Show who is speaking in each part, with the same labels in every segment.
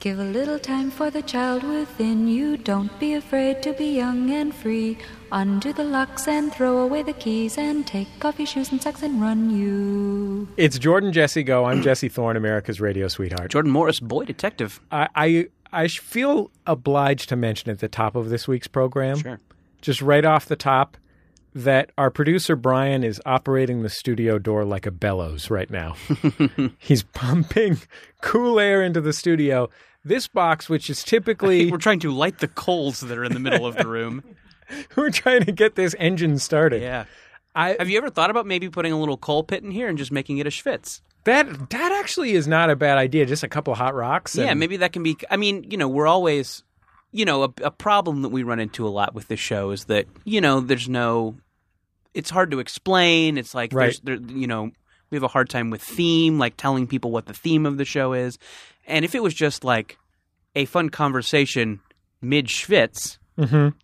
Speaker 1: Give a little time for the child within you. Don't be afraid to be young and free. Undo the locks and throw away the keys and take off your shoes and socks and run you.
Speaker 2: It's Jordan Jesse Go. I'm Jesse Thorne, America's radio sweetheart.
Speaker 3: Jordan Morris, boy detective.
Speaker 2: I, I I sh- feel obliged to mention at the top of this week's program,
Speaker 3: Sure.
Speaker 2: just right off the top, that our producer Brian is operating the studio door like a bellows right now. He's pumping cool air into the studio. This box, which is typically
Speaker 4: We're trying to light the coals that are in the middle of the room.
Speaker 2: we're trying to get this engine started.
Speaker 4: Yeah.
Speaker 2: I,
Speaker 4: Have you ever thought about maybe putting a little coal pit in here and just making it a Schwitz?
Speaker 2: that that actually is not a bad idea. Just a couple hot rocks.
Speaker 4: Yeah,
Speaker 2: and-
Speaker 4: maybe that can be. I mean, you know, we're always, you know, a, a problem that we run into a lot with this show is that you know, there's no, it's hard to explain. It's like
Speaker 2: Right.
Speaker 4: there's, there, you know, we have a hard time with theme, like telling people what the theme of the show is. And if it was just like a fun conversation mid Schwitz.
Speaker 2: Mm-hmm.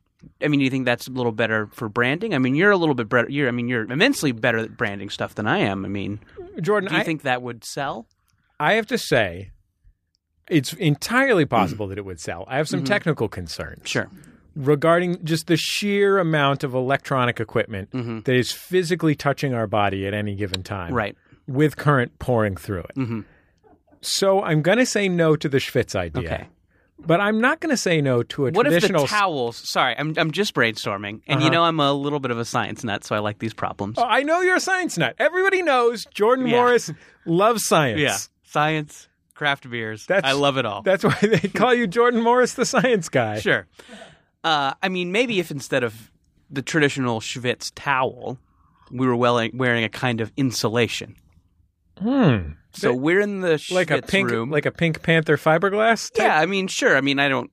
Speaker 4: I mean, do you think that's a little better for branding? I mean, you're a little bit better. You're, I mean, you're immensely better at branding stuff than I am. I mean,
Speaker 2: Jordan.
Speaker 4: do you
Speaker 2: I,
Speaker 4: think that would sell?
Speaker 2: I have to say, it's entirely possible that it would sell. I have some technical concerns
Speaker 4: Hmm. Mm-hmm. Sure.
Speaker 2: regarding just the sheer amount of electronic equipment that is physically touching our body at any given time,
Speaker 4: Mm-hmm. Right. Mm-hmm.
Speaker 2: With current pouring through it. So I'm going to say no to the Schwitz idea.
Speaker 4: Okay.
Speaker 2: But I'm not going to say no to a
Speaker 4: What if
Speaker 2: traditional. Uh-huh.
Speaker 4: the towels? Sorry, I'm I'm just brainstorming, and you know I'm a little bit of a science nut, so I like these problems.
Speaker 2: Oh, I know you're a science nut. Everybody knows Jordan
Speaker 4: Yeah.
Speaker 2: Morris loves science.
Speaker 4: yeah, science, craft beers. I love it all.
Speaker 2: That's why they call you Jordan Morris, the science guy.
Speaker 4: sure. Uh, I mean, maybe if instead of the traditional Schwitz towel, we were wearing wearing a kind of insulation.
Speaker 2: Hmm.
Speaker 4: So we're in the Schwitz
Speaker 2: like a pink
Speaker 4: room.
Speaker 2: like a pink panther fiberglass type?
Speaker 4: yeah, I mean, sure. I mean, I don't.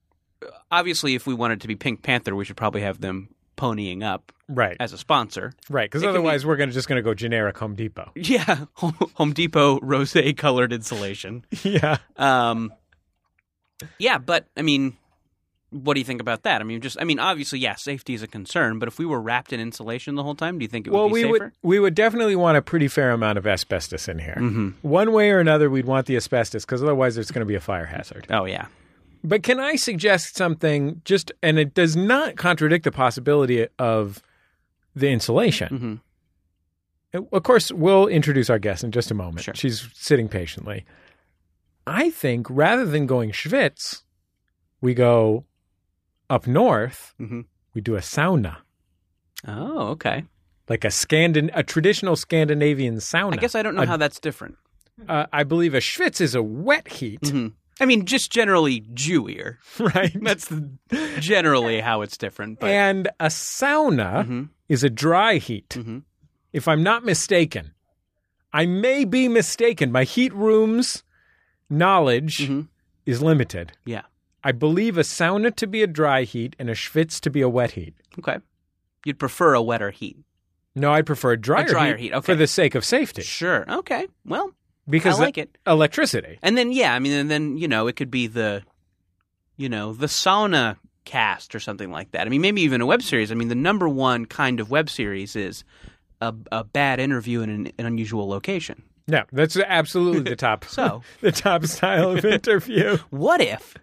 Speaker 4: Obviously, if we wanted to be Pink Panther, we should probably have them ponying up
Speaker 2: right
Speaker 4: as a sponsor.
Speaker 2: right because
Speaker 4: it can be-
Speaker 2: otherwise we're gonna just gonna go generic home depot
Speaker 4: Yeah, Home Depot rose colored insulation.
Speaker 2: yeah
Speaker 4: Um, yeah, but I mean, what do you think about that? I mean, just I mean, obviously, yeah, safety is a concern. But if we were wrapped in insulation the whole time, do you think it
Speaker 2: well
Speaker 4: would be
Speaker 2: we
Speaker 4: safer?
Speaker 2: would we would definitely want a pretty fair amount of asbestos in here
Speaker 4: Mm-hmm.
Speaker 2: one way or another we'd want the asbestos because otherwise it's gonna be a fire hazard
Speaker 4: Oh yeah,
Speaker 2: but can i suggest something just and it does not contradict the possibility of the insulation of course we'll introduce our guest in just a moment
Speaker 4: Mm-hmm. Sure.
Speaker 2: she's sitting patiently i think rather than going schwitz we go up north
Speaker 4: Mhm.
Speaker 2: we do a sauna
Speaker 4: Oh okay.
Speaker 2: like a Scandin- a traditional Scandinavian sauna.
Speaker 4: I guess I don't know
Speaker 2: A-
Speaker 4: how that's different. Mm-hmm.
Speaker 2: uh, I believe a schwitz is a wet heat,
Speaker 4: I mean, just generally Jewier.
Speaker 2: right?
Speaker 4: That's the, generally how it's different. But Mm-hmm.
Speaker 2: and a sauna is a dry heat. If I'm not mistaken, I may be mistaken. My heat room's knowledge
Speaker 4: Mm-hmm.
Speaker 2: is limited.
Speaker 4: yeah,
Speaker 2: I believe a sauna to be a dry heat and a schwitz to be a wet heat.
Speaker 4: okay. You'd prefer a wetter heat.
Speaker 2: No, I prefer a drier,
Speaker 4: drier heat, okay.
Speaker 2: for the sake of safety
Speaker 4: Sure. Okay. Well,
Speaker 2: because
Speaker 4: I like
Speaker 2: the-
Speaker 4: it.
Speaker 2: electricity.
Speaker 4: And then yeah, I mean, and then you know, it could be the, you know, the sauna cast or something like that. I mean, maybe even a web series. I mean, the number one kind of web series is a, a bad interview in an, an unusual location.
Speaker 2: No, that's absolutely the top.
Speaker 4: So?
Speaker 2: the top style of interview.
Speaker 4: What if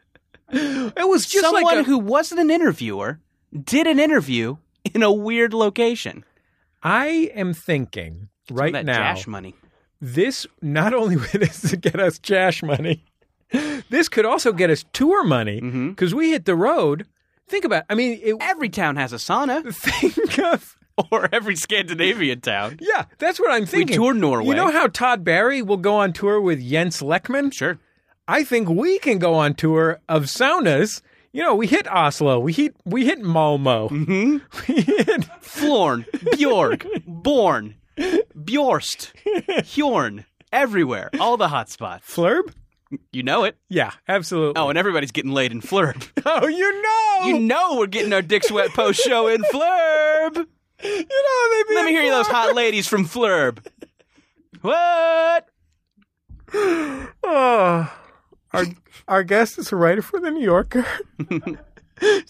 Speaker 2: It was just
Speaker 4: someone
Speaker 2: like a-
Speaker 4: who wasn't an interviewer did an interview in a weird location?
Speaker 2: I am thinking right
Speaker 4: that
Speaker 2: now.
Speaker 4: Jash money.
Speaker 2: This not only would this get us Jash money, this could also get us tour money
Speaker 4: Mm-hmm.
Speaker 2: because we hit the road. Think about. I mean, it,
Speaker 4: Every town has a sauna,
Speaker 2: think of.
Speaker 4: or every Scandinavian town.
Speaker 2: Yeah, that's what I'm thinking.
Speaker 4: toured Norway.
Speaker 2: You know how Todd Barry will go on tour with Jens Lechman?
Speaker 4: Sure.
Speaker 2: I think we can go on tour of saunas. You know, we hit Oslo, we hit we hit Malmo,
Speaker 4: Mm-hmm.
Speaker 2: we hit
Speaker 4: Florn, Bjorg, Born, Bjorst, Hjorn, everywhere, all the hot spots.
Speaker 2: Flurb.
Speaker 4: You know it.
Speaker 2: Yeah, absolutely.
Speaker 4: Oh, and everybody's getting laid in Flurb.
Speaker 2: Oh, you know,
Speaker 4: You know we're getting our Dick Sweat post show in Flurb.
Speaker 2: You know they be
Speaker 4: Let me hear you those hot ladies from Flurb. What?
Speaker 2: Oh, our our guest is a writer for the New Yorker.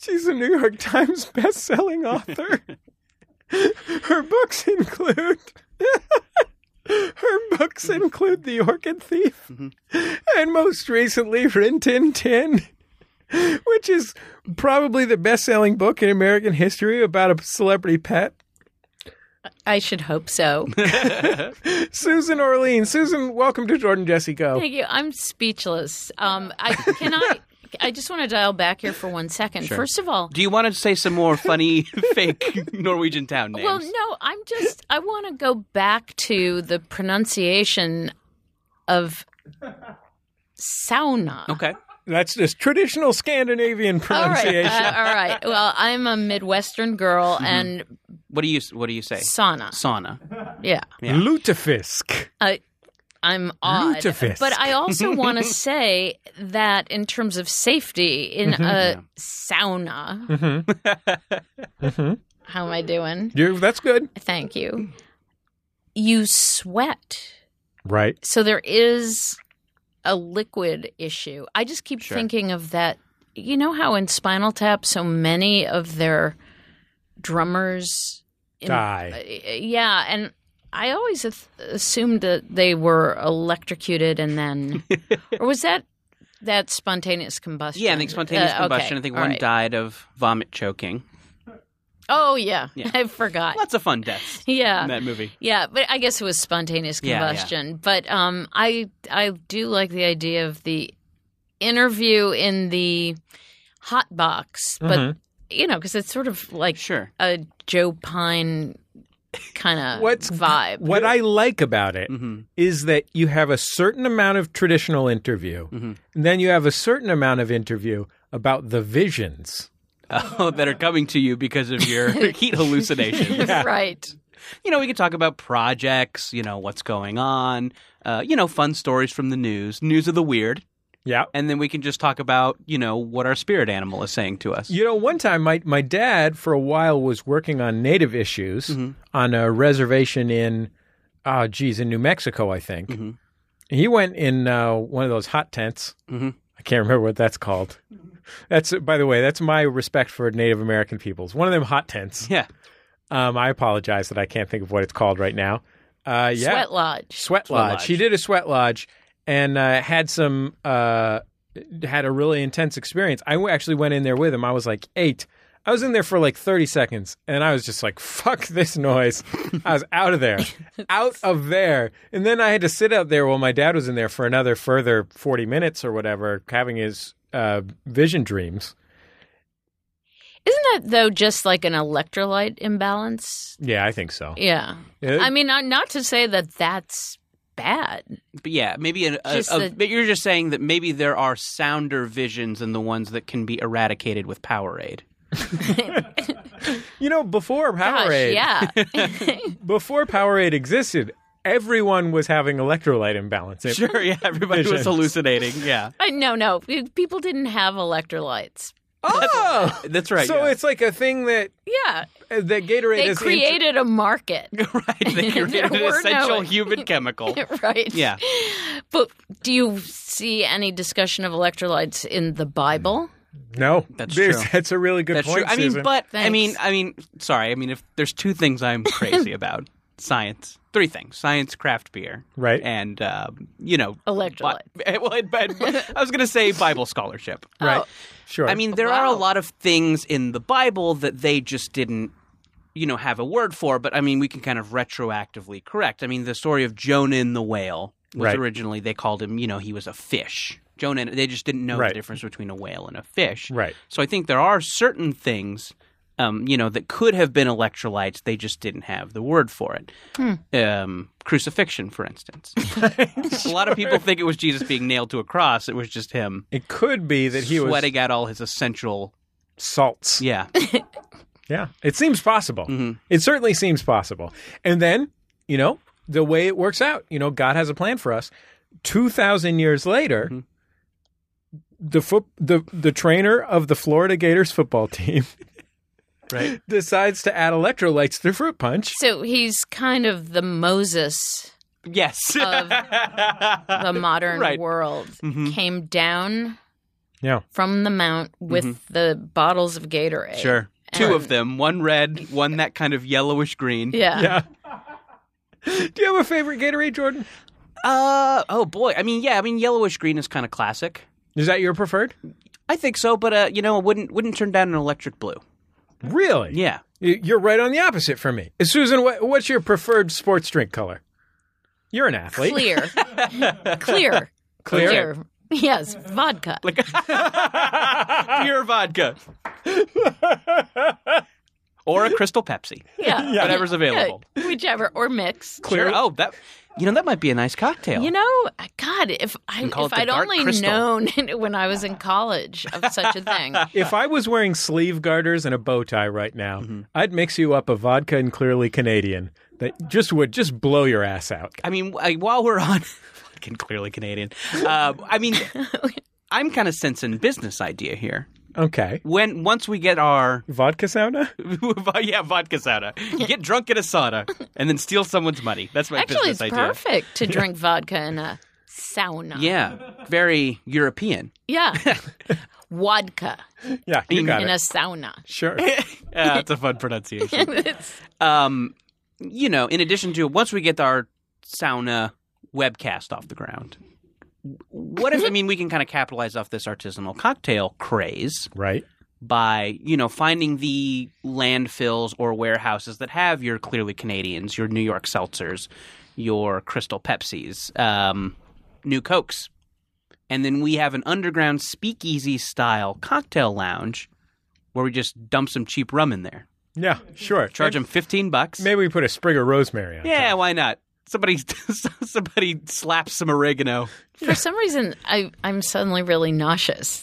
Speaker 2: She's a New York Times best-selling author. Her books include Her books include The Orchid Thief and most recently Rin Tin Tin, which is probably the best selling book in American history about a celebrity pet.
Speaker 3: I should hope so.
Speaker 2: Susan Orlean. Susan, welcome to Jordan Jesse Go.
Speaker 3: Thank you. I'm speechless. Um, I can I. I just want to dial back here for one second. First of all,
Speaker 4: Do you want to say some more funny fake Norwegian town names?
Speaker 3: well, no, I'm just. I want to go back to the pronunciation of sauna.
Speaker 4: Okay.
Speaker 2: That's just traditional Scandinavian
Speaker 3: All right.
Speaker 2: pronunciation.
Speaker 3: Uh, all right. Well, I'm a Midwestern girl, and
Speaker 4: What do you What do you say?
Speaker 3: sauna.
Speaker 4: Sauna.
Speaker 3: Yeah.
Speaker 4: Yeah.
Speaker 2: Lutefisk.
Speaker 3: I I'm odd,
Speaker 2: Lutefisk.
Speaker 3: but I also want to say that in terms of safety in a sauna, how am I doing?
Speaker 2: You, that's good.
Speaker 3: Thank you. You sweat,
Speaker 2: Right.
Speaker 3: so there is a liquid issue. I just keep
Speaker 4: Sure.
Speaker 3: thinking of that. You know how in Spinal Tap, so many of their drummers in-
Speaker 2: Die.
Speaker 3: uh, yeah, and I always ath- assumed that they were electrocuted and then, or was that that spontaneous combustion?
Speaker 4: Yeah, I think spontaneous
Speaker 3: Uh, okay,
Speaker 4: combustion. I think
Speaker 3: all
Speaker 4: one
Speaker 3: right.
Speaker 4: died of vomit choking.
Speaker 3: Oh yeah,
Speaker 4: Yeah.
Speaker 3: I forgot.
Speaker 4: Lots of fun deaths
Speaker 3: Yeah,
Speaker 4: in that movie.
Speaker 3: yeah, but I guess it was spontaneous
Speaker 4: Yeah, yeah.
Speaker 3: combustion. But um, I I do like the idea of the interview in the hot box, but you know, because it's sort of like
Speaker 4: Mm-hmm. Sure.
Speaker 3: a Joe Pine kind of
Speaker 2: What's-
Speaker 3: vibe.
Speaker 2: What I like about it is
Speaker 4: Mhm.
Speaker 2: that you have a certain amount of traditional interview, and then you have a certain amount of interview about the visions.
Speaker 4: Oh, that are coming to you because of your heat hallucinations.
Speaker 3: Right.
Speaker 4: You know, we could talk about projects. You know, what's going on. Uh, you know, fun stories from the news, news of the weird,
Speaker 2: Yeah.
Speaker 4: and then we can just talk about you know what our spirit animal is saying to us.
Speaker 2: You know, one time my, my dad for a while was working on native issues on a reservation in, oh, geez, in New Mexico, I think. He went in uh, one of those hot tents.
Speaker 4: Mhm.
Speaker 2: I can't remember what that's called. That's, by the way, that's my respect for Native American peoples. One of them hot tents.
Speaker 4: Yeah.
Speaker 2: Um, I apologize that I can't think of what it's called right now. Uh, yeah.
Speaker 3: Sweat lodge.
Speaker 2: Sweat lodge.
Speaker 4: lodge.
Speaker 2: He did a sweat lodge and uh, had some uh, had a really intense experience. I w- actually went in there with him. I was like eight. I was in there for like thirty seconds, and I was just like, "Fuck this noise!" I was out of there, out of there. And then I had to sit out there while my dad was in there for another further forty minutes or whatever, having his uh, vision dreams.
Speaker 3: Isn't that though just like an electrolyte imbalance?
Speaker 2: Yeah, I think so.
Speaker 3: Yeah.
Speaker 2: Yeah.
Speaker 3: I mean, not, not to say that that's bad.
Speaker 4: But yeah, maybe an, a,
Speaker 3: Just
Speaker 4: a-
Speaker 3: the-
Speaker 4: but you're just saying that maybe there are sounder visions than the ones that can be eradicated with Powerade.
Speaker 2: you know, before
Speaker 3: Gosh,
Speaker 2: Powerade,
Speaker 3: yeah.
Speaker 2: before Powerade existed, everyone was having electrolyte imbalance. It-
Speaker 4: Sure, yeah, everybody was
Speaker 2: Visions.
Speaker 4: hallucinating. Yeah,
Speaker 3: I, no, no. People didn't have electrolytes.
Speaker 2: Oh,
Speaker 4: that's right.
Speaker 2: so
Speaker 4: yeah.
Speaker 2: it's like a thing that
Speaker 3: Yeah.
Speaker 2: uh, that Gatorade
Speaker 3: They
Speaker 2: is
Speaker 3: created a market.
Speaker 4: right. They
Speaker 3: There
Speaker 4: created an
Speaker 3: were no-
Speaker 4: essential human chemical.
Speaker 3: right.
Speaker 4: Yeah,
Speaker 3: But do you see any discussion of electrolytes in the Bible?
Speaker 2: Mm. no,
Speaker 4: That's
Speaker 2: There's-
Speaker 4: true.
Speaker 2: That's a really good
Speaker 4: that's
Speaker 2: point.
Speaker 4: true. I mean,
Speaker 2: Susan.
Speaker 4: but I
Speaker 3: Thanks.
Speaker 4: mean, I mean, sorry. I mean, if there's two things I'm crazy about, science. Three things: science, craft beer,
Speaker 2: Right.
Speaker 4: and um, you know,
Speaker 3: Electrolyte.
Speaker 4: Bi- well, and- but I was going to say Bible scholarship.
Speaker 2: right,
Speaker 3: Oh.
Speaker 2: sure.
Speaker 4: I mean, there are a
Speaker 3: Wow.
Speaker 4: lot of things in the Bible that they just didn't, you know, have a word for. But I mean, we can kind of retroactively correct. I mean, the story of Jonah and the whale was
Speaker 2: Right.
Speaker 4: originally they called him, you know, he was a fish. Jonah. They just didn't know
Speaker 2: Right.
Speaker 4: the difference between a whale and a fish.
Speaker 2: Right.
Speaker 4: So I think there are certain things. Um, you know that could have been electrolytes. They just didn't have the word for it. Um, crucifixion, for instance, a lot of people think it was Jesus being nailed to a cross. It was just him
Speaker 2: it could be that he
Speaker 4: sweating out all his essential.
Speaker 2: was salts.
Speaker 4: Yeah, Mm-hmm.
Speaker 2: Yeah, it seems possible. It certainly seems possible. And then, you know, the way it works out, you know, God has a plan for us. 2000 years later,
Speaker 4: Mm-hmm.
Speaker 2: the foot the the trainer of the Florida Gators football team
Speaker 4: right.
Speaker 2: decides to add electrolytes to fruit punch.
Speaker 3: So he's kind of the Moses
Speaker 4: Yes.
Speaker 3: of the modern
Speaker 4: Right.
Speaker 3: world.
Speaker 2: Mm-hmm.
Speaker 3: Came down
Speaker 2: Yeah.
Speaker 3: from the mount with the bottles of Gatorade.
Speaker 4: Mm-hmm. sure. Two
Speaker 3: And-
Speaker 4: of them, one red, one that kind of yellowish green.
Speaker 3: Yeah.
Speaker 2: Yeah. Do you have a favorite Gatorade, Jordan?
Speaker 4: Uh oh boy. I mean, yeah. I mean, yellowish green is kind of classic.
Speaker 2: Is that your preferred?
Speaker 4: I think so, but uh, you know, I wouldn't wouldn't turn down an electric blue.
Speaker 2: Really?
Speaker 4: Yeah.
Speaker 2: Y- You're right on the opposite from me. Eh, Susan, what, what's your preferred sports drink color? You're an athlete.
Speaker 3: Clear. Clear.
Speaker 2: Clear?
Speaker 3: Yes, vodka.
Speaker 4: Like pure vodka. or a crystal Pepsi.
Speaker 3: yeah.
Speaker 4: Whatever's available.
Speaker 3: Yeah, whichever or mix.
Speaker 4: Sure. Oh, that you know that might be a nice cocktail.
Speaker 3: You know, God, if I
Speaker 4: call
Speaker 3: if
Speaker 4: it the
Speaker 3: I'd
Speaker 4: dark
Speaker 3: only
Speaker 4: crystal.
Speaker 3: known when I was in college of such a thing.
Speaker 2: If I was wearing sleeve garters and a bow tie right now,
Speaker 4: Mm-hmm.
Speaker 2: I'd mix you up a vodka and clearly Canadian that just would just blow your ass out.
Speaker 4: I mean, I, while we're on fucking clearly Canadian, uh, I mean, I'm kind of sensing business idea here.
Speaker 2: Okay.
Speaker 4: When once we get our
Speaker 2: Vodka sauna?
Speaker 4: yeah vodka sauna, get drunk in a sauna and then steal someone's money. That's my
Speaker 3: Actually,
Speaker 4: business
Speaker 3: it's
Speaker 4: idea.
Speaker 3: perfect to drink vodka in a sauna.
Speaker 4: Yeah, very European.
Speaker 3: Yeah. Vodka
Speaker 2: Yeah, you got
Speaker 3: in
Speaker 2: it.
Speaker 3: a sauna.
Speaker 2: Sure.
Speaker 4: Yeah, that's a fun pronunciation.
Speaker 3: It's-
Speaker 4: um, you know, in addition to once we get our sauna webcast off the ground, what if I mean we can kind of capitalize off this artisanal cocktail craze
Speaker 2: Right.
Speaker 4: by you know finding the landfills or warehouses that have your clearly Canadians, your New York seltzers, your Crystal Pepsis, um, New Cokes, and then we have an underground speakeasy style cocktail lounge where we just dump some cheap rum in there,
Speaker 2: Yeah, sure.
Speaker 4: charge them fifteen bucks.
Speaker 2: Maybe we put a sprig of rosemary on
Speaker 4: Yeah,
Speaker 2: top.
Speaker 4: why not? Somebody, somebody slaps some oregano
Speaker 3: for some reason, I, I'm suddenly really nauseous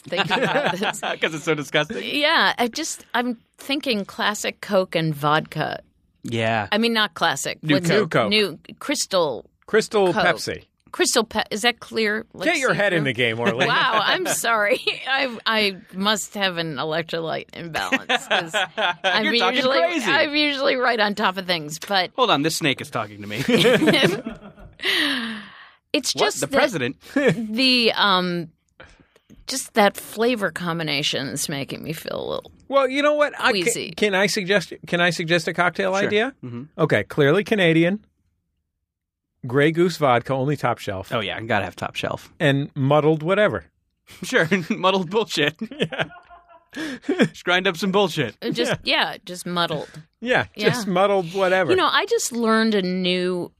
Speaker 3: thinking
Speaker 4: Oh,
Speaker 3: about this.
Speaker 4: because it's so disgusting.
Speaker 3: Yeah, I just I'm thinking classic Coke and vodka.
Speaker 4: Yeah,
Speaker 3: I mean, not classic.
Speaker 2: New
Speaker 3: What's
Speaker 2: Coke.
Speaker 3: it?
Speaker 2: New Coke.
Speaker 3: New crystal.
Speaker 2: Crystal
Speaker 3: Coke.
Speaker 2: Pepsi.
Speaker 3: Crystal pe- is that clear? Like
Speaker 2: Get your head in
Speaker 3: see-through?
Speaker 2: the game, Orly.
Speaker 3: Wow, I'm sorry. I I must have an electrolyte imbalance. 'cause I'm
Speaker 4: You're talking
Speaker 3: usually
Speaker 4: crazy.
Speaker 3: I'm usually right on top of things, but
Speaker 4: hold on, this snake is talking to me.
Speaker 3: it's
Speaker 4: what?
Speaker 3: just
Speaker 4: The
Speaker 3: that-
Speaker 4: president?
Speaker 3: the um just that flavor combination is making me feel a little
Speaker 2: Well, you know what? I, can,
Speaker 3: Queasy.
Speaker 2: can I suggest? Can I suggest a cocktail
Speaker 4: Sure.
Speaker 2: idea?
Speaker 4: Mhm.
Speaker 2: Okay, clearly Canadian. Grey Goose vodka, only top shelf,
Speaker 4: Oh yeah, gotta have top shelf.
Speaker 2: and muddled whatever.
Speaker 4: Sure, muddled bullshit. just grind up some bullshit.
Speaker 3: just yeah, just muddled.
Speaker 2: Yeah, just
Speaker 3: Yeah.
Speaker 2: muddled whatever.
Speaker 3: You know, I just learned a new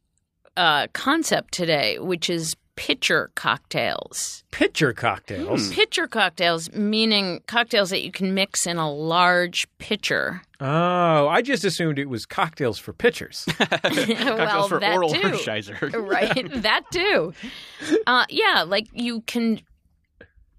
Speaker 3: uh, concept today, which is pitcher cocktails.
Speaker 2: pitcher
Speaker 4: Hmm.
Speaker 2: cocktails.
Speaker 3: Pitcher cocktails, meaning cocktails that you can mix in a large pitcher.
Speaker 2: Oh, I just assumed it was cocktails for pitchers.
Speaker 3: well,
Speaker 4: Cocktails for
Speaker 3: that
Speaker 4: oral
Speaker 3: too.
Speaker 4: Hershiser.
Speaker 3: right, that too. Uh, yeah, like you can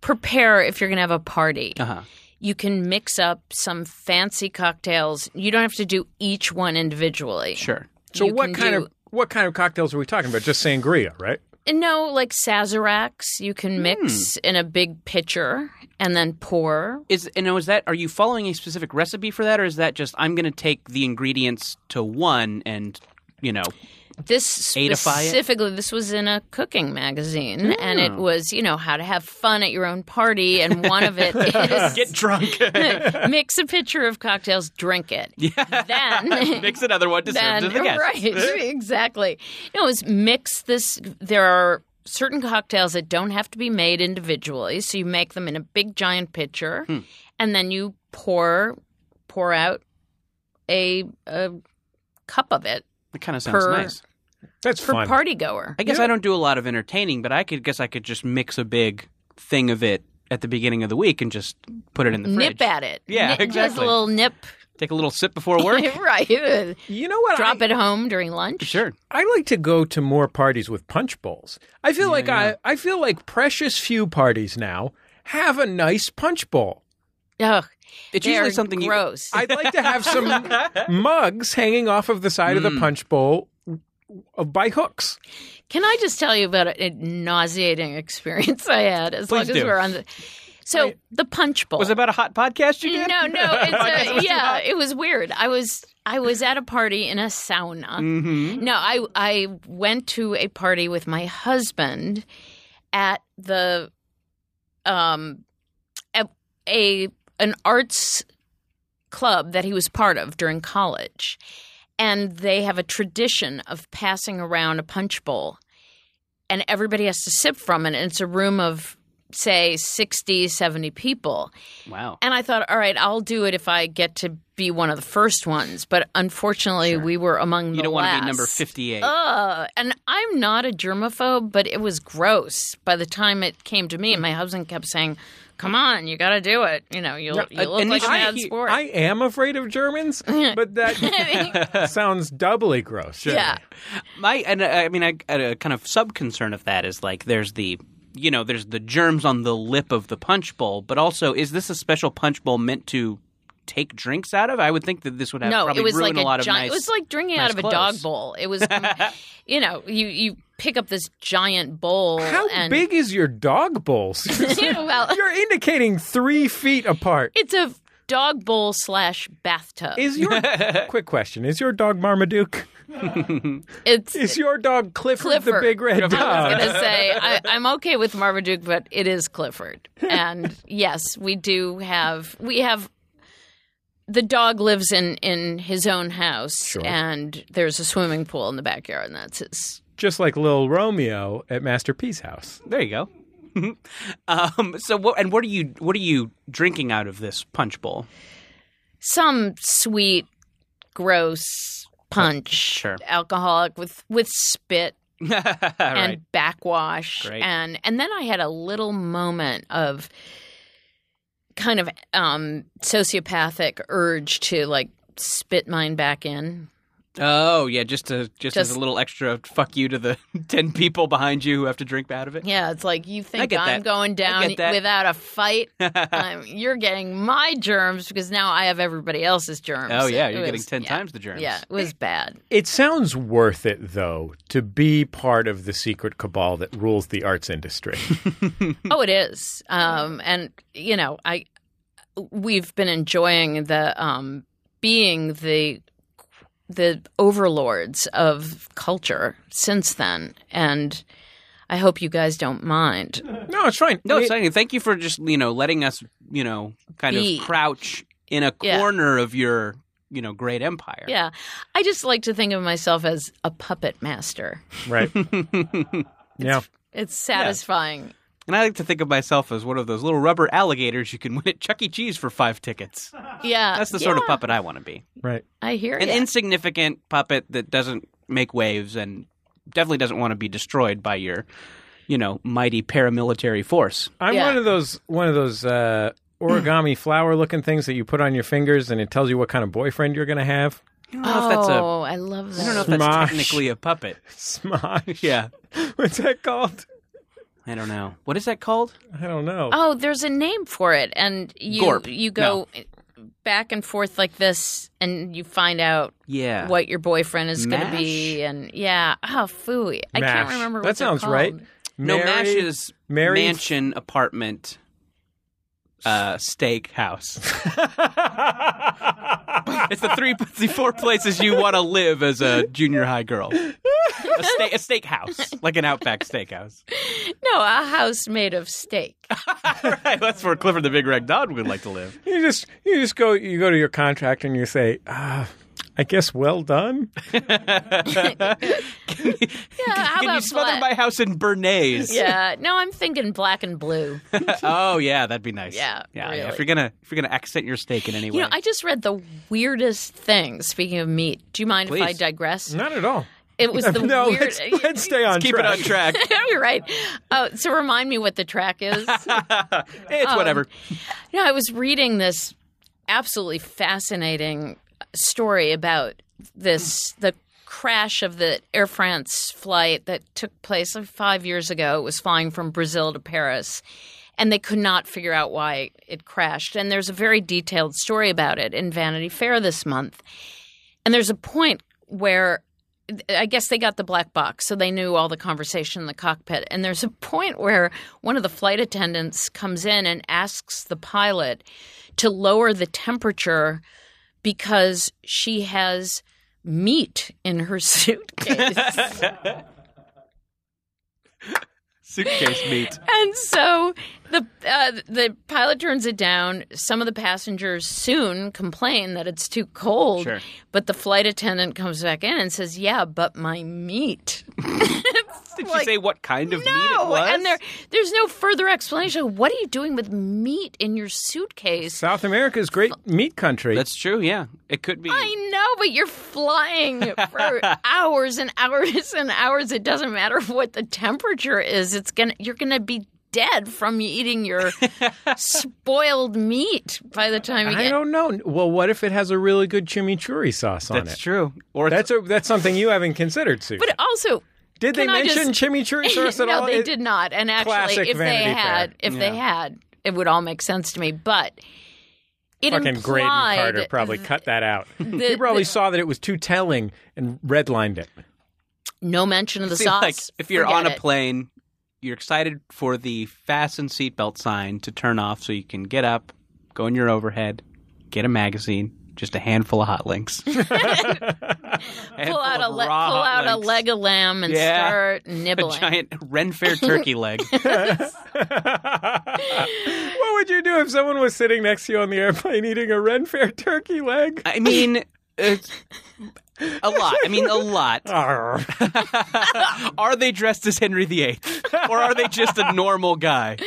Speaker 3: prepare if you're going to have a party.
Speaker 4: Uh-huh.
Speaker 3: You can mix up some fancy cocktails. You don't have to do each one individually.
Speaker 4: Sure.
Speaker 2: So
Speaker 3: You
Speaker 2: what
Speaker 3: can
Speaker 2: kind
Speaker 3: do-
Speaker 2: of what kind of cocktails are we talking about? Just sangria, right?
Speaker 3: No, like Sazeracs, you
Speaker 4: Hmm.
Speaker 3: can mix in a big pitcher and then pour.
Speaker 4: Is and now is that? Are you following a specific recipe for that, or is that just I'm gonna take the ingredients to one and you know?
Speaker 3: This
Speaker 4: Aidify it?
Speaker 3: specifically, this was in a cooking magazine, and
Speaker 4: Oh.
Speaker 3: it was you know how to have fun at your own party, and one of it is
Speaker 4: Get drunk.
Speaker 3: mix a pitcher of cocktails, drink it, then.
Speaker 4: Mix another one to serve
Speaker 3: Then,
Speaker 4: to the guests. Eh?
Speaker 3: right, exactly. No, it's mix this. There are certain cocktails that don't have to be made individually, so you make them in a big giant pitcher,
Speaker 4: Hmm.
Speaker 3: and then you pour pour out a, a cup of it
Speaker 4: That kind of sounds
Speaker 3: Per-
Speaker 4: nice.
Speaker 2: That's
Speaker 3: for
Speaker 2: fun.
Speaker 3: party goer.
Speaker 4: I guess I don't do a lot of entertaining, but I could guess I could just mix a big thing of it at the beginning of the week and just put it in the
Speaker 3: Nip
Speaker 4: fridge.
Speaker 3: at it.
Speaker 4: Yeah,
Speaker 3: Nip- Just a
Speaker 4: exactly.
Speaker 3: little nip.
Speaker 4: Take a little sip before work.
Speaker 3: right.
Speaker 2: You know what?
Speaker 3: Drop
Speaker 2: I,
Speaker 3: it home during lunch.
Speaker 4: sure.
Speaker 2: I like to go to more parties with punch bowls. I feel like I I feel like precious few parties now have a nice punch bowl.
Speaker 3: Ugh,
Speaker 4: It's
Speaker 3: they
Speaker 4: usually
Speaker 3: are
Speaker 4: something you
Speaker 3: gross.
Speaker 2: I'd like to have some mugs hanging off of the side of
Speaker 3: Mm.
Speaker 2: the punch bowl uh, by hooks.
Speaker 3: Can I just tell you about a, a nauseating experience I had? As
Speaker 4: Please
Speaker 3: long as
Speaker 4: do.
Speaker 3: we're on the so the punch bowl
Speaker 4: Was it about a hot podcast you did?
Speaker 3: no, no, it's a, yeah, it was weird. I was I was at a party in a sauna.
Speaker 4: Mm. Mm-hmm.
Speaker 3: Mm-hmm. No, I I went to a party with my husband at the um a, a an arts club that he was part of during college. and they have a tradition of passing around a punch bowl and everybody has to sip from it and it's a room of say 60 70 people
Speaker 4: Wow.
Speaker 3: and i thought all right i'll do it if i get to be one of the first ones but unfortunately we were among the
Speaker 4: you don't
Speaker 3: last.
Speaker 4: want to be number 58.
Speaker 3: Ugh. And I'm not a germaphobe, but it was gross by the time it came to me. And my husband kept saying, "Come on, you got to do it. You know, you'll
Speaker 4: uh,
Speaker 3: you look like a
Speaker 4: initially
Speaker 3: mad
Speaker 2: he-
Speaker 3: sport."
Speaker 2: I am afraid of Germans, but that sounds doubly gross.
Speaker 3: yeah,
Speaker 4: My and uh, I mean, I, a kind of sub concern of that is like there's the you know there's the germs on the lip of the punch bowl, but also is this a special punch bowl meant to take drinks out of? I would think that this would have
Speaker 3: no,
Speaker 4: probably
Speaker 3: it was
Speaker 4: ruin
Speaker 3: like a,
Speaker 4: a lot of
Speaker 3: giant.
Speaker 4: nice.
Speaker 3: it was like drinking out
Speaker 4: nice
Speaker 3: of a
Speaker 4: clothes.
Speaker 3: dog bowl. It was, you know, you you pick up this giant bowl.
Speaker 2: How
Speaker 3: and,
Speaker 2: big is your dog bowl?
Speaker 3: well,
Speaker 2: You're indicating three feet apart.
Speaker 3: it's a dog bowl slash bathtub.
Speaker 2: Is your quick question? Is your dog Marmaduke?
Speaker 3: it's
Speaker 2: Is your dog Clifford, the
Speaker 3: Clifford.
Speaker 2: big red
Speaker 3: I was
Speaker 2: dog?
Speaker 3: going to say I, I'm okay with Marmaduke, but it is Clifford. And yes, we do have we have the dog lives in in his own house, and there's a swimming pool in the backyard, and that's his.
Speaker 2: Just like little Romeo at Master P's house.
Speaker 4: there you go. um, so what and what are you what are you drinking out of this punch bowl?
Speaker 3: Some sweet, gross punch,
Speaker 4: Sure.
Speaker 3: alcoholic with with spit
Speaker 4: All right.
Speaker 3: and backwash
Speaker 4: Great.
Speaker 3: and and then I had a little moment of kind of um sociopathic urge to like spit mine back in.
Speaker 4: Oh yeah, just to just, as
Speaker 3: Just-
Speaker 4: a little extra fuck you to the ten people behind you who have to drink out of it.
Speaker 3: Yeah, it's like you think
Speaker 4: get
Speaker 3: I'm
Speaker 4: that.
Speaker 3: going down
Speaker 4: get that.
Speaker 3: without a fight. um, you're getting my germs because now I have everybody else's germs.
Speaker 4: Oh yeah,
Speaker 3: It
Speaker 4: you're getting
Speaker 3: was-
Speaker 4: ten
Speaker 3: yeah,
Speaker 4: times the germs.
Speaker 3: Yeah, it was bad.
Speaker 2: It sounds worth it, though, to be part of the secret cabal that rules the arts industry.
Speaker 3: Oh, it is. Um, and you know, I we've been enjoying the um, being the the overlords of culture since then, and I hope you guys don't mind.
Speaker 2: no, it's fine.
Speaker 4: No,
Speaker 2: It-
Speaker 4: it's exciting. Thank you for just you know letting us you know kind
Speaker 3: Be.
Speaker 4: of crouch in a
Speaker 3: Yeah.
Speaker 4: corner of your you know great empire.
Speaker 3: Yeah, I just like to think of myself as a puppet master.
Speaker 2: right. yeah.
Speaker 3: It's satisfying.
Speaker 4: And I like to think of myself as one of those little rubber alligators you can win at Chuck E. Cheese for five tickets.
Speaker 3: Yeah,
Speaker 4: That's the sort of puppet I want to be.
Speaker 2: Right.
Speaker 3: I hear
Speaker 4: An
Speaker 3: you.
Speaker 4: insignificant puppet that doesn't make waves and definitely doesn't want to be destroyed by your you know mighty paramilitary force.
Speaker 2: I'm
Speaker 3: Yeah.
Speaker 2: one of those one of those uh, origami flower looking things that you put on your fingers and it tells you what kind of boyfriend you're going to have.
Speaker 4: I don't know if that's a
Speaker 3: Oh, I love that.
Speaker 4: I don't know if that's
Speaker 2: Smosh.
Speaker 4: technically a puppet.
Speaker 2: Smosh.
Speaker 4: Yeah.
Speaker 2: What's that called?
Speaker 4: I don't know. What is that called?
Speaker 2: I don't know.
Speaker 3: Oh, there's a name for it, and you
Speaker 4: Gorp.
Speaker 3: you go back and forth like this, and you find out
Speaker 4: Yeah.
Speaker 3: what your boyfriend is going to be, and yeah, oh, fooey, I can't
Speaker 2: Mash.
Speaker 3: remember.
Speaker 2: That
Speaker 3: what they're
Speaker 2: sounds right.
Speaker 3: called.
Speaker 4: No,
Speaker 2: Mary-
Speaker 4: Mash is
Speaker 2: Mary-
Speaker 4: mansion apartment uh, steak house. it's the three, the four places you want to live as a junior high girl. A, steak, a steak house, like an Outback Steakhouse.
Speaker 3: No, a house made of steak.
Speaker 4: right, that's where Clifford the Big Red Dog would like to live.
Speaker 2: You just you just go you go to your contract and you say, ah, I guess well done.
Speaker 3: Yeah, how
Speaker 4: Can
Speaker 3: about
Speaker 4: you smother
Speaker 3: black?
Speaker 4: my house in Bernays?
Speaker 3: Yeah, no, I'm thinking black and blue.
Speaker 4: oh yeah, that'd be nice.
Speaker 3: Yeah,
Speaker 4: yeah.
Speaker 3: really.
Speaker 4: If you're gonna if you're gonna accent your steak in any way,
Speaker 3: You know, I just read the weirdest thing. Speaking of meat, do you mind if I
Speaker 4: Please.
Speaker 3: digress?
Speaker 2: Not at all.
Speaker 3: It was the
Speaker 2: no,
Speaker 3: weird.
Speaker 2: let's, let's stay on
Speaker 4: keep it
Speaker 2: track.
Speaker 4: on track.
Speaker 3: You're right. Uh, so remind me what the track is.
Speaker 4: it's
Speaker 3: Um,
Speaker 4: whatever.
Speaker 3: No, I was reading this absolutely fascinating story about this the crash of the Air France flight that took place like, five years ago. It was flying from Brazil to Paris, and they could not figure out why it crashed. And there's a very detailed story about it in Vanity Fair this month. And there's a point where I guess they got the black box, so they knew all the conversation in the cockpit. And there's a point where one of the flight attendants comes in and asks the pilot to lower the temperature because she has meat in her suitcase.
Speaker 4: Suitcase meat.
Speaker 3: and so The uh, the pilot turns it down. Some of the passengers soon complain that it's too cold,
Speaker 4: Sure.
Speaker 3: but the flight attendant comes back in and says, "Yeah, but my meat."
Speaker 4: Did
Speaker 3: like,
Speaker 4: she say what kind of meat it
Speaker 3: No,
Speaker 4: was?
Speaker 3: and there there's no further explanation. What are you doing with meat in your suitcase?
Speaker 2: South America is great meat country.
Speaker 4: That's true. Yeah, it could be.
Speaker 3: I know, but you're flying for hours and hours and hours. It doesn't matter what the temperature is. It's gonna you're gonna be dead from eating your spoiled meat by the time you
Speaker 2: I
Speaker 3: get.
Speaker 2: don't know. Well, what if it has a really good chimichurri sauce on
Speaker 4: That's
Speaker 2: it?
Speaker 4: true. Or
Speaker 2: That's a, that's something you haven't considered, Sue.
Speaker 3: But also,
Speaker 2: Did they
Speaker 3: can I
Speaker 2: mention
Speaker 3: just-
Speaker 2: chimichurri sauce at
Speaker 3: no,
Speaker 2: all?
Speaker 3: they
Speaker 2: It-
Speaker 3: did not. And
Speaker 2: Classic
Speaker 3: actually, if they
Speaker 2: Vanity
Speaker 3: had,
Speaker 2: Fair.
Speaker 3: if they had, it would all make sense to me. But it
Speaker 2: Fucking Graydon
Speaker 3: implied
Speaker 2: Carter probably cut that out. he
Speaker 3: the-
Speaker 2: probably
Speaker 3: the-
Speaker 2: saw that it was too telling and redlined it.
Speaker 3: no mention of the
Speaker 4: See,
Speaker 3: sauce.
Speaker 4: like if you're
Speaker 3: forget
Speaker 4: on a
Speaker 3: it.
Speaker 4: plane, you're excited for the fasten seatbelt sign to turn off so you can get up, go in your overhead, get a magazine, just a handful of hot links. pull
Speaker 3: pull out a le- pull out a leg of lamb and
Speaker 4: Yeah.
Speaker 3: start
Speaker 4: a
Speaker 3: nibbling.
Speaker 4: giant Ren Fair turkey leg.
Speaker 2: what would you do if someone was sitting next to you on the airplane eating a Ren Fair turkey leg?
Speaker 4: I mean, it's a lot. I mean, a lot.
Speaker 2: Arr.
Speaker 4: Are they dressed as Henry VIII, or are they just a normal guy?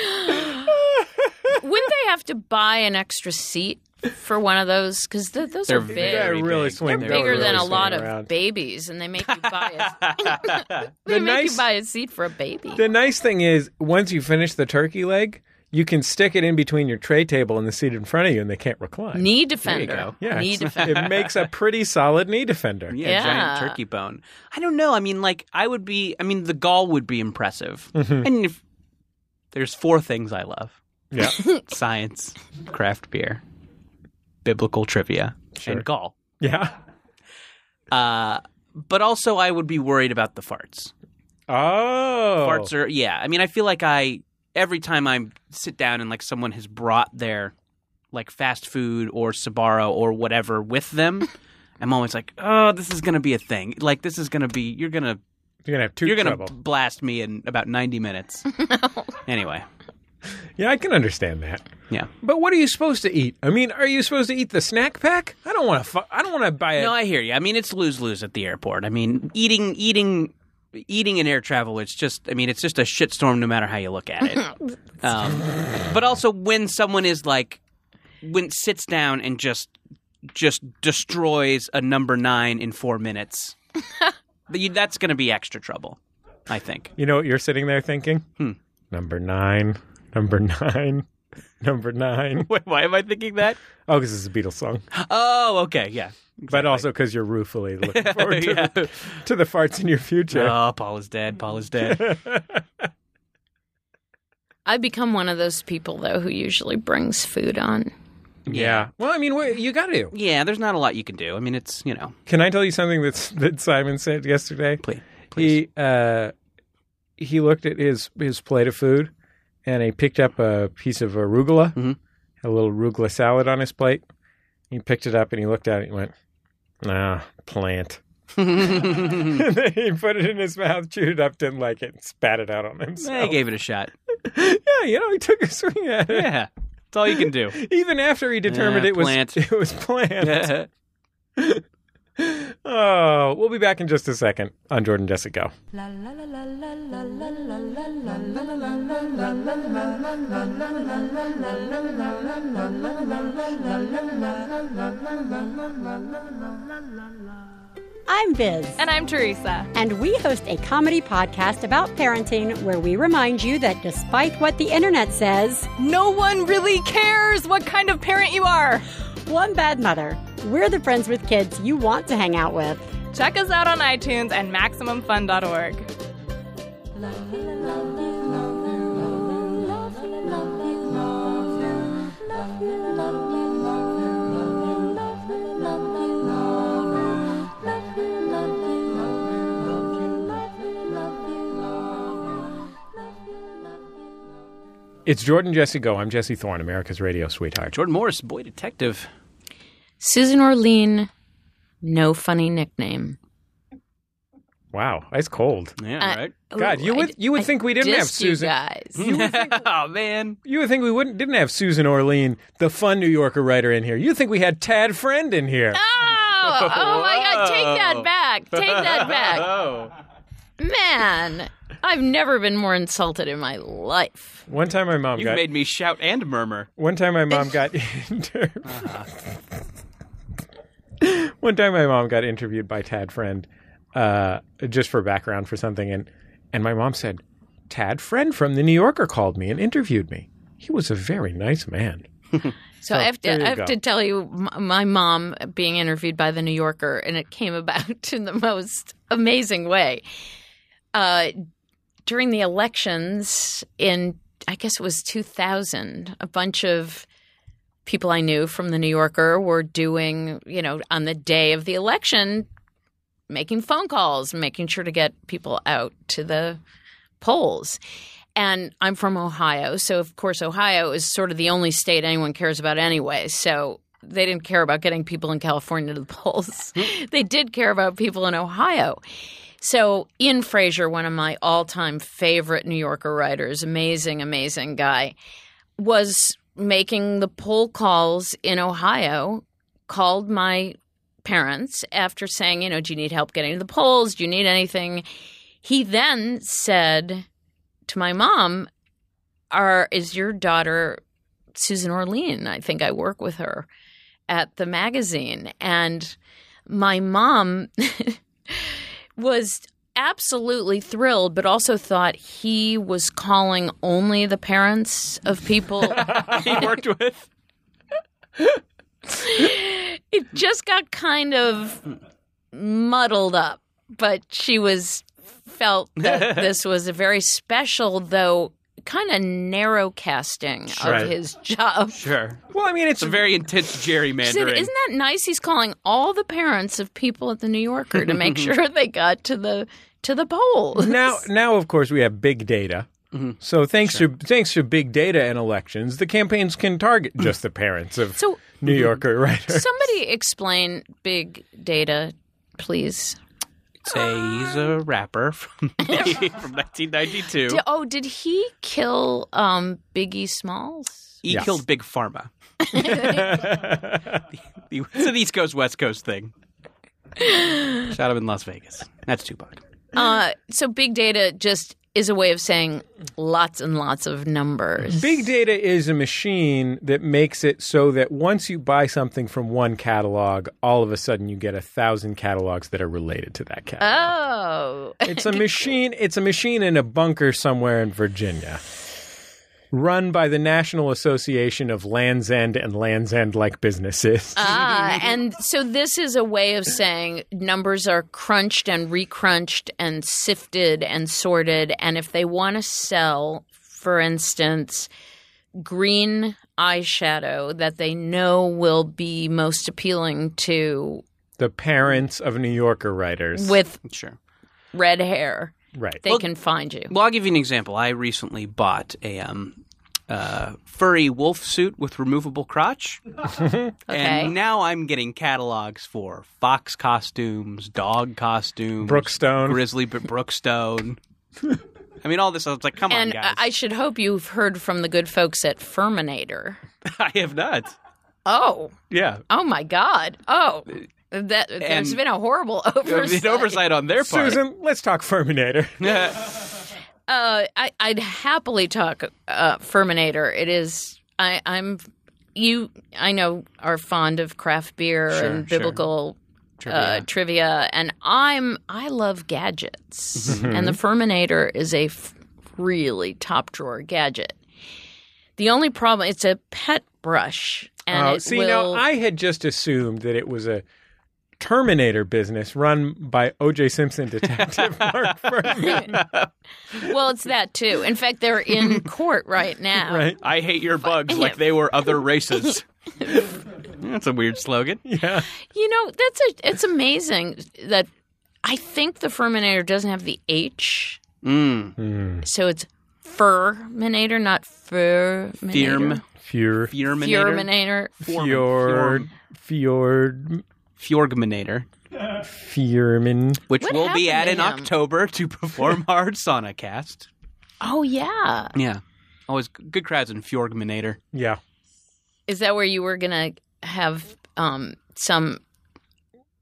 Speaker 3: Wouldn't they have to buy an extra seat for one of those? Because th- those
Speaker 4: They're
Speaker 3: are big.
Speaker 2: That
Speaker 4: very
Speaker 2: really
Speaker 4: big.
Speaker 2: swing.
Speaker 4: They're
Speaker 2: that would
Speaker 3: Bigger than
Speaker 2: really
Speaker 3: a
Speaker 2: swing
Speaker 3: lot
Speaker 2: around.
Speaker 3: of babies, and they make you buy a they
Speaker 2: The
Speaker 3: make
Speaker 2: nice-
Speaker 3: you buy a seat for a baby.
Speaker 2: The nice thing is, once you finish the turkey leg, you can stick it in between your tray table and the seat in front of you, and they can't recline.
Speaker 3: knee defender,
Speaker 4: go.
Speaker 2: yeah,
Speaker 3: knee
Speaker 2: it's-
Speaker 3: defender.
Speaker 2: it makes a pretty solid knee defender.
Speaker 4: Yeah, giant
Speaker 3: Yeah.
Speaker 4: turkey bone. I don't know. I mean, like, I would be. I mean, the gall would be impressive. And if there's four things I love:
Speaker 2: Yeah.
Speaker 4: science, craft beer, biblical trivia, and gall.
Speaker 2: yeah.
Speaker 4: Uh, but also, I would be worried about the farts.
Speaker 2: Oh.
Speaker 4: Farts are yeah. I mean, I feel like I every time I sit down and like someone has brought their like fast food or Sabaro or whatever with them. I'm always like, oh, this is gonna be a thing. Like, this is gonna be. You're gonna
Speaker 2: You're gonna have two
Speaker 4: You're gonna
Speaker 2: trouble.
Speaker 4: b- blast me in about ninety minutes. Anyway,
Speaker 2: Yeah, I can understand that.
Speaker 4: yeah.
Speaker 2: But what are you supposed to eat? I mean, are you supposed to eat the snack pack? I don't want to. Fu- I don't want to buy it.
Speaker 4: No, I hear you. I mean, it's lose lose at the airport. I mean, eating eating eating in air travel. It's just. I mean, it's just a shitstorm no matter how you look at it. um, but also when someone is like when sits down and just just destroys a number nine in four minutes. but you, that's going to be extra trouble, I think.
Speaker 2: you know what you're sitting there thinking? Hmm. Number nine. Number nine. Number nine.
Speaker 4: Wait, why am I thinking that?
Speaker 2: Oh, because it's a Beatles song,
Speaker 4: Oh, okay, yeah.
Speaker 2: but also because you're ruefully looking forward to,
Speaker 4: Yeah.
Speaker 2: the, to the farts in your future.
Speaker 4: Oh, Paul is dead. Paul is dead.
Speaker 3: I become one of those people though who usually brings food on.
Speaker 2: yeah. Well, I mean, what, you got to.
Speaker 4: Yeah, there's not a lot you can do. I mean, it's you know,
Speaker 2: Can I tell you something that's, that Simon said yesterday?
Speaker 4: please, please.
Speaker 2: He uh, he looked at his his plate of food, and he picked up a piece of arugula,
Speaker 4: Mhm.
Speaker 2: a little arugula salad on his plate. He picked it up and he looked at it and went, "Nah, plant." and then he put it in his mouth, chewed it up, didn't like it, and spat it out on
Speaker 4: I
Speaker 2: himself.
Speaker 4: gave it a shot.
Speaker 2: yeah, you know, he took a swing at it.
Speaker 4: Yeah, it's all you can do.
Speaker 2: Even after he determined
Speaker 4: Yeah,
Speaker 2: it was
Speaker 4: plant.
Speaker 2: it was plant.
Speaker 4: yeah,
Speaker 2: oh, we'll be back in just a second on Jordan Jessica Go.
Speaker 5: I'm Biz,
Speaker 6: And I'm Teresa.
Speaker 5: and we host a comedy podcast about parenting where we remind you that despite what the internet says,
Speaker 6: No one really cares what kind of parent you are.
Speaker 5: one bad mother, we're the friends with kids you want to hang out with.
Speaker 6: Check us out on iTunes and MaximumFun.org.
Speaker 2: It's Jordan Jesse Go. I'm Jesse Thorne, America's radio sweetheart.
Speaker 4: Jordan Morris, boy detective.
Speaker 3: Susan Orlean, no funny nickname.
Speaker 2: Wow, ice cold.
Speaker 4: Yeah,
Speaker 3: Uh,
Speaker 4: right.
Speaker 2: God,
Speaker 3: Ooh,
Speaker 2: you
Speaker 3: I
Speaker 2: would
Speaker 3: d-
Speaker 2: you would
Speaker 3: I
Speaker 2: think we didn't have
Speaker 3: dissed you
Speaker 2: Susan. Hmm.
Speaker 3: guys.
Speaker 4: oh man,
Speaker 2: You would think we wouldn't didn't have Susan Orlean, the fun New Yorker writer, in here. You think we had Tad Friend in here?
Speaker 4: Ah!
Speaker 3: Oh, oh my God! Take
Speaker 4: Whoa.
Speaker 3: that back! Take that back,
Speaker 4: Oh,
Speaker 3: man! I've never been more insulted in my life.
Speaker 2: One time my mom
Speaker 4: you
Speaker 2: got
Speaker 4: made me shout and murmur.
Speaker 2: One time my mom got inter- One time my mom got interviewed by Tad Friend uh, just for background for something and and my mom said Tad Friend from the New Yorker called me and interviewed me. He was a very nice man.
Speaker 3: So, I have
Speaker 2: Oh, there
Speaker 3: to
Speaker 2: you
Speaker 3: I have
Speaker 2: go.
Speaker 3: to tell you, my, my mom being interviewed by the New Yorker, and it came about in the most amazing way. Uh, during the elections in, I guess it was 2000, a bunch of people I knew from the New Yorker were doing, you know, on the day of the election, making phone calls, making sure to get people out to the polls. And I'm from Ohio, so of course Ohio is sort of the only state anyone cares about anyway. So they didn't care about getting people in California to the polls. they did care about people in Ohio. So Ian Fraser, one of my all-time favorite New Yorker writers, amazing, amazing guy, was making the poll calls in Ohio, called my parents after saying, you know, do you need help getting to the polls? Do you need anything? He then said to my mom, "Are is your daughter Susan Orlean? I think I work with her at the magazine." And my mom was absolutely thrilled, but also thought he was calling only the parents of people
Speaker 4: he worked with.
Speaker 3: it just got kind of muddled up, but she was felt that this was a very special though kind of narrow casting
Speaker 2: Sure.
Speaker 3: of his job.
Speaker 4: Sure,
Speaker 2: Well, I mean it's
Speaker 4: it's a very intense gerrymandering.
Speaker 3: She said, Isn't that nice? He's calling all the parents of people at the New Yorker to make sure they got to the to the polls.
Speaker 2: now now of course we have big data. So thanks to thanks to big data and elections, the campaigns can target just the parents of
Speaker 3: So-
Speaker 2: New Yorker writers.
Speaker 3: Somebody explain big data, please.
Speaker 4: Say he's a rapper from, from 1992.
Speaker 3: Di- oh, did he kill um, Biggie Smalls?
Speaker 4: He
Speaker 2: Yes.
Speaker 4: killed Big Pharma. The- it's an East Coast West Coast thing. Shot him in Las Vegas. That's Tupac.
Speaker 3: Uh, so big data just is a way of saying lots and lots of numbers.
Speaker 2: Big data is a machine that makes it so that once you buy something from one catalog, all of a sudden you get a thousand catalogs that are related to that catalog.
Speaker 3: Oh,
Speaker 2: It's a machine. It's a machine in a bunker somewhere in Virginia, run by the National Association of Lands End and Lands End-like businesses.
Speaker 3: ah, and so this is a way of saying numbers are crunched and recrunched and sifted and sorted. And if they want to sell, for instance, green eyeshadow that they know will be most appealing to
Speaker 2: the parents of New Yorker writers.
Speaker 3: with
Speaker 4: Sure.
Speaker 3: red hair,
Speaker 2: right.
Speaker 3: they can find you.
Speaker 4: Well, I'll give you an example. I recently bought a um, uh, furry wolf suit with removable crotch.
Speaker 3: Okay.
Speaker 4: And now I'm getting catalogs for fox costumes, dog costumes,
Speaker 2: Brookstone.
Speaker 4: Grizzly but Brookstone. I mean, all this. I was like, come
Speaker 3: and
Speaker 4: on,
Speaker 3: I
Speaker 4: guys.
Speaker 3: I should hope you've heard from the good folks at Ferminator.
Speaker 4: I have not.
Speaker 3: Oh,
Speaker 4: Yeah.
Speaker 3: oh my God. Oh, that there's
Speaker 4: And-
Speaker 3: been a horrible
Speaker 4: An
Speaker 3: oversight.
Speaker 4: oversight on their part.
Speaker 2: Susan, let's talk Ferminator.
Speaker 3: Uh, I, I'd happily talk uh, Ferminator. It is. I, I'm. You, I know, are fond of craft beer
Speaker 4: Sure,
Speaker 3: and
Speaker 4: sure.
Speaker 3: biblical Uh, trivia, and I'm. I love gadgets, and the Ferminator is a f- really top drawer gadget. The only problem, it's a pet brush, and
Speaker 2: Oh,
Speaker 3: it
Speaker 2: see,
Speaker 3: will.
Speaker 2: now I had just assumed that it was a Terminator business run by O.J. Simpson detective Mark Furman.
Speaker 3: well, it's that too. In fact, they're in court right now.
Speaker 2: Right?
Speaker 4: I hate your bugs like they were other races. That's a weird slogan.
Speaker 2: Yeah.
Speaker 3: You know, that's a. It's amazing that I think the Ferminator doesn't have the H,
Speaker 4: Mm.
Speaker 3: so it's Ferminator, not Ferminator.
Speaker 4: Firm.
Speaker 2: Fjord.
Speaker 4: Fjordminator.
Speaker 3: Ferminator.
Speaker 2: Fjord. Fjord.
Speaker 4: Fjordminator.
Speaker 2: Fearman.
Speaker 4: which
Speaker 3: What
Speaker 4: will be
Speaker 3: happened
Speaker 4: at
Speaker 3: to
Speaker 4: in
Speaker 3: him?
Speaker 4: October to perform our sauna cast.
Speaker 3: Oh yeah.
Speaker 4: Yeah. Always g- good crowds in Fjorgminator.
Speaker 2: Yeah.
Speaker 3: Is that where you were gonna have um some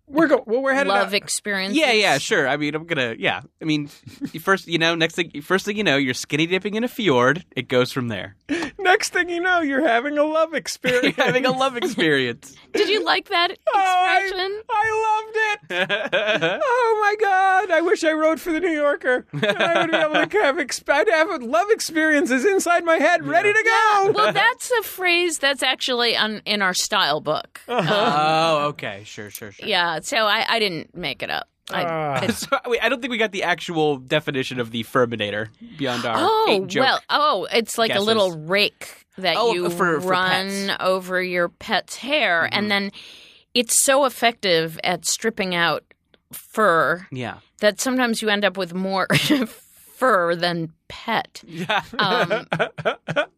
Speaker 2: We're go- well, we're headed
Speaker 3: love
Speaker 2: out.
Speaker 3: experience?
Speaker 4: Yeah, yeah, sure. I mean, I'm gonna. Yeah, I mean, you first, you know, next thing, first thing you know, you're skinny dipping in a fjord. It goes from there.
Speaker 2: Next thing you know, you're having a love experience.
Speaker 4: Having a love experience.
Speaker 3: Did you like that expression?
Speaker 2: Oh, I, I loved it.
Speaker 4: yeah,
Speaker 2: Oh my God! I wish I wrote for the New Yorker. And I would be able to have, exp- I'd have love experiences inside my head, ready to go.
Speaker 3: well, that's a phrase that's actually on, in our style book.
Speaker 4: oh, okay, sure, sure, sure.
Speaker 3: Yeah, so I, I didn't make it up. I,
Speaker 2: Ah.
Speaker 4: So, wait, I don't think we got the actual definition of the Ferminator beyond our
Speaker 3: oh
Speaker 4: eight joke.
Speaker 3: well, oh, it's like
Speaker 4: guesses.
Speaker 3: a little rake that
Speaker 4: Oh,
Speaker 3: you
Speaker 4: for- for
Speaker 3: run
Speaker 4: pets. Mm-hmm.
Speaker 3: over your pet's hair, and then it's so effective at stripping out fur
Speaker 4: yeah,
Speaker 3: that sometimes you end up with more fur than pet.
Speaker 4: yeah,
Speaker 3: Um,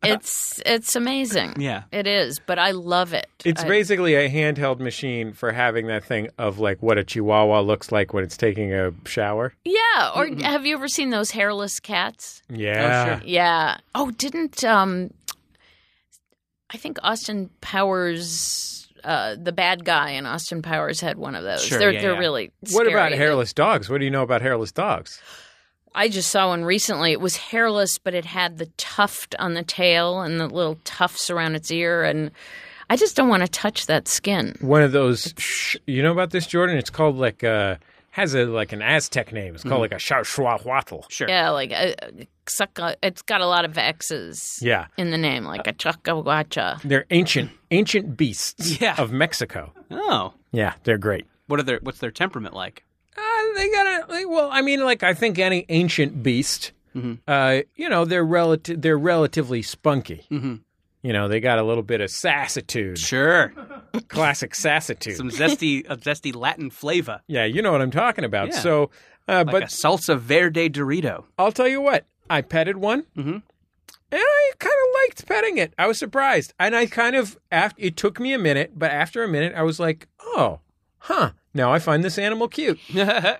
Speaker 3: it's it's amazing.
Speaker 4: yeah.
Speaker 3: It is, but I love it.
Speaker 2: It's
Speaker 3: I-
Speaker 2: basically a handheld machine for having that thing of like what a chihuahua looks like when it's taking a shower.
Speaker 3: yeah. Or have you ever seen those hairless cats?
Speaker 2: Yeah.
Speaker 4: sure.
Speaker 3: Yeah. Oh, didn't um, I think Austin Powers, uh, the bad guy in Austin Powers had one of those.
Speaker 4: Sure,
Speaker 3: they're
Speaker 4: yeah,
Speaker 3: they're
Speaker 4: yeah.
Speaker 3: really.
Speaker 2: What
Speaker 3: scary.
Speaker 2: about hairless dogs? What do you know about hairless dogs?
Speaker 3: I just saw one recently. It was hairless, but it had the tuft on the tail and the little tufts around its ear, and I just don't want to touch that skin.
Speaker 2: One of those. Sh- you know about this, Jordan? It's called like uh has a like an Aztec name. It's called like a Shawshwahuatl.
Speaker 4: Sure.
Speaker 3: Yeah, like uh, sucka. It's got a lot of X's.
Speaker 2: Yeah. Uh,
Speaker 3: in the name, like a chacahuacha.
Speaker 2: They're ancient, ancient beasts
Speaker 4: Yeah.
Speaker 2: of Mexico.
Speaker 4: Oh,
Speaker 2: Yeah, they're great.
Speaker 4: what are their? What's their temperament like?
Speaker 2: Uh, they gotta. Like, well, I mean, like I think any ancient beast,
Speaker 4: Mm-hmm.
Speaker 2: uh, you know, they're relative. They're relatively spunky.
Speaker 4: Mm-hmm.
Speaker 2: You know, they got a little bit of sassitude,
Speaker 4: Sure,
Speaker 2: classic sassitude.
Speaker 4: some zesty, a zesty Latin flavor,
Speaker 2: yeah, you know what I'm talking about.
Speaker 4: Yeah.
Speaker 2: So, uh,
Speaker 4: like
Speaker 2: but
Speaker 4: a salsa verde Dorito.
Speaker 2: I'll tell you what, I petted one.
Speaker 4: Mhm.
Speaker 2: And I kind of liked petting it. I was surprised. And I kind of, after, it took me a minute, but after a minute, I was like, oh, huh, now I find this animal cute.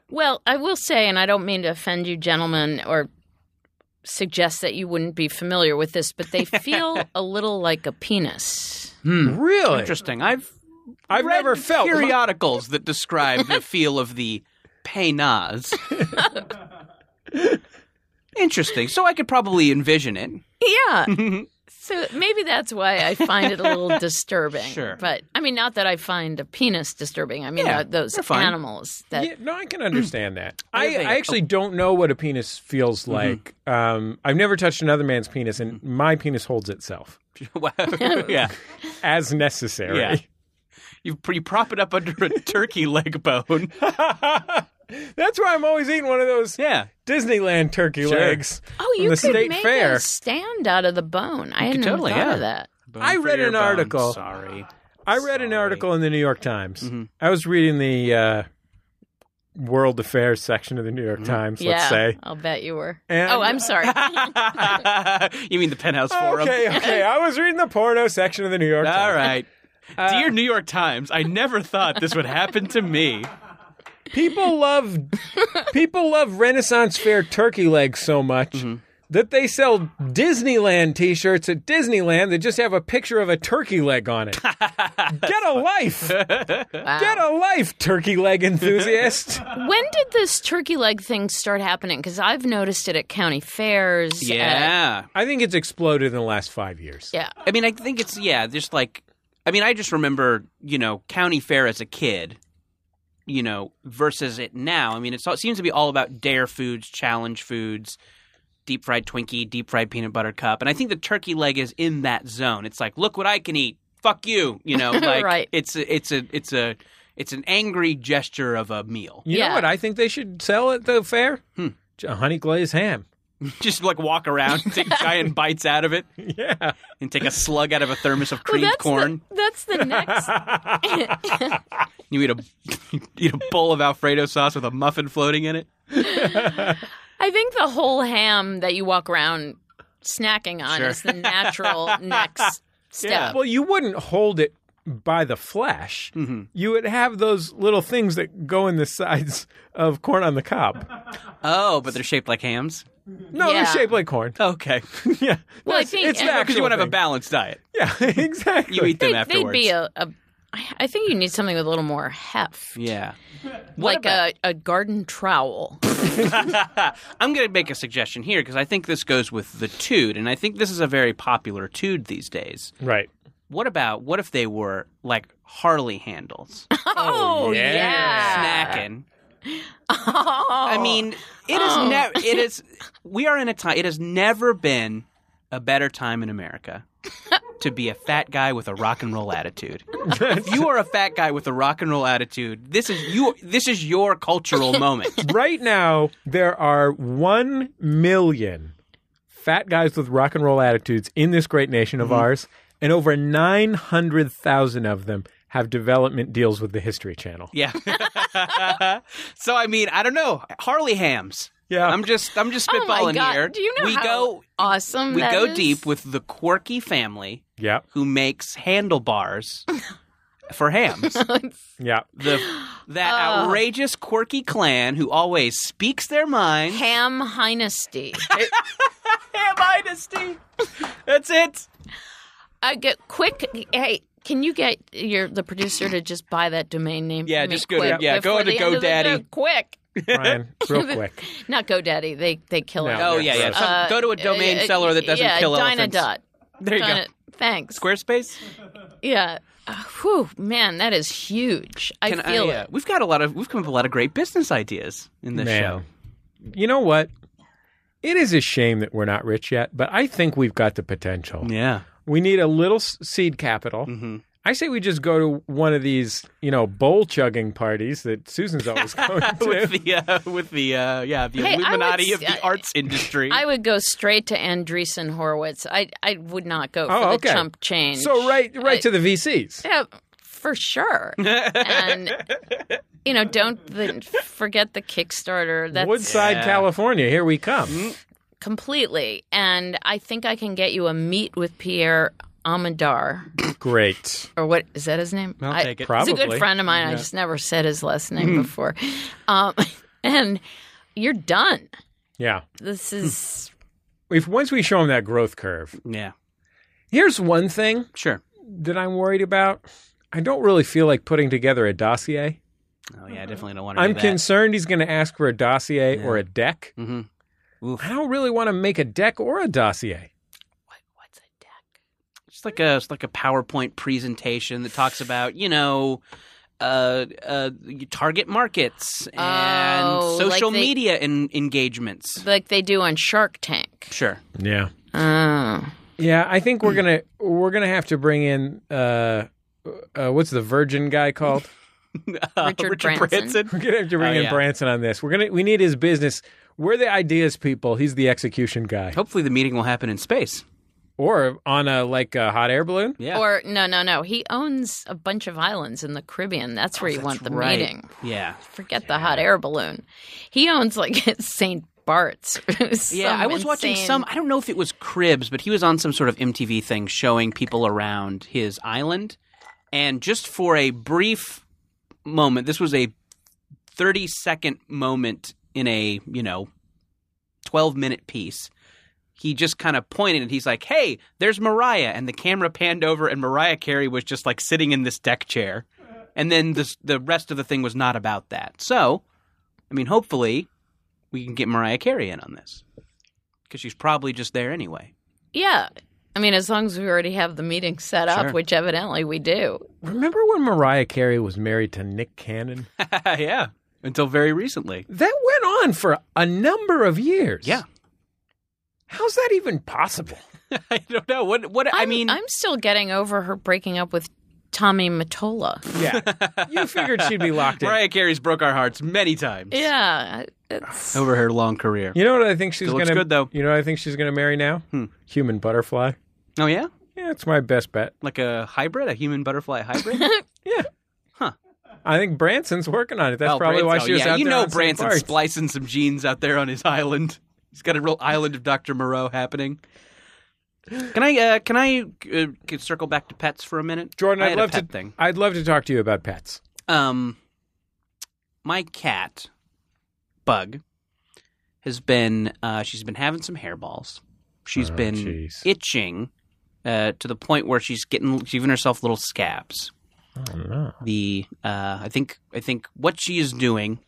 Speaker 3: Well, I will say, and I don't mean to offend you, gentlemen, or suggest that you wouldn't be familiar with this, but they feel a little like a penis.
Speaker 4: Hmm.
Speaker 2: Really?
Speaker 4: Interesting. I've
Speaker 2: I've
Speaker 4: read
Speaker 2: never felt.
Speaker 4: periodicals that describe the feel of the penas. Interesting. So I could probably envision it.
Speaker 3: Yeah. so maybe that's why I find it a little disturbing.
Speaker 4: Sure.
Speaker 3: But I mean, not that I find a penis disturbing. I mean,
Speaker 4: Yeah,
Speaker 3: uh, those
Speaker 4: they're fine.
Speaker 3: animals that.
Speaker 2: Yeah, no, I can understand that.
Speaker 4: I
Speaker 2: I,
Speaker 4: think-
Speaker 2: I actually don't know what a penis feels like. Um, I've never touched another man's penis, and my penis holds itself
Speaker 4: Wow. yeah.
Speaker 2: as necessary.
Speaker 4: Yeah. You, you prop it up under a turkey leg bone.
Speaker 2: That's why I'm always eating one of those
Speaker 4: Yeah.
Speaker 2: Disneyland turkey
Speaker 4: Sure.
Speaker 2: legs.
Speaker 3: Oh,
Speaker 2: from
Speaker 3: you
Speaker 2: the
Speaker 3: could
Speaker 2: state
Speaker 3: make
Speaker 2: fair.
Speaker 3: a stand out of the bone. I hadn't
Speaker 4: could
Speaker 3: even
Speaker 4: totally,
Speaker 3: thought
Speaker 4: yeah.
Speaker 3: of that.
Speaker 4: Bone
Speaker 2: I
Speaker 4: for
Speaker 2: read
Speaker 4: your
Speaker 2: an
Speaker 4: bone.
Speaker 2: article.
Speaker 4: Sorry.
Speaker 2: I read an
Speaker 4: Sorry.
Speaker 2: article in the New York Times.
Speaker 4: Mm-hmm.
Speaker 2: I was reading the uh, World Affairs section of the New York
Speaker 4: Mm-hmm.
Speaker 2: Times,
Speaker 3: yeah,
Speaker 2: let's say.
Speaker 3: I'll bet you were.
Speaker 2: And-
Speaker 3: oh, I'm sorry.
Speaker 4: you mean the penthouse forum?
Speaker 2: Okay, okay. I was reading the porno section of the New York Times.
Speaker 4: All right.
Speaker 2: Uh,
Speaker 4: Dear New York Times, I never thought this would happen to me.
Speaker 2: people love people love Renaissance Fair turkey legs so much
Speaker 3: Mm-hmm.
Speaker 2: that they sell Disneyland T-shirts at Disneyland that just have a picture of a turkey leg on it. Get a life! Get a life, turkey leg enthusiast.
Speaker 3: When did this turkey leg thing start happening? Because I've noticed it at county fairs. at-
Speaker 4: Yeah.
Speaker 2: I think it's exploded in the last five years.
Speaker 3: yeah. Oh,
Speaker 4: I mean, I think it's yeah, just like I mean, I just remember you know county fair as a kid, you know, versus it now. I mean, it's, all- it seems to be all about dare foods, challenge foods, deep fried Twinkie, deep fried peanut butter cup, and I think the turkey leg is in that zone. It's like, look what I can eat. Fuck you, you know. Like
Speaker 3: Right.
Speaker 4: it's a, it's a it's a it's an angry gesture of a meal.
Speaker 2: You know
Speaker 3: Yeah. Hmm.
Speaker 2: what I think they should sell at the fair? A honey glazed ham.
Speaker 4: Just like walk around, take giant bites out of it,
Speaker 2: Yeah.
Speaker 4: and take a slug out of a thermos of
Speaker 3: Well,
Speaker 4: creamed
Speaker 3: that's
Speaker 4: corn.
Speaker 3: The, that's the next.
Speaker 4: You eat a eat a bowl of Alfredo sauce with a muffin floating in it.
Speaker 3: I think the whole ham that you walk around snacking on is the natural next step.
Speaker 2: Well, you wouldn't hold it by the flesh,
Speaker 3: Mm-hmm.
Speaker 2: you would have those little things that go in the sides of corn on the cob.
Speaker 4: Oh, but they're shaped like hams.
Speaker 2: No, they're
Speaker 3: Yeah.
Speaker 2: shaped like corn.
Speaker 4: Okay,
Speaker 2: yeah.
Speaker 3: Well, I
Speaker 2: it's,
Speaker 3: think-
Speaker 2: it's an
Speaker 3: Well,
Speaker 4: because
Speaker 2: actual
Speaker 4: you want to have a
Speaker 2: thing.
Speaker 4: balanced diet.
Speaker 2: Yeah, exactly.
Speaker 4: You eat them
Speaker 3: They'd-
Speaker 4: afterwards.
Speaker 3: They'd be a, a. I I think you need something with a little more heft,
Speaker 4: yeah.
Speaker 3: like a, a garden trowel.
Speaker 4: I'm going to make a suggestion here because I think this goes with the tood, and I think this is a very popular tood these days.
Speaker 2: right.
Speaker 4: What about what if they were like Harley handles,
Speaker 3: Oh yeah, Ah.
Speaker 4: snacking?
Speaker 3: Oh.
Speaker 4: I mean, it is never. It is. We are in a time. It has never been a better time in America to be a fat guy with a rock and roll attitude. if you are a fat guy with a rock and roll attitude, this is you. This is your cultural moment.
Speaker 2: right now, there are 1 million fat guys with rock and roll attitudes in this great nation of ours, and over 900,000 of them have development deals with the History Channel.
Speaker 4: Yeah. so I mean, I don't know. Harley hams.
Speaker 2: Yeah.
Speaker 4: I'm just I'm just
Speaker 3: Oh
Speaker 4: spitballing
Speaker 3: my god!
Speaker 4: here.
Speaker 3: Do you know
Speaker 4: we
Speaker 3: how
Speaker 4: go
Speaker 3: awesome?
Speaker 4: we
Speaker 3: that
Speaker 4: go
Speaker 3: is?
Speaker 4: deep with the quirky family
Speaker 2: Yep.
Speaker 4: who makes handlebars for hams.
Speaker 2: Yep.
Speaker 4: The that
Speaker 3: Uh.
Speaker 4: outrageous quirky clan who always speaks their mind.
Speaker 3: ham heinesty.
Speaker 4: Ham dynasty. That's it.
Speaker 3: I get quick. Hey, can you get your the producer to just buy that domain name?
Speaker 4: Yeah,
Speaker 3: for me
Speaker 4: just go to-
Speaker 3: quick
Speaker 4: yeah, go
Speaker 3: before
Speaker 4: to
Speaker 3: the end of the
Speaker 4: GoDaddy.
Speaker 3: show? Quick,
Speaker 2: Brian, real quick.
Speaker 3: not GoDaddy. They they kill
Speaker 2: No.
Speaker 3: it.
Speaker 4: Oh yeah, yeah. Some-
Speaker 3: Uh,
Speaker 4: go to a domain
Speaker 3: uh,
Speaker 4: seller that doesn't
Speaker 3: yeah,
Speaker 4: kill elephants.
Speaker 3: Dynadot.
Speaker 4: There you
Speaker 3: Dyna- Thanks.
Speaker 4: go. Squarespace.
Speaker 3: Yeah. Uh, whew, man, that is huge. I
Speaker 4: Can
Speaker 3: feel
Speaker 4: uh,
Speaker 3: it.
Speaker 4: We've got a lot of we've come up with a lot of great business ideas in this
Speaker 2: Man.
Speaker 4: show.
Speaker 2: You know what? It is a shame that we're not rich yet, but I think we've got the potential.
Speaker 4: Yeah.
Speaker 2: We need a little s- seed capital. I say we just go to one of these, you know, bowl chugging parties that Susan's always going to.
Speaker 4: with the uh, with the uh, yeah the
Speaker 3: Hey, I would
Speaker 4: Illuminati of
Speaker 3: s-
Speaker 4: the arts industry.
Speaker 3: I would go straight to Andreessen Horowitz. I I would not go for
Speaker 2: Oh,
Speaker 3: the
Speaker 2: okay.
Speaker 3: chump change.
Speaker 2: So right, right
Speaker 3: I-
Speaker 2: to the VCs.
Speaker 3: Yeah, for sure. and you know, don't the, forget the Kickstarter. That's
Speaker 2: Woodside,
Speaker 4: Yeah.
Speaker 2: California. Here we come.
Speaker 3: completely. And I think I can get you a meet with Pierre Amidar,
Speaker 2: Great.
Speaker 3: or what is that his name? I'll
Speaker 4: take it.
Speaker 3: He's a
Speaker 2: Probably.
Speaker 3: good friend of mine. I just never said his last name before. Um, and you're done.
Speaker 2: Yeah.
Speaker 3: This is
Speaker 2: If once we show them that growth curve,
Speaker 4: yeah,
Speaker 2: here's one thing
Speaker 4: sure.
Speaker 2: that I'm worried about. I don't really feel like putting together a dossier.
Speaker 4: Oh yeah, I definitely don't want to.
Speaker 2: I'm
Speaker 4: do that. Mm-hmm.
Speaker 2: concerned he's going to ask for a dossier or a deck.
Speaker 4: Oof.
Speaker 2: I don't really want to make a deck or a dossier.
Speaker 3: what's a deck?
Speaker 4: It's like a it's like a PowerPoint presentation that talks about you know. Uh, uh, target markets and
Speaker 3: Oh, like
Speaker 4: social
Speaker 3: they-
Speaker 4: media en- engagements.
Speaker 3: Like they do on Shark Tank.
Speaker 4: Sure.
Speaker 2: Yeah.
Speaker 3: Oh.
Speaker 2: Yeah, I think we're gonna we're gonna have to bring in uh, uh what's the Virgin guy called?
Speaker 3: Richard Branson.
Speaker 2: We're gonna have to bring
Speaker 4: Oh,
Speaker 2: in
Speaker 4: yeah.
Speaker 2: Branson on this. We're gonna we need his business. We're the ideas people. He's the execution guy,
Speaker 4: Hopefully, the meeting will happen in space.
Speaker 2: or on a like a hot air balloon.
Speaker 4: Yeah.
Speaker 3: Or no, no, no. He owns a bunch of islands in the Caribbean. That's where you want the
Speaker 4: Right.
Speaker 3: meeting.
Speaker 4: Yeah.
Speaker 3: Forget the hot air balloon. He owns like St. Bart's.
Speaker 4: Yeah, I was watching some. I don't know if it was Cribs, but he was on some sort of MTV thing showing people around his island. And just for a brief moment, this was a 30 second moment in a, you know, 12 minute piece. He just kind of pointed and he's like, hey, there's Mariah. And the camera panned over, and Mariah Carey was just like sitting in this deck chair. And then this, the rest of the thing was not about that. So, I mean, hopefully we can get Mariah Carey in on this because she's probably just there anyway.
Speaker 3: Yeah. I mean, as long as we already have the meeting set up,
Speaker 4: Sure.
Speaker 3: which evidently we do.
Speaker 2: Remember when Mariah Carey was married to Nick Cannon?
Speaker 4: yeah, until very recently.
Speaker 2: that went on for a number of years.
Speaker 4: Yeah,
Speaker 2: how's that even possible?
Speaker 4: I don't know what. What I
Speaker 3: I'm-
Speaker 4: mean,
Speaker 3: I'm still getting over her breaking up with Tommy Mottola.
Speaker 2: Yeah, you figured she'd be locked in.
Speaker 4: Mariah Carey's broke our hearts many times
Speaker 3: Yeah. It's,
Speaker 4: over her long career.
Speaker 2: You know what I think she's
Speaker 4: Still looks
Speaker 2: gonna
Speaker 4: good, though. Hmm.
Speaker 2: You know what I think she's gonna marry now? Human butterfly.
Speaker 4: Oh yeah,
Speaker 2: Yeah, it's my best bet.
Speaker 4: like a hybrid, a human butterfly hybrid.
Speaker 2: I think Branson's working on it. That's
Speaker 4: Oh,
Speaker 2: probably why
Speaker 4: Branson-
Speaker 2: she was
Speaker 4: oh, yeah,
Speaker 2: out
Speaker 4: you
Speaker 2: there
Speaker 4: know
Speaker 2: on St.
Speaker 4: Branson's
Speaker 2: Bart's.
Speaker 4: splicing some genes out there on his island. He's got a real island of Dr. Moreau happening. Can I uh, can I uh, c- circle back to pets for a minute?
Speaker 2: Jordan,
Speaker 4: I
Speaker 2: I'd
Speaker 4: had a
Speaker 2: love to.
Speaker 4: pet thing.
Speaker 2: I'd love to talk to you about pets.
Speaker 4: Um, my cat, Bug, has been uh, she's been having some hairballs. She's
Speaker 2: Oh,
Speaker 4: been
Speaker 2: jeez.
Speaker 4: itching uh, to the point where she's getting she's giving herself little scabs.
Speaker 2: Oh no.
Speaker 4: The uh, I think I think what she is doing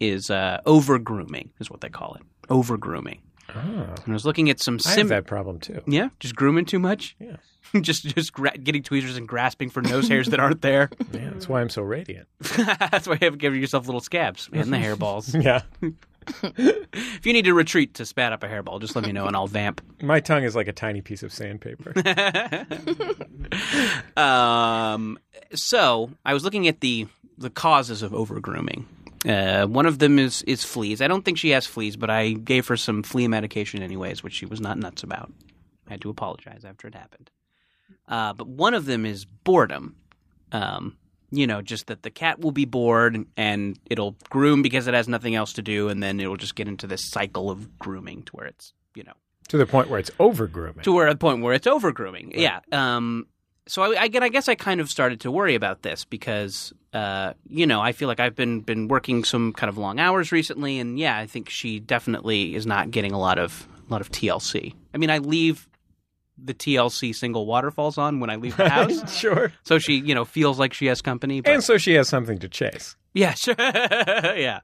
Speaker 4: is uh, over grooming is what they call it. Over grooming.
Speaker 2: Oh.
Speaker 4: And I was looking at some
Speaker 2: I have
Speaker 4: sim.
Speaker 2: that problem too.
Speaker 4: Yeah, just grooming too much.
Speaker 2: Yeah.
Speaker 4: just just gra- getting tweezers and grasping for nose hairs that aren't there.
Speaker 2: Yeah, that's why I'm so radiant.
Speaker 4: That's why you have given yourself little scabs and the hairballs.
Speaker 2: Yeah.
Speaker 4: if you need to retreat to spat up a hairball, just let me know and I'll vamp.
Speaker 2: My tongue is like a tiny piece of sandpaper.
Speaker 4: Um, so I was looking at the the causes of overgrooming. Uh, one of them is is fleas. I don't think she has fleas, but I gave her some flea medication anyways, which she was not nuts about. I had to apologize after it happened. Uh, but one of them is boredom. Um, you know, just that the cat will be bored and it'll groom because it has nothing else to do, and then it'll just get into this cycle of grooming to where it's you know
Speaker 2: to the point where it's over grooming.
Speaker 4: to where a point where it's over grooming. Yeah. Um. So I, I, get- I guess I kind of started to worry about this because, uh, you know, I feel like I've been been working some kind of long hours recently, and yeah, I think she definitely is not getting a lot of a lot of TLC. I mean, I leave the TLC single waterfalls on when I leave the house,
Speaker 2: sure.
Speaker 4: so she, you know, feels like she has company. But
Speaker 2: And so she has something to chase.
Speaker 4: yeah, sure. yeah.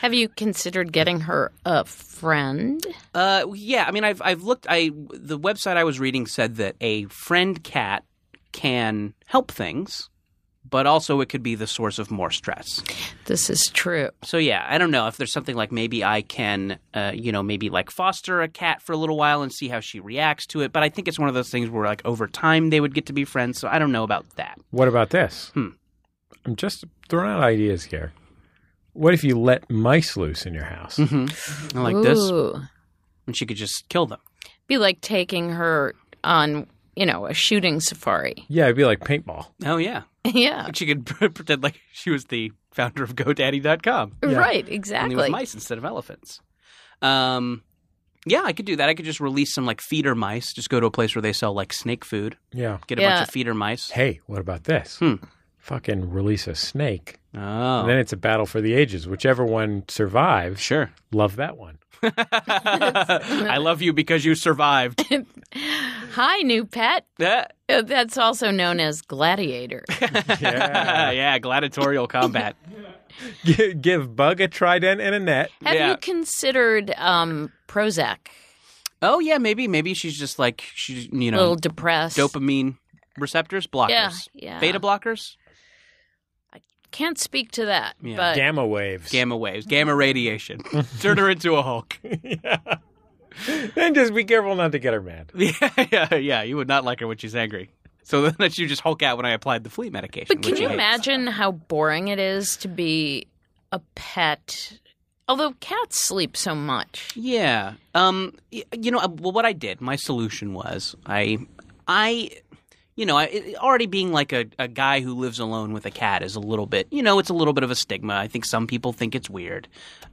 Speaker 3: Have you considered getting her a friend?
Speaker 4: Uh, yeah. I mean, I've I've looked. I the website I was reading said that a friend cat can help things, but also it could be the source of more stress.
Speaker 3: This is true.
Speaker 4: So yeah, I don't know if there's something like maybe I can, uh, you know, maybe like foster a cat for a little while and see how she reacts to it. But I think it's one of those things where like over time they would get to be friends. So I don't know about that.
Speaker 2: What about this?
Speaker 4: Hmm.
Speaker 2: I'm just throwing out ideas here. What if you let mice loose in your house?
Speaker 4: Mm-hmm. I like this,
Speaker 3: Ooh.
Speaker 4: and she could just kill them.
Speaker 3: Be like taking her on, you know, a shooting safari.
Speaker 2: Yeah, it'd be like paintball.
Speaker 4: Oh yeah,
Speaker 3: yeah.
Speaker 4: she could pretend like she was the founder of GoDaddy.com.
Speaker 3: Right,
Speaker 4: only with
Speaker 3: exactly.
Speaker 4: mice instead of elephants. Um, yeah, I could do that. I could just release some like feeder mice. Just go to a place where they sell like snake food.
Speaker 2: Yeah.
Speaker 4: Get a
Speaker 3: Yeah.
Speaker 4: bunch of feeder mice.
Speaker 2: Hey, what about this?
Speaker 4: Hmm.
Speaker 2: Fucking release a snake.
Speaker 4: Oh,
Speaker 2: And then it's a battle for the ages. Whichever one survives,
Speaker 4: sure.
Speaker 2: love that one.
Speaker 4: I love you because you survived.
Speaker 3: Hi, new pet.
Speaker 4: yeah,
Speaker 3: Uh, That's also known as gladiator.
Speaker 2: Yeah.
Speaker 4: yeah, gladiatorial combat.
Speaker 2: Gi- Give Bug a trident and a net.
Speaker 3: Have
Speaker 4: Yeah.
Speaker 3: you considered um, Prozac?
Speaker 4: oh yeah, maybe maybe she's just like she's you
Speaker 3: a little
Speaker 4: know
Speaker 3: depressed.
Speaker 4: dopamine receptors blockers,
Speaker 3: Yeah, yeah.
Speaker 4: beta blockers,
Speaker 3: Can't speak to that,
Speaker 4: Yeah.
Speaker 3: but
Speaker 2: Gamma waves.
Speaker 4: gamma waves, gamma radiation. Turn her into a Hulk.
Speaker 2: And just be careful not to get her mad.
Speaker 4: Yeah, yeah, yeah. You would not like her when she's angry. So then that you just hulk out when I applied the flea medication.
Speaker 3: But
Speaker 4: which
Speaker 3: can
Speaker 4: she
Speaker 3: you
Speaker 4: hates.
Speaker 3: imagine how boring it is to be a pet? Although cats sleep so much.
Speaker 4: Yeah. Um. y- You know. uh, Well, what I did, my solution was I, I, you know, I, it- already being like a, a guy who lives alone with a cat is a little bit. You know, it's a little bit of a stigma. I think some people think it's weird.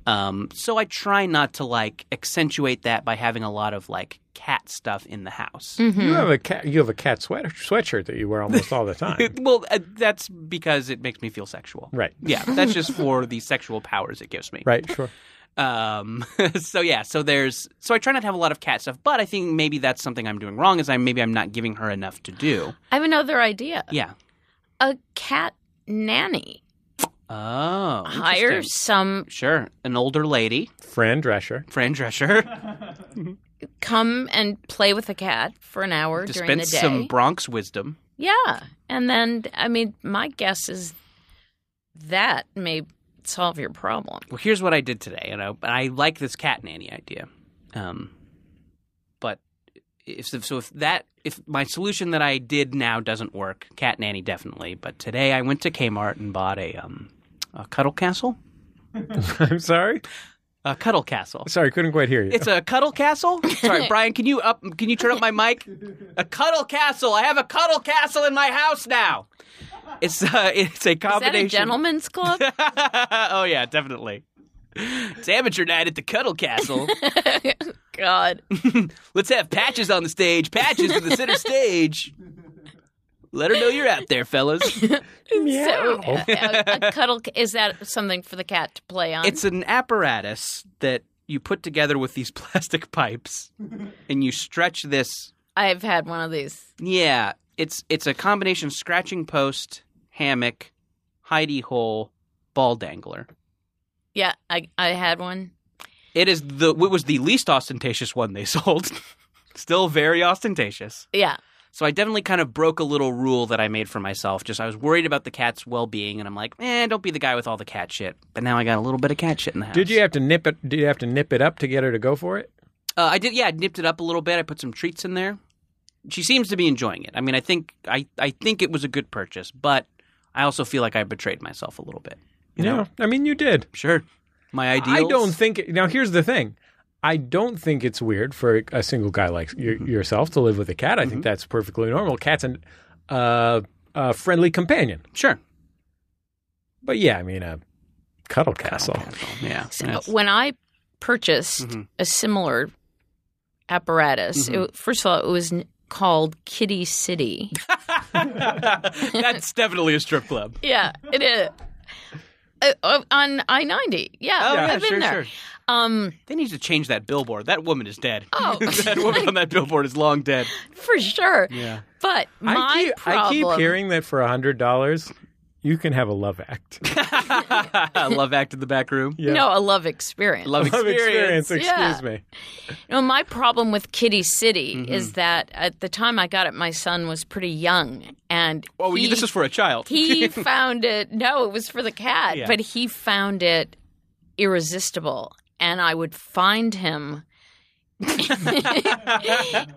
Speaker 4: Um. So I try not to like accentuate that by having a lot of like cat stuff in the house.
Speaker 2: You have a cat. You have a cat sweater, sweatshirt that you wear almost all the time.
Speaker 4: It- well, uh, that's because it makes me feel sexual.
Speaker 2: Right.
Speaker 4: Yeah. That's just for the sexual powers it gives me.
Speaker 2: right. Sure.
Speaker 4: Um, so yeah, so there's so I try not to have a lot of cat stuff, but I think maybe that's something I'm doing wrong is I maybe I'm not giving her enough to do.
Speaker 3: I have another idea.
Speaker 4: Yeah.
Speaker 3: A cat nanny.
Speaker 4: Oh.
Speaker 3: Hire
Speaker 4: interesting.
Speaker 3: some
Speaker 4: Sure, an older lady,
Speaker 2: Fran Drescher.
Speaker 4: Fran Drescher,
Speaker 3: come and play with a cat for an hour during the
Speaker 4: dispense
Speaker 3: day.
Speaker 4: some Bronx wisdom.
Speaker 3: yeah. And then I mean my guess is that may solve your problem.
Speaker 4: Well, here's what I did today, and I, I like this cat nanny idea. Um, but if so, if that if my solution that I did now doesn't work, cat nanny definitely. But today I went to Kmart and bought a um a cuddle castle,
Speaker 2: I'm sorry.
Speaker 4: a cuddle castle.
Speaker 2: Sorry, couldn't quite hear you.
Speaker 4: It's a cuddle castle. Sorry, Brian. Can you up? Can you turn up my mic? A cuddle castle. I have a cuddle castle in my house now. It's uh, it's a
Speaker 3: Is that
Speaker 4: combination.
Speaker 3: a gentleman's club?
Speaker 4: oh yeah, definitely. It's amateur night at the cuddle castle.
Speaker 3: God.
Speaker 4: Let's have patches on the stage. Patches to the center stage. Let her know you're out there, fellas.
Speaker 3: So,
Speaker 4: Oh.
Speaker 3: uh, a, a cuddle is that something for the cat to play on?
Speaker 4: It's an apparatus that you put together with these plastic pipes, and you stretch this.
Speaker 3: I've had one of these.
Speaker 4: Yeah, it's it's a combination of scratching post, hammock, hidey hole, ball dangler.
Speaker 3: Yeah, I I had one.
Speaker 4: It is the it was the least ostentatious one they sold. Still very ostentatious.
Speaker 3: Yeah.
Speaker 4: So I definitely kind of broke a little rule that I made for myself. Just I was worried about the cat's well being, and I'm like, eh, don't be the guy with all the cat shit. But now I got a little bit of cat shit in the house.
Speaker 2: Did you have to nip it? Did you have to nip it up to get her to go for it?
Speaker 4: Uh, I did. Yeah, I nipped it up a little bit. I put some treats in there. She seems to be enjoying it. I mean, I think I I think it was a good purchase, but I also feel like I betrayed myself a little bit. You know,
Speaker 2: I mean, you did.
Speaker 4: sure. My ideals.
Speaker 2: I don't think. Now, here's the thing. I don't think it's weird for a single guy like y- yourself to live with a cat. I think that's perfectly normal. Cat's an, uh, a friendly companion.
Speaker 4: Sure.
Speaker 2: But yeah, I mean, a cuddle castle.
Speaker 4: Yeah.
Speaker 3: Uh, When I purchased
Speaker 4: Mm-hmm.
Speaker 3: a similar apparatus, it, first of all, it was n- called Kitty City.
Speaker 4: That's definitely a strip club.
Speaker 3: yeah, it is. Uh, uh, on I ninety, yeah,
Speaker 4: Oh, yeah,
Speaker 3: I've been
Speaker 4: sure,
Speaker 3: there.
Speaker 4: sure.
Speaker 3: Um,
Speaker 4: They need to change that billboard. That woman is dead.
Speaker 3: Oh.
Speaker 4: that woman on that billboard is long dead.
Speaker 3: for sure.
Speaker 4: Yeah.
Speaker 3: But my
Speaker 2: I keep, I
Speaker 3: problem,
Speaker 2: keep hearing that for a hundred dollars, you can have a love act.
Speaker 4: Love act in the back room.
Speaker 2: Yeah.
Speaker 3: no, a love experience.
Speaker 4: Love
Speaker 2: Love
Speaker 4: experience.
Speaker 2: experience. Excuse
Speaker 3: Yeah.
Speaker 2: me.
Speaker 3: No, my problem with Kitty City
Speaker 4: Mm-hmm.
Speaker 3: is that at the time I got it, my son was pretty young, and
Speaker 4: Oh,
Speaker 3: he,
Speaker 4: this is for a child.
Speaker 3: he found it. No, it was for the cat,
Speaker 4: Yeah.
Speaker 3: but he found it irresistible, and I would find him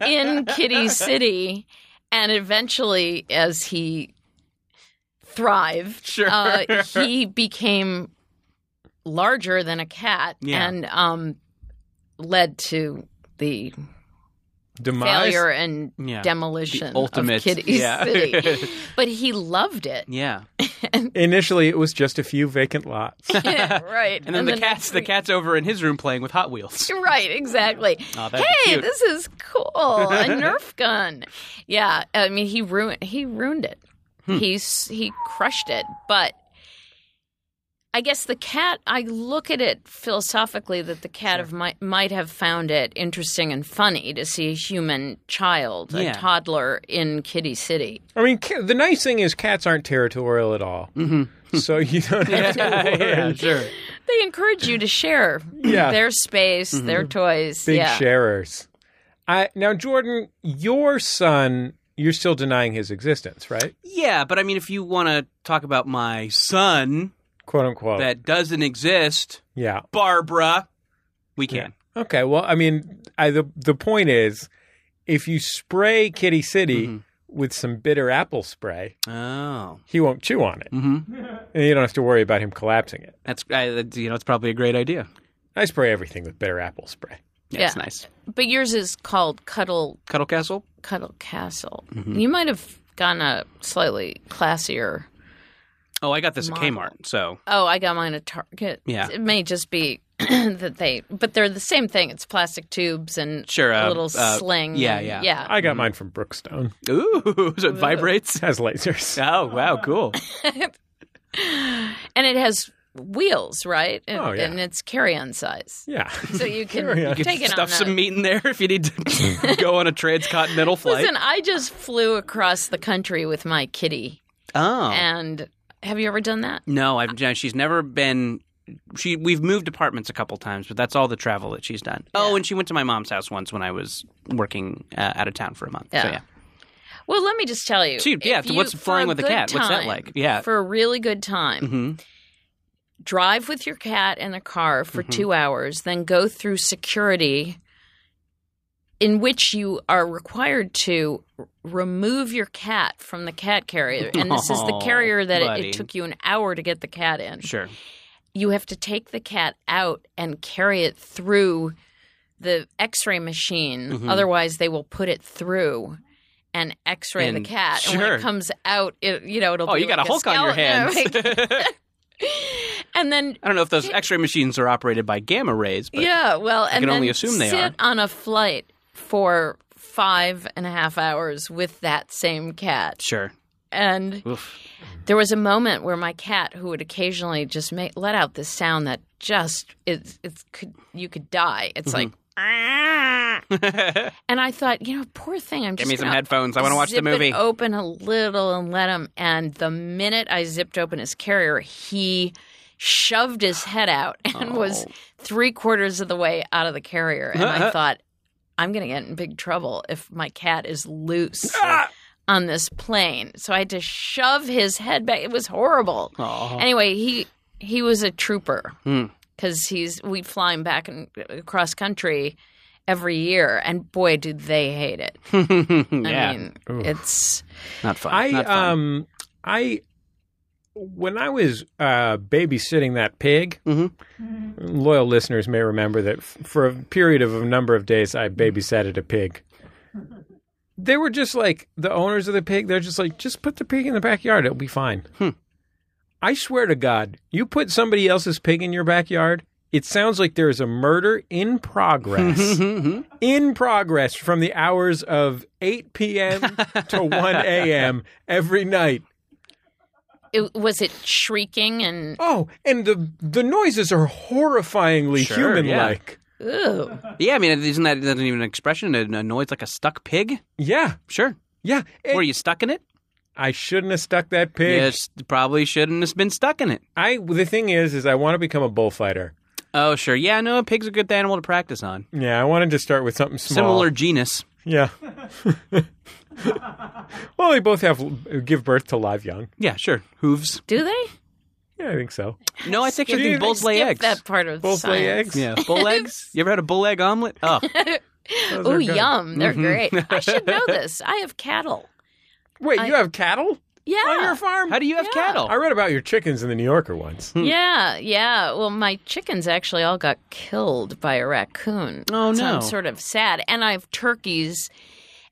Speaker 3: in Kitty City, and eventually, as he thrived,
Speaker 4: Sure.
Speaker 3: uh, he became larger than a cat,
Speaker 4: Yeah.
Speaker 3: and um, led to the
Speaker 2: Demise.
Speaker 3: failure and
Speaker 4: Yeah.
Speaker 3: demolition
Speaker 4: The ultimate-
Speaker 3: of Kitty
Speaker 4: yeah.
Speaker 3: City. but he loved it.
Speaker 4: yeah.
Speaker 2: Initially, it was just a few vacant lots.
Speaker 3: Yeah, right.
Speaker 4: And then the cat's the cat's over in his room playing with Hot Wheels.
Speaker 3: Right, exactly.
Speaker 4: Aw, that'd be
Speaker 3: hey,
Speaker 4: cute.
Speaker 3: this is cool. A Nerf gun. Yeah, I mean he ruined he ruined it.
Speaker 4: Hmm.
Speaker 3: He's he crushed it, but I guess the cat I look at it philosophically that the cat of might might have found it interesting and funny to see a human child,
Speaker 4: Yeah.
Speaker 3: a toddler in Kitty City.
Speaker 2: I mean, ca- the nice thing is cats aren't territorial at all, mm-hmm. so you don't have to worry.
Speaker 4: yeah, sure.
Speaker 3: They encourage you to share
Speaker 2: Yeah.
Speaker 3: their space,
Speaker 4: Mm-hmm.
Speaker 3: their toys.
Speaker 2: Big
Speaker 3: yeah.
Speaker 2: sharers. I now, Jordan, your son, you're still denying his existence, right?
Speaker 4: Yeah, but I mean, if you want to talk about my son
Speaker 2: Quote unquote.
Speaker 4: that doesn't exist,
Speaker 2: yeah.
Speaker 4: Barbara, we can.
Speaker 2: Okay. Well, I mean, I, the the point is, if you spray Kitty City with some bitter apple spray,
Speaker 4: Oh,
Speaker 2: he won't chew on it,
Speaker 4: Mhm.
Speaker 2: and you don't have to worry about him collapsing it.
Speaker 4: that's I, that's- you know, it's probably a great idea.
Speaker 2: I spray everything with bitter apple spray.
Speaker 4: Yeah, it's
Speaker 3: Yeah.
Speaker 4: nice.
Speaker 3: But yours is called Cuddle
Speaker 4: Cuddle Castle.
Speaker 3: Cuddle Castle.
Speaker 4: Mm-hmm.
Speaker 3: You might have gotten a slightly classier.
Speaker 4: Oh, I got this at
Speaker 3: Model.
Speaker 4: Kmart. So
Speaker 3: Oh, I got mine at Target.
Speaker 4: Yeah.
Speaker 3: It may just be that they, but they're the same thing. It's plastic tubes and
Speaker 4: Sure,
Speaker 3: a
Speaker 4: uh,
Speaker 3: little
Speaker 4: uh,
Speaker 3: sling.
Speaker 4: yeah,
Speaker 3: and-
Speaker 4: yeah.
Speaker 3: yeah.
Speaker 2: I got mine from Brookstone.
Speaker 4: ooh, so it vibrates.
Speaker 2: Has lasers.
Speaker 4: Oh wow, cool.
Speaker 3: And it has wheels, right? And,
Speaker 2: Oh, yeah.
Speaker 3: and it's carry-on size,
Speaker 2: Yeah.
Speaker 3: so you can
Speaker 2: Carry-on. You
Speaker 4: You
Speaker 3: take
Speaker 4: can
Speaker 3: it
Speaker 4: stuff
Speaker 3: on a-
Speaker 4: some meat in there if you need to go on a transcontinental flight.
Speaker 3: Listen, I just flew across the country with my kitty,
Speaker 4: oh,
Speaker 3: and have you ever done that?
Speaker 4: No, I've no, she's never been. She we've moved apartments a couple times, but that's all the travel that she's done. Oh, and she went to my mom's house once when I was working uh, out of town for a month. So
Speaker 3: Yeah.
Speaker 4: yeah,
Speaker 3: Well, let me just tell you.
Speaker 4: Dude, yeah,
Speaker 3: if you-
Speaker 4: what's
Speaker 3: for
Speaker 4: flying with a
Speaker 3: good
Speaker 4: cat? What's that
Speaker 3: time,
Speaker 4: like? Yeah.
Speaker 3: For a really good time.
Speaker 4: Mm-hmm.
Speaker 3: Drive with your cat in a car
Speaker 4: Mm-hmm.
Speaker 3: for two hours, then go through security in which you are required to r- remove your cat from the cat carrier. And this is the
Speaker 4: Aw,
Speaker 3: carrier that it,
Speaker 4: Oh, buddy.
Speaker 3: it took you an hour to get the cat in.
Speaker 4: sure.
Speaker 3: You have to take the cat out and carry it through the x ray machine.
Speaker 4: Mm-hmm.
Speaker 3: Otherwise, they will put it through and x ray the
Speaker 4: And-
Speaker 3: cat. And when
Speaker 4: sure.
Speaker 3: it comes out, it, you know, it'll
Speaker 4: Oh,
Speaker 3: be
Speaker 4: you got
Speaker 3: like
Speaker 4: a Hulk on your
Speaker 3: skeleton.
Speaker 4: hands.
Speaker 3: and then
Speaker 4: I don't know if those X-ray machines are operated by gamma rays, but
Speaker 3: yeah, well, and
Speaker 4: can
Speaker 3: then
Speaker 4: only assume they
Speaker 3: sit
Speaker 4: are.
Speaker 3: on a flight for five and a half hours with that same cat,
Speaker 4: sure.
Speaker 3: and
Speaker 4: Oof.
Speaker 3: there was a moment where my cat, who would occasionally just make let out this sound that just it's it's could you could die. It's
Speaker 4: Mm-hmm.
Speaker 3: like. "Ah." and I thought, you know, poor thing. I'm just
Speaker 4: Give me some
Speaker 3: gonna
Speaker 4: headphones. I want to watch the
Speaker 3: zip it
Speaker 4: movie.
Speaker 3: open a little and let him. And the minute I zipped open his carrier, he shoved his head out and was
Speaker 4: Oh.
Speaker 3: three quarters of the way out of the carrier. And I thought, I'm going to get in big trouble if my cat is loose.
Speaker 4: Ah!
Speaker 2: Ah!
Speaker 3: On this plane, so I had to shove his head back. It was horrible.
Speaker 4: Oh.
Speaker 3: Anyway, he he was a trooper
Speaker 4: Hmm.
Speaker 3: because he's we fly him back and across country every year, and boy, do they hate it.
Speaker 4: yeah,
Speaker 3: I mean, it's
Speaker 4: not fun.
Speaker 2: I
Speaker 4: not fun.
Speaker 2: um I when I was uh, babysitting that pig,
Speaker 4: Mm-hmm.
Speaker 2: loyal listeners may remember that f- for a period of a number of days I babysat a pig. They were just like the owners of the pig. They're just like, just put the pig in the backyard; it'll be fine.
Speaker 4: Hmm.
Speaker 2: I swear to God, you put somebody else's pig in your backyard. It sounds like there is a murder in progress in progress from the hours of 8 p.m. to 1 a.m. every night.
Speaker 3: it, was it shrieking and
Speaker 2: Oh, and the the noises are horrifyingly
Speaker 4: Sure,
Speaker 2: human-like.
Speaker 3: ooh.
Speaker 4: yeah, I mean, isn't that, isn't even an expression? A, a noise like a stuck pig?
Speaker 2: Yeah,
Speaker 4: Sure.
Speaker 2: yeah. And
Speaker 4: Were you stuck in it?
Speaker 2: I shouldn't have stuck that pig.
Speaker 4: Yes, probably shouldn't have been stuck in it.
Speaker 2: I the thing is, is I want to become a bullfighter.
Speaker 4: Oh, sure. Yeah, no, a pig's a good animal to practice on.
Speaker 2: Yeah, I wanted to start with something small.
Speaker 4: Similar genus.
Speaker 2: Yeah. well, they both have give birth to live young.
Speaker 4: Yeah, sure. Hooves.
Speaker 3: do they
Speaker 2: Yeah, I think so.
Speaker 4: No, I think
Speaker 2: Do
Speaker 4: I
Speaker 2: you
Speaker 4: think
Speaker 2: think
Speaker 4: bulls lay
Speaker 3: Skip
Speaker 4: eggs.
Speaker 3: That part of
Speaker 2: Both lay
Speaker 3: science.
Speaker 2: eggs.
Speaker 4: Yeah, bull eggs. You ever had a bull egg omelet? Oh,
Speaker 2: Those
Speaker 3: Ooh,
Speaker 2: are good. Mm-hmm.
Speaker 3: yum! They're great. I should know this. I have cattle.
Speaker 2: Wait, you have cattle
Speaker 3: Yeah,
Speaker 2: on your farm?
Speaker 4: how do you have
Speaker 3: Yeah.
Speaker 4: cattle?
Speaker 2: I read about your chickens in the New Yorker once.
Speaker 3: yeah, yeah. Well, my chickens actually all got killed by a raccoon.
Speaker 4: Oh,
Speaker 3: So
Speaker 4: no.
Speaker 3: I'm sort of sad. And I have turkeys,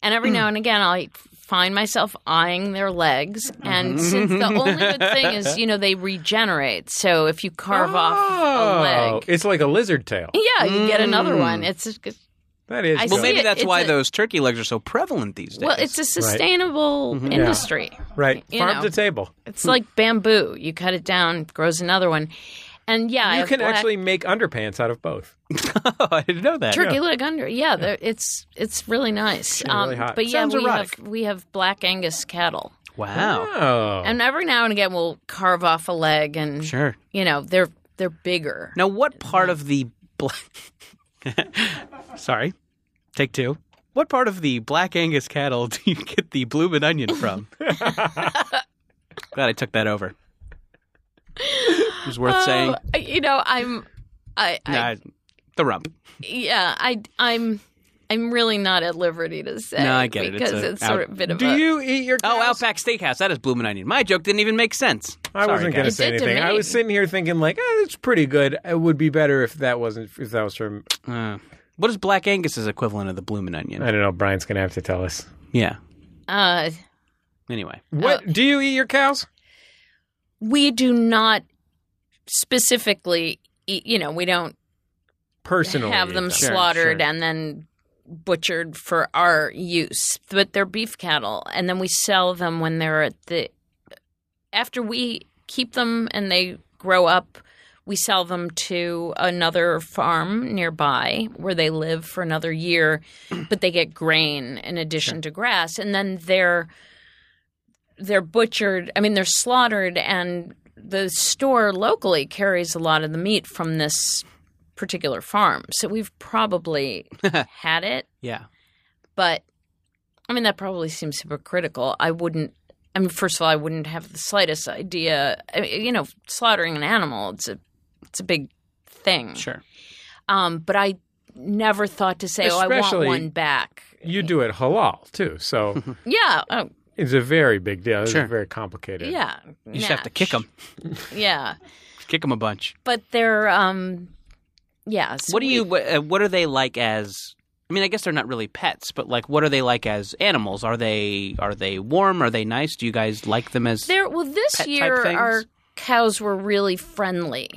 Speaker 3: and
Speaker 2: Mm.
Speaker 3: every now and again I find myself eyeing their legs.
Speaker 2: Mm-hmm.
Speaker 3: And since the only good thing is, you know, they regenerate. So if you carve off a
Speaker 2: Oh, Mm.
Speaker 3: leg,
Speaker 2: It's like a lizard tail.
Speaker 3: Yeah, you get another one. It's a,
Speaker 2: That is.
Speaker 3: I
Speaker 2: good.
Speaker 4: Well,
Speaker 3: see
Speaker 4: maybe
Speaker 3: it-
Speaker 4: that's
Speaker 3: it's
Speaker 4: why
Speaker 3: a-
Speaker 4: those turkey legs are so prevalent these days.
Speaker 3: well, it's a sustainable industry.
Speaker 2: right.
Speaker 3: you
Speaker 2: Farm
Speaker 3: know.
Speaker 2: to table.
Speaker 3: It's like bamboo. You cut it down, grows another one, and yeah, I
Speaker 2: You
Speaker 3: have
Speaker 2: can
Speaker 3: black
Speaker 2: actually make underpans out of both.
Speaker 4: oh, I didn't know that.
Speaker 3: turkey leg under. Yeah, they're- it's it's really nice. Um,
Speaker 2: Yeah, really hot.
Speaker 3: but yeah,
Speaker 4: Sounds
Speaker 3: we
Speaker 4: erotic.
Speaker 3: have we have black Angus cattle,
Speaker 4: Wow.
Speaker 2: Oh.
Speaker 3: and every now and again we'll carve off a leg, and
Speaker 4: Sure.
Speaker 3: you know they're they're bigger.
Speaker 4: Now, what part of the black? Sorry, take two. What part of the black Angus cattle do you get the bloomin' onion from? Glad I took that over. It was worth saying.
Speaker 3: Oh, you know, I'm. I, I
Speaker 4: Nah, the rump.
Speaker 3: yeah, I I'm I'm really not at liberty to say.
Speaker 4: No, I get it. It's
Speaker 3: because
Speaker 4: a
Speaker 3: it's, sort
Speaker 4: out-
Speaker 3: of a bit of
Speaker 2: Do
Speaker 3: a.
Speaker 2: you eat your
Speaker 4: Oh,
Speaker 2: cows?
Speaker 4: Outback Steakhouse. That is bloomin' onion. My joke didn't even make sense.
Speaker 2: I wasn't going to
Speaker 3: guys.
Speaker 2: say
Speaker 3: It did to
Speaker 2: anything. I
Speaker 3: me.
Speaker 2: was sitting here thinking, like, oh, that's pretty good. It would be better if that wasn't, if that was from,
Speaker 4: Uh, what is Black Angus's equivalent of the bloomin' onion?
Speaker 2: I don't know, Brian's going to have to tell us.
Speaker 4: yeah.
Speaker 3: Uh,
Speaker 4: Anyway.
Speaker 2: What? do you eat your cows?
Speaker 3: we do not specifically, eat, you know, we don't
Speaker 2: Personally.
Speaker 3: have them
Speaker 2: eat
Speaker 4: Sure,
Speaker 3: slaughtered
Speaker 4: sure.
Speaker 3: and then butchered for our use, but they're beef cattle, and then we sell them when they're at the after we keep them and they grow up. We sell them to another farm nearby where they live for another year, but they get grain in addition to grass, and then they're they're butchered. I mean, they're slaughtered, and the store locally carries a lot of the meat from this particular farm. So we've probably had it,
Speaker 4: Yeah.
Speaker 3: but I mean, that probably seems hypocritical. I wouldn't. I mean, first of all, I wouldn't have the slightest idea. I mean, you know, slaughtering an animal it's a it's a big thing.
Speaker 4: Sure.
Speaker 3: Um, but I never thought to say, "Oh, I
Speaker 2: Especially-
Speaker 3: want one back."
Speaker 2: You do it halal, too. So
Speaker 3: Yeah. Oh,
Speaker 2: it's a very big deal. It's
Speaker 4: Sure.
Speaker 2: very complicated.
Speaker 3: yeah.
Speaker 4: You just have to kick them.
Speaker 3: Yeah.
Speaker 4: Kick them a bunch.
Speaker 3: but they're um yeah so
Speaker 4: what do you
Speaker 3: we-
Speaker 4: what, uh, what are they like as I mean I guess they're not really pets but like what are they like as animals are they are they warm are they nice do you guys like them as
Speaker 3: they're well this
Speaker 4: Pet type
Speaker 3: year
Speaker 4: things? Mm-hmm.
Speaker 3: our cows were really friendly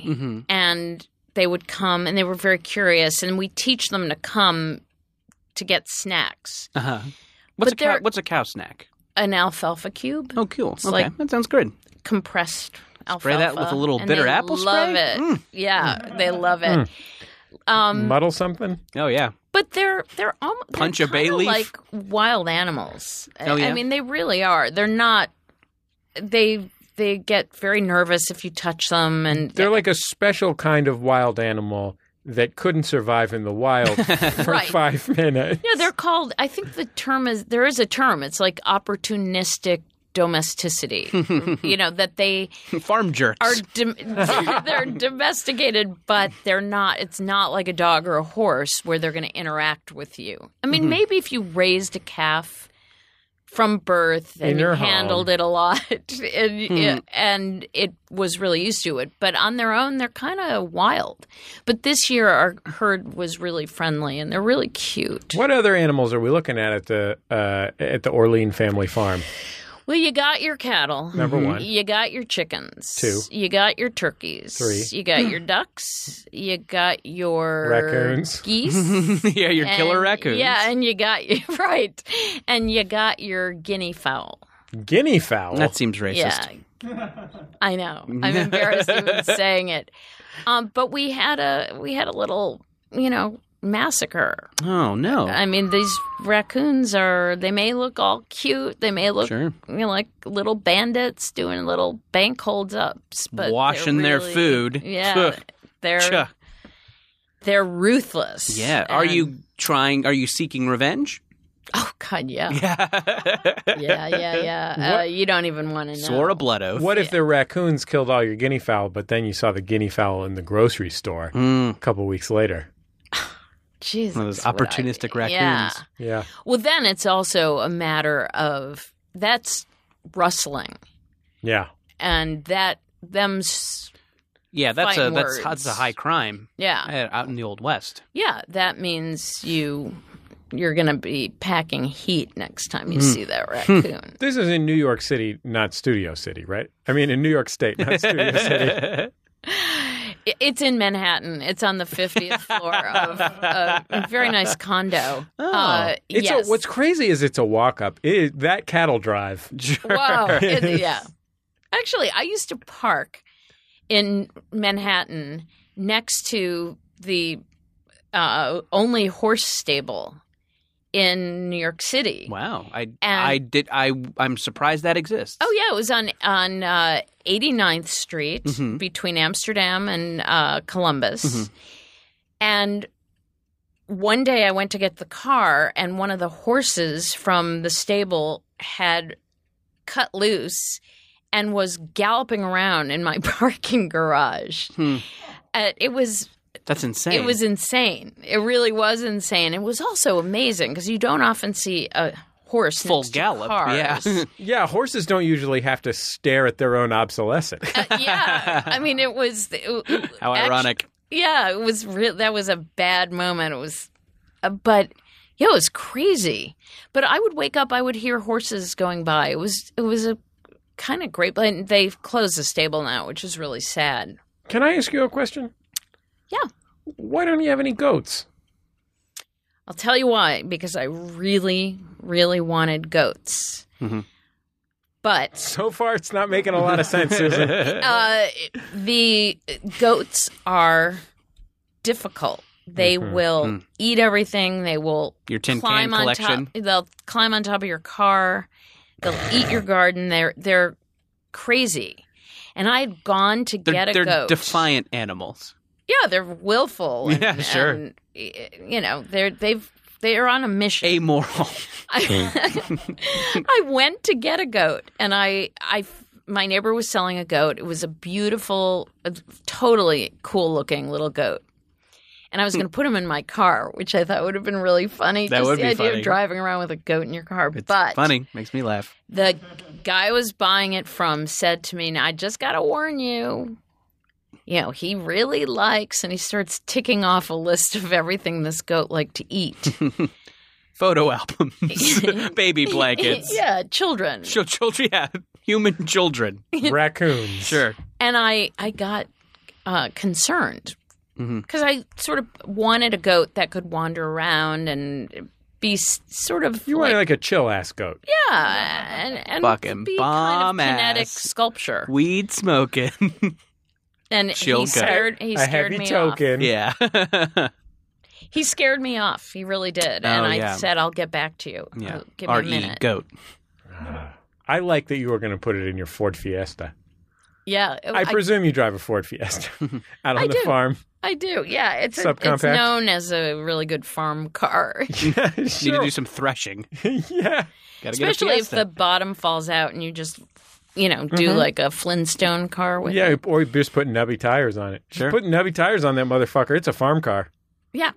Speaker 3: and they would come and they were very curious and we teach them to come to get snacks
Speaker 4: Uh-huh. What's
Speaker 3: But
Speaker 4: a cow,
Speaker 3: there-
Speaker 4: what's a cow snack?
Speaker 3: an alfalfa cube
Speaker 4: Oh, cool. okay,
Speaker 3: like-
Speaker 4: that sounds good.
Speaker 3: compressed alfalfa
Speaker 4: Spray that with a little
Speaker 3: and
Speaker 4: bitter
Speaker 3: they
Speaker 4: apple
Speaker 3: love
Speaker 4: spray? Mm.
Speaker 3: it yeah they love it um
Speaker 2: Muddle something?
Speaker 4: Oh yeah,
Speaker 3: But they're they're almost
Speaker 4: Punch
Speaker 3: they're
Speaker 4: a bay
Speaker 3: kinda
Speaker 4: leaf?
Speaker 3: like wild animals. I-
Speaker 4: Oh, yeah?
Speaker 3: I mean, they really are. They're not. They they get very nervous if you touch them, and
Speaker 2: They're like a special kind of wild animal that couldn't survive in the wild for
Speaker 3: Right.
Speaker 2: five minutes.
Speaker 3: no, they're called. I think the term is there is a term. It's like opportunistic domesticity. you know that they
Speaker 4: farm jerks.
Speaker 3: are dom- they're domesticated, but they're not. It's not like a dog or a horse where they're going to interact with you. I
Speaker 2: Mm-hmm.
Speaker 3: mean, maybe if you raised a calf from birth
Speaker 2: In
Speaker 3: and you
Speaker 2: your home.
Speaker 3: handled
Speaker 2: Hmm.
Speaker 3: it a lot, and, and it was really used to it, but on their own, they're kind of wild. But this year, our herd was really friendly, and they're really cute.
Speaker 2: What other animals are we looking at at the uh, at the Orlean family farm?
Speaker 3: Well, you got your cattle. Mm-hmm.
Speaker 2: Number one.
Speaker 3: You got your chickens.
Speaker 2: Two.
Speaker 3: You got your turkeys.
Speaker 2: Three.
Speaker 3: You got your ducks. You got your
Speaker 2: Raccoons.
Speaker 3: geese.
Speaker 4: yeah, your
Speaker 3: and-
Speaker 4: killer raccoons.
Speaker 3: Yeah, and you got right, and you got your guinea fowl.
Speaker 2: Guinea fowl.
Speaker 4: that seems racist.
Speaker 3: Yeah, I know. I'm embarrassed even saying it. Um, but we had a we had a little, you know, massacre.
Speaker 4: Oh no.
Speaker 3: I mean, these raccoons are, they may look all cute. They may look
Speaker 4: Sure.
Speaker 3: you know, like little bandits doing little bank holds ups, but they're
Speaker 4: Washing their
Speaker 3: really-
Speaker 4: food.
Speaker 3: Yeah. they're
Speaker 4: Chuh.
Speaker 3: they're ruthless.
Speaker 4: Yeah. Are
Speaker 3: and-
Speaker 4: you trying? Are you seeking revenge?
Speaker 3: Oh god, yeah.
Speaker 4: Yeah.
Speaker 3: Yeah, yeah, yeah. uh, you don't even want to know.
Speaker 4: Swore a blood oath.
Speaker 2: What if their raccoons killed all your guinea fowl, but then you saw the guinea fowl in the grocery store
Speaker 3: Mm.
Speaker 4: Hmm.
Speaker 2: a couple weeks later?
Speaker 3: Jesus.
Speaker 4: One of those
Speaker 3: what I-
Speaker 4: opportunistic
Speaker 3: Yeah.
Speaker 4: raccoons.
Speaker 2: Yeah.
Speaker 3: Well, then it's also a matter of that's rustling
Speaker 2: Yeah.
Speaker 3: and that them s-
Speaker 4: Yeah, that's a
Speaker 3: Fighting
Speaker 4: that's, that's a
Speaker 3: words.
Speaker 4: high crime
Speaker 3: yeah.
Speaker 4: uh, out in the old west.
Speaker 3: Yeah, that means you you're going to be packing heat next time
Speaker 4: Hmm.
Speaker 3: you see that raccoon.
Speaker 2: This is in New York City, not Studio City, right? I mean, in New York State, not Studio City.
Speaker 3: I- it's in Manhattan. It's on the 50th floor of a very nice condo. Oh, uh,
Speaker 2: It's
Speaker 3: yes.
Speaker 2: a, what's crazy is it's a walk up. It, that cattle drive.
Speaker 3: Wow. It- yeah. Actually, I used to park in Manhattan next to the uh, only horse stable in New York City.
Speaker 4: Wow. I
Speaker 3: And-
Speaker 4: I did I I'm surprised that exists.
Speaker 3: Oh yeah, it was on on uh, 89th Street
Speaker 4: Mm-hmm.
Speaker 3: between Amsterdam and uh, Columbus. And one day I went to get the car and one of the horses from the stable had cut loose and was galloping around in my parking garage.
Speaker 4: Hmm.
Speaker 3: Uh, it was
Speaker 4: That's insane.
Speaker 3: it was insane. It really was insane. It was also amazing because you don't often see a horse
Speaker 4: full
Speaker 3: next to
Speaker 4: gallop.
Speaker 3: cars.
Speaker 4: Yeah.
Speaker 2: Yeah, horses don't usually have to stare at their own obsolescence.
Speaker 3: yeah, I mean, it was it-
Speaker 4: How
Speaker 3: actu-
Speaker 4: ironic.
Speaker 3: yeah, it was real. That was a bad moment. It was, uh, but yeah, it was crazy. But I would wake up, I would hear horses going by. It was it was a kind of great. But they've closed the stable now, which is really sad.
Speaker 2: Can I ask you a question?
Speaker 3: Yeah.
Speaker 2: Why don't you have any goats?
Speaker 3: I'll tell you why because I really, really wanted goats,
Speaker 4: Mm-hmm.
Speaker 3: but
Speaker 2: So far, it's not making a lot of sense, Susan.
Speaker 3: Uh, the goats are difficult. They will eat everything. They will
Speaker 4: Mm-hmm. Hmm. Your tin
Speaker 3: climb
Speaker 4: can
Speaker 3: on
Speaker 4: collection.
Speaker 3: Top, they'll climb on top of your car. They'll eat your garden. They're they're crazy. And I had gone to
Speaker 4: They're,
Speaker 3: get a
Speaker 4: they're
Speaker 3: goat.
Speaker 4: defiant animals.
Speaker 3: yeah, they're willful. And,
Speaker 4: Yeah, sure.
Speaker 3: and, y- you know, they're they've they are on a mission.
Speaker 4: Amoral.
Speaker 3: I, I went to get a goat, and I, I, my neighbor was selling a goat. It was a beautiful, a totally cool looking little goat. And I was going to put him in my car, which I thought would have been really funny.
Speaker 4: Hmm. That
Speaker 3: just
Speaker 4: would
Speaker 3: the
Speaker 4: be
Speaker 3: idea
Speaker 4: funny.
Speaker 3: of driving around with a goat in your car.
Speaker 4: It's
Speaker 3: but
Speaker 4: funny. Makes me laugh.
Speaker 3: the guy I was buying it from said to me, now, I just got to warn you. You know, he really likes, and he starts ticking off a list of everything this goat liked to eat.
Speaker 4: photo albums, baby blankets.
Speaker 3: yeah, children.
Speaker 4: Chil- Children, yeah, human children.
Speaker 2: Raccoons.
Speaker 4: Sure.
Speaker 3: and I I got uh, concerned
Speaker 4: Mm-hmm.
Speaker 3: because I sort of wanted a goat that could wander around and be s- sort of
Speaker 2: You
Speaker 3: like,
Speaker 2: wanted like a chill ass goat.
Speaker 3: yeah, and, and
Speaker 4: Fucking
Speaker 3: be kind of kinetic
Speaker 4: bomb-ass.
Speaker 3: sculpture.
Speaker 4: Weed smoking.
Speaker 3: And
Speaker 4: Chill
Speaker 3: he
Speaker 4: goat.
Speaker 3: scared he
Speaker 2: a
Speaker 3: scared
Speaker 2: heavy
Speaker 3: me
Speaker 2: token.
Speaker 4: yeah.
Speaker 3: Oh, off. He scared me off. He really did. and
Speaker 4: Oh,
Speaker 3: I
Speaker 4: yeah.
Speaker 3: said, "I'll get back to you.
Speaker 4: yeah.
Speaker 3: Uh, Give me a
Speaker 4: R.E.
Speaker 3: minute."
Speaker 4: Goat.
Speaker 2: I like that you were going to put it in your Ford Fiesta.
Speaker 3: Yeah,
Speaker 2: I, presume you drive a Ford Fiesta out on
Speaker 3: Oh, I
Speaker 2: the
Speaker 3: do.
Speaker 2: farm.
Speaker 3: I do. Yeah, it's a, it's
Speaker 2: Subcompact.
Speaker 3: known as a really good farm car.
Speaker 2: yeah,
Speaker 4: Need to
Speaker 2: sure.
Speaker 4: do some threshing.
Speaker 2: yeah.
Speaker 4: Gotta get a
Speaker 3: especially if
Speaker 4: Fiesta. Mm-hmm.
Speaker 3: the bottom falls out and you just you know do like a flintstone car with
Speaker 2: Yeah,
Speaker 3: it.
Speaker 2: or you just put nubby tires on it. Just
Speaker 4: Sure.
Speaker 2: put nubby tires on that motherfucker. It's a farm car.
Speaker 3: yeah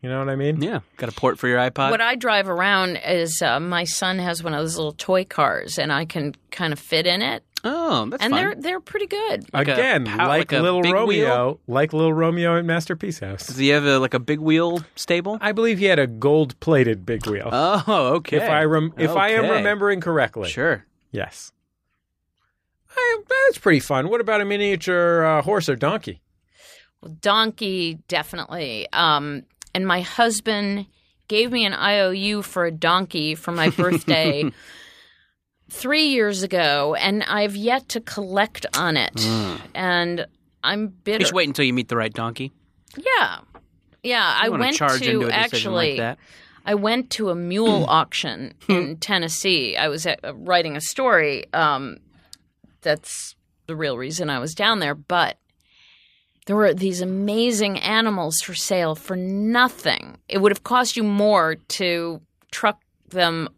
Speaker 2: You know what I mean?
Speaker 4: Yeah. Got a port for your iPod.
Speaker 3: what i drive around is uh, my son has one of those little toy cars and i can kind of fit in it
Speaker 4: oh, that's
Speaker 3: and
Speaker 4: fun.
Speaker 3: they're they're pretty good
Speaker 4: Like a
Speaker 2: Again,
Speaker 4: pow-
Speaker 2: like,
Speaker 4: like a
Speaker 2: Little
Speaker 4: big
Speaker 2: Romeo,
Speaker 4: wheel?
Speaker 2: like Little Romeo at Masterpiece House.
Speaker 4: Does he have a, like a big wheel stable?
Speaker 2: I believe he had a gold-plated big wheel.
Speaker 4: Oh, okay.
Speaker 2: If I rem- if I am
Speaker 4: Okay.
Speaker 2: remembering correctly,
Speaker 4: sure.
Speaker 2: Yes. I, that's pretty fun. What about a miniature uh, horse or donkey?
Speaker 3: donkey definitely um and my husband gave me an iou for a donkey for my birthday three years ago and i've yet to collect on it
Speaker 4: Mm.
Speaker 3: and i'm bitter
Speaker 4: Just wait until you meet the right donkey.
Speaker 3: Yeah. Yeah, I
Speaker 4: You wanna
Speaker 3: went
Speaker 4: charge
Speaker 3: to
Speaker 4: into a decision
Speaker 3: actually
Speaker 4: like that. Hmm.
Speaker 3: I went to a mule auction in Tennessee. I was uh writing a story um, that's the real reason I was down there, but there were these amazing animals for sale for nothing. It would have cost you more to truck them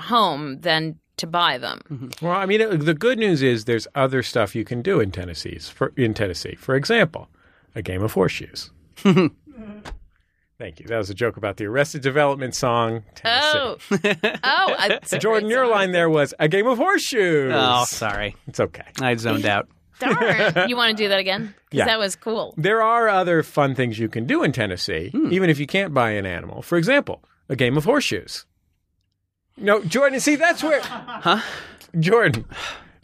Speaker 3: home than to buy them.
Speaker 4: Mm-hmm.
Speaker 2: Well, I mean, it, the good news is there's other stuff you can do in Tennessee's for in Tennessee. For example, a game of horseshoes. Thank you. That was a joke about the Arrested Development song. Tennessee.
Speaker 3: Oh. oh, I,
Speaker 2: Jordan, your line there was a game of horseshoes.
Speaker 4: Oh, sorry.
Speaker 2: It's okay.
Speaker 4: I zoned out.
Speaker 3: Darn. You want to do that again? 'Cause
Speaker 2: Yeah.
Speaker 3: that was cool.
Speaker 2: There are other fun things you can do in Tennessee,
Speaker 4: Hmm.
Speaker 2: even if you can't buy an animal. For example, a game of horseshoes. No, Jordan, see, that's where. Huh? Jordan.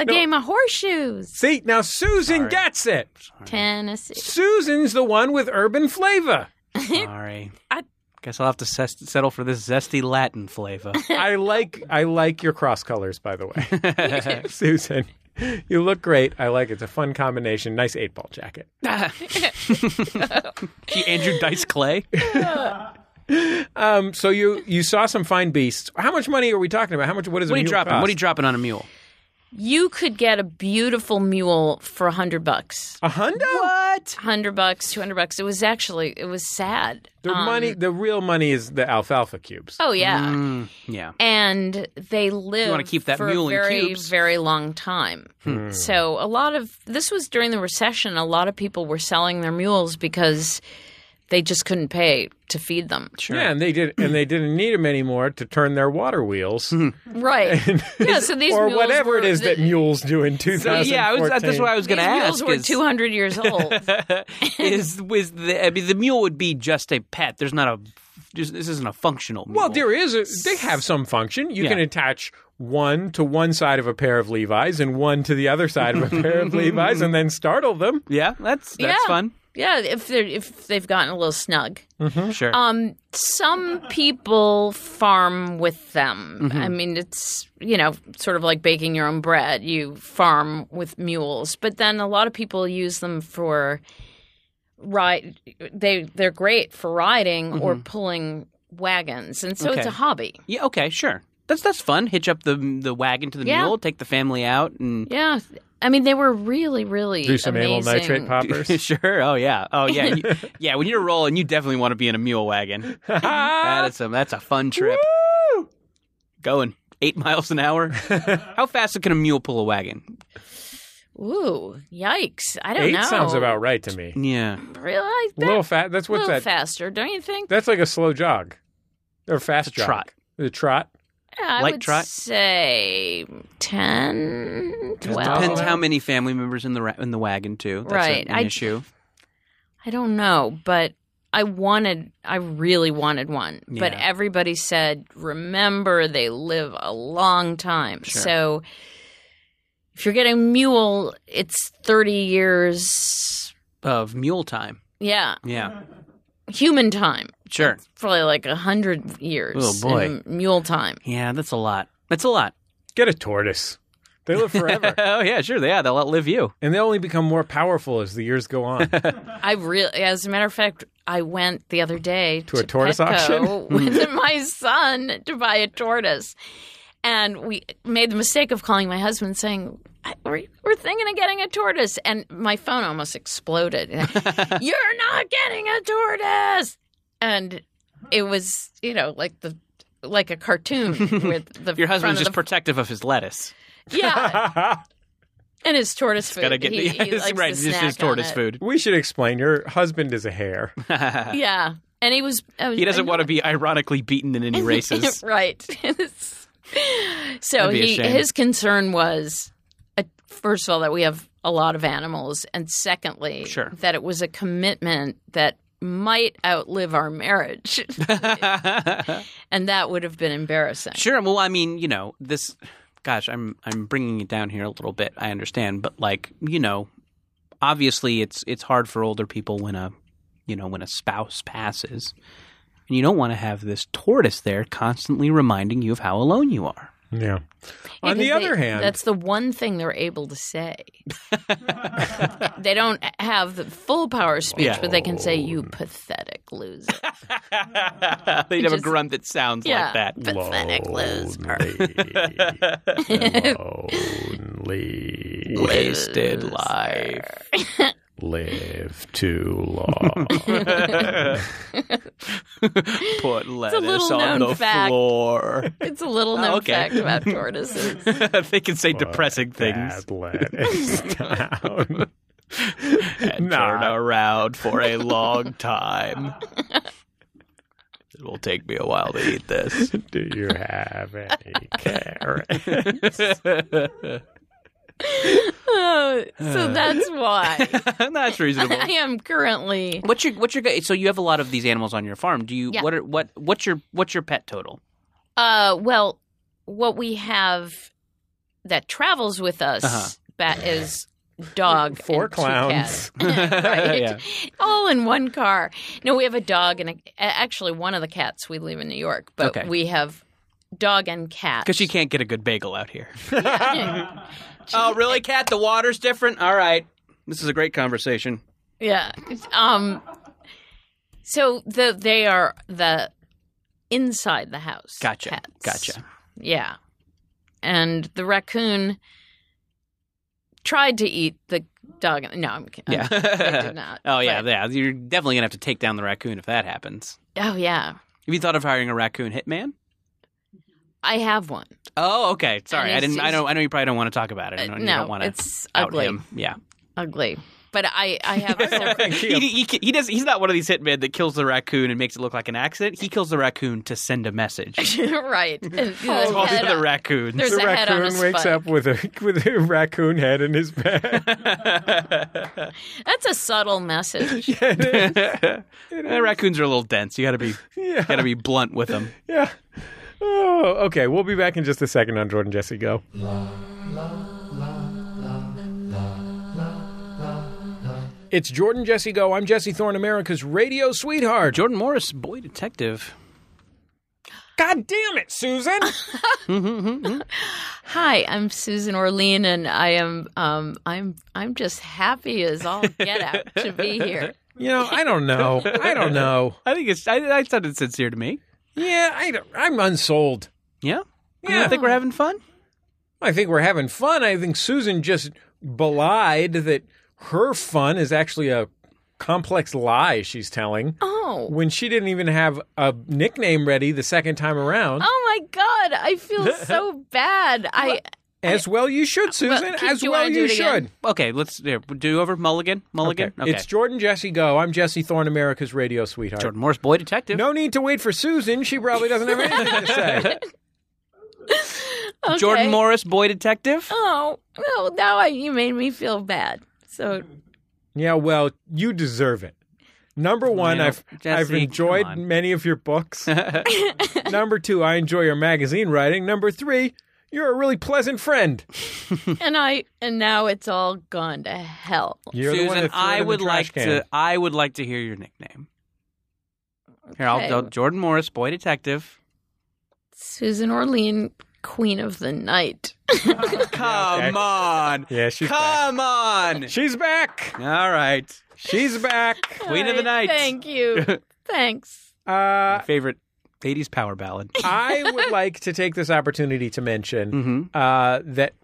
Speaker 3: A game of horseshoes.
Speaker 2: See, now Susan gets it.
Speaker 3: Tennessee.
Speaker 2: Susan's the one with urban flavor.
Speaker 4: Sorry. I guess I'll have to ses- settle for this zesty Latin flavor.
Speaker 2: I like I like your cross colors, by the way. Susan, you look great. I like it. It's a fun combination. Nice eight ball jacket.
Speaker 4: Andrew Dice Clay.
Speaker 2: Um, so you you saw some fine beasts. How much money are we talking about? How much? What is
Speaker 4: What are
Speaker 2: a
Speaker 4: you
Speaker 2: mule
Speaker 4: dropping?
Speaker 2: cost?
Speaker 4: What are you dropping on a mule?
Speaker 3: You could get a beautiful mule for a hundred bucks.
Speaker 4: Uh.
Speaker 2: A hundo?
Speaker 4: What?
Speaker 3: Hundred bucks, two hundred bucks. It was actually it was sad.
Speaker 2: The money, the real money is the alfalfa cubes.
Speaker 3: Oh yeah.
Speaker 4: Yeah.
Speaker 3: And they live
Speaker 4: Mm. wanna keep that
Speaker 3: for
Speaker 4: mule
Speaker 3: a
Speaker 4: in
Speaker 3: very,
Speaker 4: cubes. Hmm.
Speaker 3: very long time. So a lot of this was during the recession, a lot of people were selling their mules because they just couldn't pay to feed them. Sure.
Speaker 2: Yeah, and they did, and they didn't need them anymore to turn their water wheels,
Speaker 3: Mm-hmm. Right. yeah, so these
Speaker 2: or
Speaker 3: mules
Speaker 2: whatever it
Speaker 3: were-
Speaker 2: is that mules do in 2014.
Speaker 4: yeah, I was, that's what I was
Speaker 3: these
Speaker 4: going to
Speaker 3: mules
Speaker 4: ask.
Speaker 3: were
Speaker 4: is-
Speaker 3: two hundred years old.
Speaker 4: is was the I mean the mule would be just a pet. There's not a just, this isn't a functional mule.
Speaker 2: Well, there is. A, they have some function. You
Speaker 4: Yeah.
Speaker 2: can attach one to one side of a pair of Levi's and one to the other side of a pair of Levi's, and then startle them.
Speaker 4: Yeah, that's that's
Speaker 3: yeah.
Speaker 4: fun.
Speaker 3: Yeah, if they're if they've gotten a little snug.
Speaker 4: Sure.
Speaker 3: Um, some people farm with them.
Speaker 2: Mm-hmm.
Speaker 3: I mean, it's you know sort of like baking your own bread. You farm with mules, but then a lot of people use them for ride. They they're great for riding or
Speaker 2: Mm-hmm.
Speaker 3: pulling wagons, and so it's
Speaker 4: Okay.
Speaker 3: a hobby.
Speaker 4: yeah, okay, sure. That's that's fun. Hitch up the the wagon to the
Speaker 3: Yeah.
Speaker 4: mule, take the family out and
Speaker 3: Yeah, I mean they were really really
Speaker 2: Do some amyl
Speaker 3: amazing.
Speaker 2: nitrate poppers.
Speaker 4: sure. Oh yeah. Oh yeah. You- yeah, when you're rolling, you definitely want to be in a mule wagon. that is a that's a fun trip. Going 8 miles an hour. How fast can a mule pull a wagon?
Speaker 3: Ooh, yikes! I don't
Speaker 2: Eight
Speaker 3: know.
Speaker 2: sounds about right to me.
Speaker 4: Yeah.
Speaker 3: really
Speaker 2: A
Speaker 3: that,
Speaker 2: little fat. That's what's
Speaker 3: little
Speaker 2: that?
Speaker 3: faster, don't you think?
Speaker 2: That's like a slow jog, or fast
Speaker 4: It's a trot.
Speaker 2: jog. The trot.
Speaker 3: I
Speaker 4: Light
Speaker 3: would
Speaker 4: trot?
Speaker 3: say 10, 12.
Speaker 4: Depends how many family members in the ra- in the wagon too. That's a-
Speaker 3: Right.
Speaker 4: an
Speaker 3: I-
Speaker 4: issue.
Speaker 3: I don't know, but I wanted, I really wanted one, but
Speaker 4: Yeah.
Speaker 3: everybody said, remember, they live a long time. So if you're getting mule, it's 30 years,
Speaker 4: of mule time.
Speaker 3: yeah,
Speaker 4: Yeah,
Speaker 3: human time,
Speaker 4: sure.
Speaker 3: probably like 100 years.
Speaker 4: Oh, boy.
Speaker 3: in mule time.
Speaker 4: Yeah, that's a lot. That's a lot.
Speaker 2: Get a tortoise. They live forever.
Speaker 4: oh yeah, sure. Yeah, they'll outlive you.
Speaker 2: and they only become more powerful as the years go on.
Speaker 3: I really, as a matter of fact, I went the other day
Speaker 2: To a tortoise
Speaker 3: Petco
Speaker 2: auction? Hmm.
Speaker 3: with my son to buy a tortoise, and we made the mistake of calling my husband saying. "I- We're, we're thinking of getting a tortoise, and my phone almost exploded. You're not getting a tortoise, and it was you know like the like a cartoon with the
Speaker 4: Your
Speaker 3: front
Speaker 4: husband's
Speaker 3: of
Speaker 4: just
Speaker 3: the,
Speaker 4: protective of his lettuce.
Speaker 3: yeah, and his tortoise food.
Speaker 4: Gotta get
Speaker 3: he,
Speaker 4: yes,
Speaker 3: he likes to
Speaker 4: right. This
Speaker 3: snack
Speaker 4: is
Speaker 3: on
Speaker 4: tortoise
Speaker 3: it.
Speaker 4: food.
Speaker 2: we should explain. Your husband is a hare.
Speaker 3: Yeah, and he was. I was-
Speaker 4: He doesn't
Speaker 3: I-
Speaker 4: want to be ironically beaten in any races.
Speaker 3: right. so
Speaker 4: That'd be a
Speaker 3: he,
Speaker 4: shame.
Speaker 3: his concern was, uh, first of all, that we have a lot of animals, and secondly,
Speaker 4: Sure.
Speaker 3: that it was a commitment that might outlive our marriage, and that would have been embarrassing.
Speaker 4: Sure. Well, I mean, you know, this. Gosh, I'm I'm bringing it down here a little bit. I understand, but like, you know, obviously it's it's hard for older people when a, you know, when a spouse passes, and you don't want to have this tortoise there constantly reminding you of how alone you are.
Speaker 2: Yeah.
Speaker 3: Yeah,
Speaker 2: On
Speaker 3: 'cause
Speaker 2: the other
Speaker 3: they-
Speaker 2: hand,
Speaker 3: that's the one thing they're able to say. they don't have the full power of speech,
Speaker 4: Yeah.
Speaker 3: but they can say, "You pathetic loser."
Speaker 4: They'd have
Speaker 3: Just-
Speaker 4: a grunt that sounds
Speaker 3: yeah,
Speaker 4: like that.
Speaker 3: pathetic loser.
Speaker 2: lonely,
Speaker 4: Wasted life.
Speaker 2: live too long.
Speaker 4: Put lettuce
Speaker 3: little
Speaker 4: on
Speaker 3: known
Speaker 4: the
Speaker 3: fact.
Speaker 4: floor.
Speaker 3: It's a little known
Speaker 4: Oh, okay.
Speaker 3: fact about tortoises.
Speaker 4: they can say depressing things.
Speaker 2: That let us down.
Speaker 4: and
Speaker 2: Nah.
Speaker 4: turn around for a long time. it will take me a while to eat this.
Speaker 2: Do you have any carrots?
Speaker 3: Oh,
Speaker 4: Uh.
Speaker 3: so that's why
Speaker 4: That's reasonable.
Speaker 3: I am currently.
Speaker 4: What's your what's your gu- so you have a lot of these animals on your farm? Do you
Speaker 3: Yeah.
Speaker 4: what are, what what's your what's your pet total?
Speaker 3: Uh, well, what we have that travels with us
Speaker 4: Uh-huh.
Speaker 3: that is dog,
Speaker 2: Four
Speaker 3: and two
Speaker 2: clowns.
Speaker 3: cats. right?
Speaker 4: Yeah.
Speaker 3: All in one car. No, we have a dog and a, actually one of the cats we leave in New York, but
Speaker 4: Okay.
Speaker 3: we have dog and cat.
Speaker 4: Because you can't get a good bagel out here. oh really, cat? The water's different. All right, this is a great conversation.
Speaker 3: Yeah. Um. So the they are the inside the house.
Speaker 4: Gotcha.
Speaker 3: Pets.
Speaker 4: Gotcha.
Speaker 3: Yeah. And the raccoon tried to eat the dog. No, I'm kidding.
Speaker 4: Yeah.
Speaker 3: I did not.
Speaker 4: Oh yeah,
Speaker 3: But-
Speaker 4: yeah. You're definitely gonna have to take down the raccoon if that happens.
Speaker 3: oh yeah.
Speaker 4: Have you thought of hiring a raccoon hitman?
Speaker 3: I have one.
Speaker 4: Oh, okay. Sorry,
Speaker 3: And
Speaker 4: I
Speaker 3: it's-
Speaker 4: didn't. I
Speaker 3: it's-
Speaker 4: know. I know you probably don't want to talk about it. I
Speaker 3: Uh,
Speaker 4: know you
Speaker 3: no,
Speaker 4: don't want to.
Speaker 3: it's
Speaker 4: out
Speaker 3: ugly.
Speaker 4: him. Yeah,
Speaker 3: Ugly. But I I have several.
Speaker 4: he, he, he, does. He's not one of these hitmen that kills the raccoon and makes it look like an accident. He kills the raccoon to send a message.
Speaker 3: right. uh, And there's a
Speaker 4: All the
Speaker 3: head
Speaker 4: other
Speaker 3: on-
Speaker 4: raccoons.
Speaker 3: There's
Speaker 2: the
Speaker 3: a head on a
Speaker 2: raccoon wakes
Speaker 3: spike.
Speaker 2: up with a with a raccoon head in his bed.
Speaker 3: That's a subtle message.
Speaker 4: Eh, raccoons are a little dense. You got to be.
Speaker 2: Yeah.
Speaker 4: Got to be blunt with them.
Speaker 2: Yeah. Oh, okay. We'll be back in just a second on Jordan Jesse Go. It's Jordan Jesse Go. I'm Jesse Thorne, America's radio sweetheart.
Speaker 4: Jordan Morris, boy detective.
Speaker 2: God damn it, Susan!
Speaker 3: Hi, I'm Susan Orlean, and I am um, I'm I'm just happy as all get out to be here.
Speaker 2: you know, I don't know. I don't know.
Speaker 4: I think it's. I, I sounded sincere to me.
Speaker 2: Yeah, I don't, I'm unsold.
Speaker 4: Yeah. You
Speaker 2: Yeah.
Speaker 4: don't think we're having fun?
Speaker 2: I think we're having fun. I think Susan just belied that her fun is actually a complex lie she's telling
Speaker 3: Oh,
Speaker 2: when she didn't even have a nickname ready the second time around.
Speaker 3: oh my God, I feel so bad. I
Speaker 2: As well you should, Susan.
Speaker 3: keep-
Speaker 2: As
Speaker 3: do you
Speaker 2: well
Speaker 3: wanna do
Speaker 2: you
Speaker 3: it again?
Speaker 2: should.
Speaker 4: Okay. Let's here, do over Mulligan. Mulligan. Okay.
Speaker 2: It's Jordan Jesse Go. I'm Jesse Thorne, America's radio sweetheart.
Speaker 4: Jordan Morris, boy detective.
Speaker 2: No need to wait for Susan. She probably doesn't have anything to say.
Speaker 4: Jordan
Speaker 3: okay.
Speaker 4: Morris, boy detective.
Speaker 3: oh no, now I, you made me feel bad. So
Speaker 2: Yeah, well, you deserve it. Number one,
Speaker 4: know,
Speaker 2: I've I've
Speaker 4: Jesse,
Speaker 2: enjoyed
Speaker 4: come on.
Speaker 2: many of your books. Number two, I enjoy your magazine writing. Number three, you're a really pleasant friend.
Speaker 3: and I and now it's all gone to hell.
Speaker 2: You're the one that
Speaker 4: Susan,
Speaker 2: threw it
Speaker 4: I
Speaker 2: in the
Speaker 4: would
Speaker 2: trash
Speaker 4: like
Speaker 2: can.
Speaker 4: to. I would like to hear your nickname. Here, I'll,
Speaker 3: Okay.
Speaker 4: I'll Jordan Morris, boy detective.
Speaker 3: Susan Orlean, Queen of the Night.
Speaker 4: Come
Speaker 2: okay.
Speaker 4: on,
Speaker 2: Yeah, she's
Speaker 4: come on.
Speaker 2: She's back.
Speaker 4: All right,
Speaker 2: She's back.
Speaker 4: Queen of the
Speaker 3: All
Speaker 4: Night.
Speaker 3: right, Thank you. Thanks.
Speaker 2: Uh,
Speaker 4: My favorite '80s power ballad.
Speaker 2: I would like to take this opportunity to mention
Speaker 4: mm-hmm.
Speaker 2: uh, that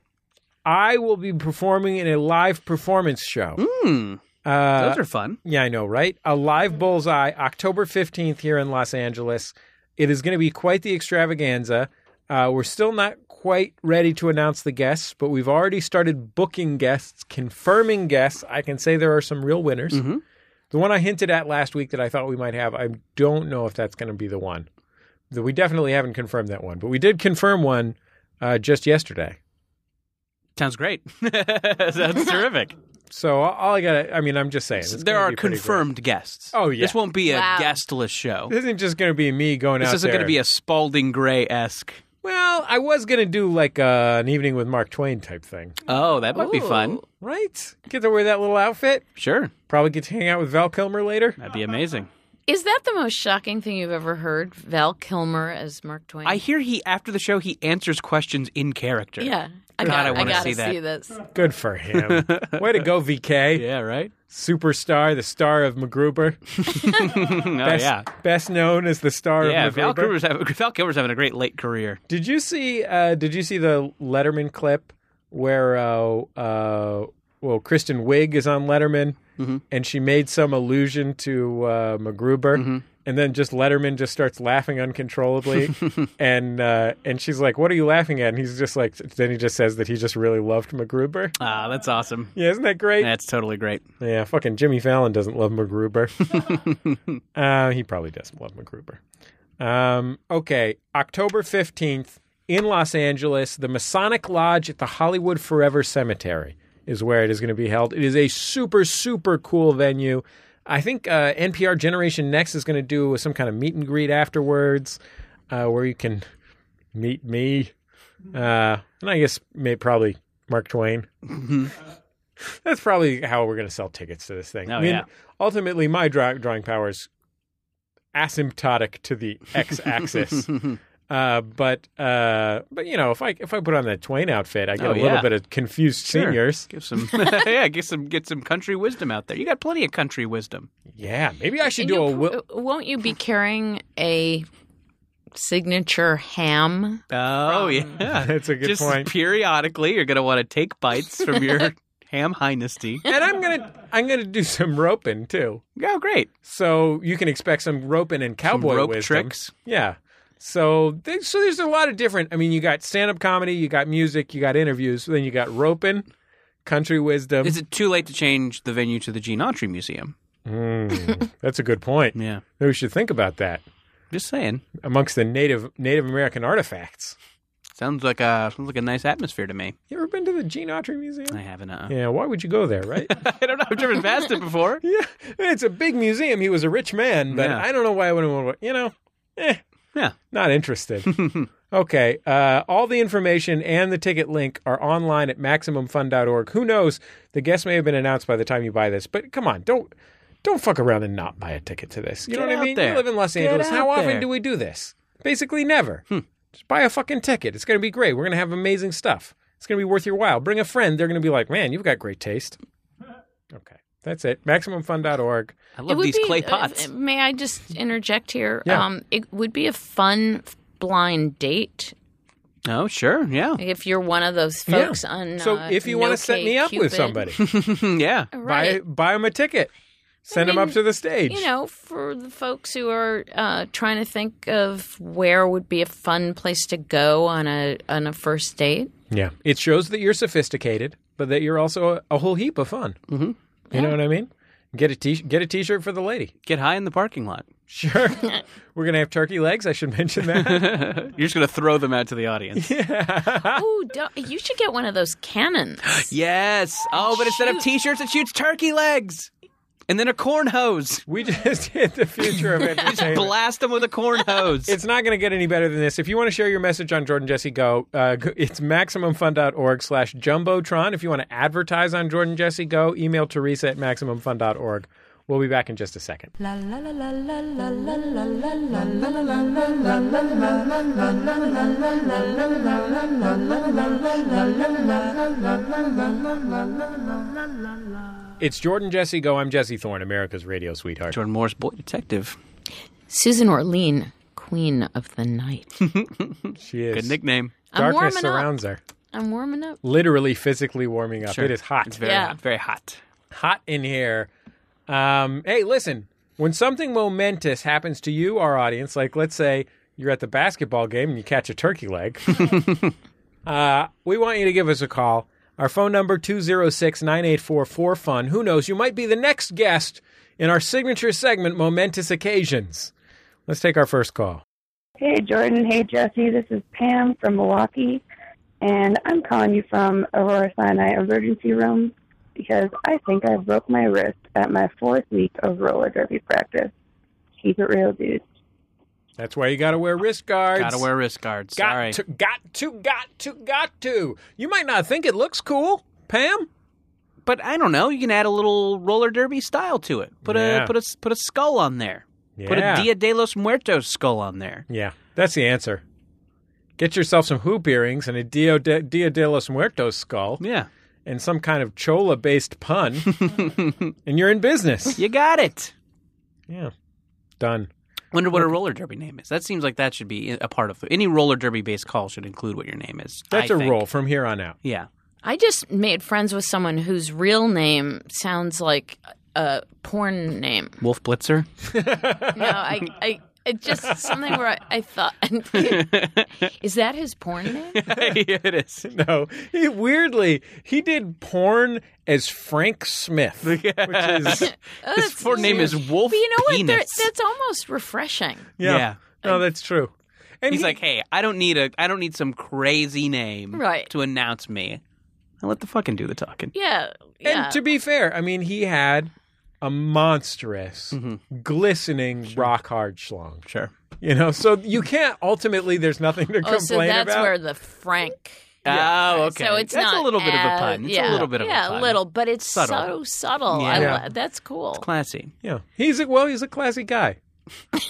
Speaker 2: I will be performing in a live performance show.
Speaker 4: Hmm.
Speaker 2: Uh,
Speaker 4: Those are fun.
Speaker 2: Yeah, I know, right? A
Speaker 4: Mm-hmm.
Speaker 2: live bullseye, October 15th here in Los Angeles. It is going to be quite the extravaganza. Uh, we're still not quite ready to announce the guests, but we've already started booking guests, confirming guests. I can say there are some real winners.
Speaker 4: Mhm.
Speaker 2: The one I hinted at last week that I thought we might have, I don't know if that's going to be the one. Though We definitely haven't confirmed that one, but we did confirm one uh, just yesterday.
Speaker 4: Sounds great. Sounds terrific.
Speaker 2: So all- all I got, to I mean, I'm just saying. it's
Speaker 4: there
Speaker 2: gonna
Speaker 4: are
Speaker 2: be pretty great.
Speaker 4: confirmed guests.
Speaker 2: Oh, yeah.
Speaker 4: This won't be a
Speaker 3: Wow.
Speaker 4: guestless show.
Speaker 2: This isn't just going to be me going out
Speaker 4: This isn't going to
Speaker 2: there.
Speaker 4: be a Spalding Gray esque.
Speaker 2: Well, I was gonna do like uh, an evening with Mark Twain type thing,
Speaker 4: Oh, that might be fun.
Speaker 3: Ooh.
Speaker 2: right? Get to wear that little outfit.
Speaker 4: Sure,
Speaker 2: Probably get to hang out with Val Kilmer later.
Speaker 4: that'd be amazing.
Speaker 3: Is that the most shocking thing you've ever heard? Val Kilmer as Mark Twain.
Speaker 4: I hear he after the show he answers questions in character.
Speaker 3: yeah. I
Speaker 4: God,
Speaker 3: gotta,
Speaker 4: I wanna
Speaker 3: gotta
Speaker 4: see that.
Speaker 3: this.
Speaker 2: Good for him. Way to go, VK!
Speaker 4: Yeah, right?
Speaker 2: Superstar, the star of MacGruber.
Speaker 4: oh,
Speaker 2: Best,
Speaker 4: yeah.
Speaker 2: best known as the star
Speaker 4: Yeah,
Speaker 2: of
Speaker 4: Val
Speaker 2: MacGruber.
Speaker 4: Kilmer's, having, Val Kilmer's having a great late career.
Speaker 2: Did you see? Uh, did you see the Letterman clip where uh, uh, well, Kristen Wiig is on Letterman, and she made some allusion to uh, MacGruber, and then just Letterman just starts laughing uncontrollably, and uh, and she's like, "What are you laughing at?" And he's just like, then he just says that he just really loved MacGruber.
Speaker 4: Ah, that's awesome.
Speaker 2: Yeah, isn't that great?
Speaker 4: That's totally great.
Speaker 2: Yeah, fucking Jimmy Fallon doesn't love MacGruber. uh, he probably doesn't love MacGruber. Um, okay, October 15th in Los Angeles, the Masonic Lodge at the Hollywood Forever Cemetery is where it is going to be held. It is a super, super cool venue. I think uh, NPR Generation Next is going to do some kind of meet and greet afterwards uh, where you can meet me. Uh, and I guess may, probably Mark Twain.
Speaker 4: Mm-hmm.
Speaker 2: That's probably how we're going to sell tickets to this thing.
Speaker 4: Oh,
Speaker 2: I mean,
Speaker 4: yeah.
Speaker 2: ultimately, my draw- drawing power is asymptotic to the x-axis.
Speaker 4: Mm-hmm.
Speaker 2: uh, but uh, but you know, if I if I put on that Twain outfit, I get
Speaker 4: Oh,
Speaker 2: a little
Speaker 4: yeah.
Speaker 2: bit of confused
Speaker 4: Sure.
Speaker 2: seniors.
Speaker 4: Give some, yeah, get some, get some country wisdom out there. You got plenty of country wisdom.
Speaker 2: Yeah, maybe I should
Speaker 3: And
Speaker 2: do a
Speaker 3: you'll
Speaker 2: Will.
Speaker 3: pro- won't you be carrying a signature ham?
Speaker 4: Oh yeah,
Speaker 2: That's a good
Speaker 4: Just
Speaker 2: point.
Speaker 4: periodically, you're gonna want to take bites from your ham hynesty.
Speaker 2: and I'm gonna I'm gonna do some roping too.
Speaker 4: Oh, great!
Speaker 2: So you can expect some roping and cowboy
Speaker 4: rope
Speaker 2: wisdom.
Speaker 4: tricks.
Speaker 2: Yeah. So they, so there's a lot of different. I mean, you got stand up comedy, you got music, you got interviews, then you got roping, country wisdom.
Speaker 4: Is it too late to change the venue to the Gene Autry Museum?
Speaker 2: Mm, that's a good point.
Speaker 4: Yeah,
Speaker 2: Maybe we should think about that
Speaker 4: just saying.
Speaker 2: amongst the native Native American artifacts.
Speaker 4: Sounds like a sounds like a nice atmosphere to me.
Speaker 2: You ever been to the Gene Autry Museum?
Speaker 4: I haven't. Uh,
Speaker 2: Yeah, why would you go there, right?
Speaker 4: I don't know. I've driven past it before.
Speaker 2: yeah, it's a big museum. He was a rich man, but
Speaker 4: Yeah.
Speaker 2: I don't know why I wouldn't want to. You know, eh,
Speaker 4: Yeah.
Speaker 2: not interested. okay, uh, all the information and the ticket link are online at maximumfun.org. Who knows? The guest may have been announced by the time you buy this, but come on, don't don't fuck around and not buy a ticket to this. You know
Speaker 4: Get
Speaker 2: what I
Speaker 4: out
Speaker 2: mean? You
Speaker 4: there.
Speaker 2: live in Los
Speaker 4: Get
Speaker 2: Angeles.
Speaker 4: out
Speaker 2: How often
Speaker 4: there. Hmm.
Speaker 2: do we do this? Basically, never. Just buy a fucking ticket. It's going to be great. We're going to have amazing stuff. It's going to be worth your while. Bring a friend. They're going to be like, man, you've got great taste. Okay. That's it. MaximumFun.org.
Speaker 4: I love
Speaker 3: It would
Speaker 4: these
Speaker 3: be-
Speaker 4: clay
Speaker 3: uh,
Speaker 4: pots.
Speaker 3: uh, may I just interject here?
Speaker 2: Yeah.
Speaker 3: Um, it would be a fun f- blind date
Speaker 4: oh, sure. Yeah.
Speaker 3: if you're one of those
Speaker 2: Yeah.
Speaker 3: folks on.
Speaker 2: So
Speaker 3: uh,
Speaker 2: if you want to set me up with
Speaker 3: NoKCupid.
Speaker 2: somebody,
Speaker 4: Hmm, yeah.
Speaker 2: buy
Speaker 3: right?
Speaker 2: buy them a ticket. Send them
Speaker 3: mean,
Speaker 2: up to the stage.
Speaker 3: you know, for the folks who are uh, trying to think of where would be a fun place to go on a on a first date,
Speaker 2: Yeah. It shows that you're sophisticated, but that you're also a, a whole heap of fun. Mm-hmm. You know what I mean? Get a t get a t shirt for the lady.
Speaker 4: Get high in the parking lot.
Speaker 2: Sure. We're gonna have turkey legs. I should mention that.
Speaker 4: You're just gonna throw them out to the audience.
Speaker 3: oh, you should get one of those cannons.
Speaker 4: yes. Oh, but instead of t-shirts, it shoots turkey legs. and then a corn hose.
Speaker 2: We just hit the future of entertainment.
Speaker 4: Blast them with a corn hose.
Speaker 2: It's not going to get any better than this. If you want to share your message on Jordan Jesse Go, uh, go- it's MaximumFun.org slash Jumbotron. If you want to advertise on Jordan Jesse Go, email Teresa at MaximumFun.org. We'll be back in just a second.
Speaker 1: La la la la la la la la la la.
Speaker 2: It's Jordan Jesse Go. I'm Jesse Thorne, America's radio sweetheart.
Speaker 4: Jordan Moore's boy detective.
Speaker 3: Susan Orlean, Queen of the Night.
Speaker 2: She is.
Speaker 4: Good nickname.
Speaker 3: I'm
Speaker 2: Darkness
Speaker 3: warming up.
Speaker 2: surrounds her.
Speaker 3: I'm warming up.
Speaker 2: Literally, physically warming up.
Speaker 4: Sure.
Speaker 2: It is hot.
Speaker 4: It's very
Speaker 3: Yeah.
Speaker 4: hot. Very hot.
Speaker 2: hot in here. Um, hey, listen, when something momentous happens to you, our audience, like let's say you're at the basketball game and you catch a turkey leg, uh, we want you to give us a call. Our phone number 206-984-4FUN. Who knows, you might be the next guest in our signature segment Momentous Occasions. Let's take our first call.
Speaker 7: Hey, Jordan. Hey, Jesse. This is Pam from Milwaukee, and I'm calling you from Aurora Sinai Emergency Room because I think I broke my wrist at my fourth week of roller derby practice. Keep it real, dude.
Speaker 2: That's why you got to wear wrist guards.
Speaker 4: Gotta wear wrist guards.
Speaker 2: got
Speaker 4: Sorry.
Speaker 2: to got to got to got to. You might not think it looks cool, Pam.
Speaker 4: but I don't know. You can add a little roller derby style to it. Put
Speaker 2: Yeah.
Speaker 4: a put a put a skull on there. Put
Speaker 2: Yeah.
Speaker 4: a Dia de los Muertos skull on there.
Speaker 2: Yeah, that's the answer. Get yourself some hoop earrings and a Dio de, Dia de los Muertos skull
Speaker 4: Yeah,
Speaker 2: and some kind of chola based pun, and you're in business.
Speaker 4: you got it.
Speaker 2: Yeah, done.
Speaker 4: Wonder what a roller derby name is. That seems like that should be a part of any roller derby based call should include what your name is.
Speaker 2: That's
Speaker 4: a
Speaker 2: a rule from here on out.
Speaker 4: Yeah,
Speaker 3: I just made friends with someone whose real name sounds like a porn name.
Speaker 4: Wolf Blitzer.
Speaker 3: No, I, I, it just something where I, I thought, is that his porn name?
Speaker 4: it is.
Speaker 2: No, he, weirdly, he did porn as Frank Smith, which is
Speaker 3: Oh,
Speaker 4: His
Speaker 3: that's
Speaker 4: porn name
Speaker 3: weird.
Speaker 4: is Wolf
Speaker 3: But you know what? There-
Speaker 4: Penis.
Speaker 3: That's almost refreshing.
Speaker 2: yeah.
Speaker 4: Yeah.
Speaker 2: No, that's true. And
Speaker 4: He's
Speaker 2: he-
Speaker 4: like, hey, I don't need a, I don't need some crazy name
Speaker 3: Right.
Speaker 4: to announce me. I let the fucking do the talking.
Speaker 3: Yeah.
Speaker 2: and
Speaker 3: yeah.
Speaker 2: to be fair, I mean, he had a monstrous,
Speaker 4: Mm-hmm.
Speaker 2: glistening, rock hard schlong.
Speaker 4: Sure.
Speaker 2: You know, so you can't ultimately. There's nothing to
Speaker 3: oh,
Speaker 2: complain
Speaker 3: so that's
Speaker 2: about.
Speaker 3: where the Frank.
Speaker 4: Oh, okay.
Speaker 3: So it's
Speaker 4: That's
Speaker 3: not
Speaker 4: a little bit of a
Speaker 3: as-
Speaker 4: pun. It's
Speaker 3: yeah,
Speaker 4: a little bit of
Speaker 3: yeah,
Speaker 4: a pun.
Speaker 3: little, but it's so
Speaker 4: Subtle.
Speaker 3: subtle.
Speaker 4: Yeah.
Speaker 3: I
Speaker 2: Yeah.
Speaker 3: lo- that's cool.
Speaker 4: Classy.
Speaker 2: Yeah, he's a, well, he's a classy guy. Wolf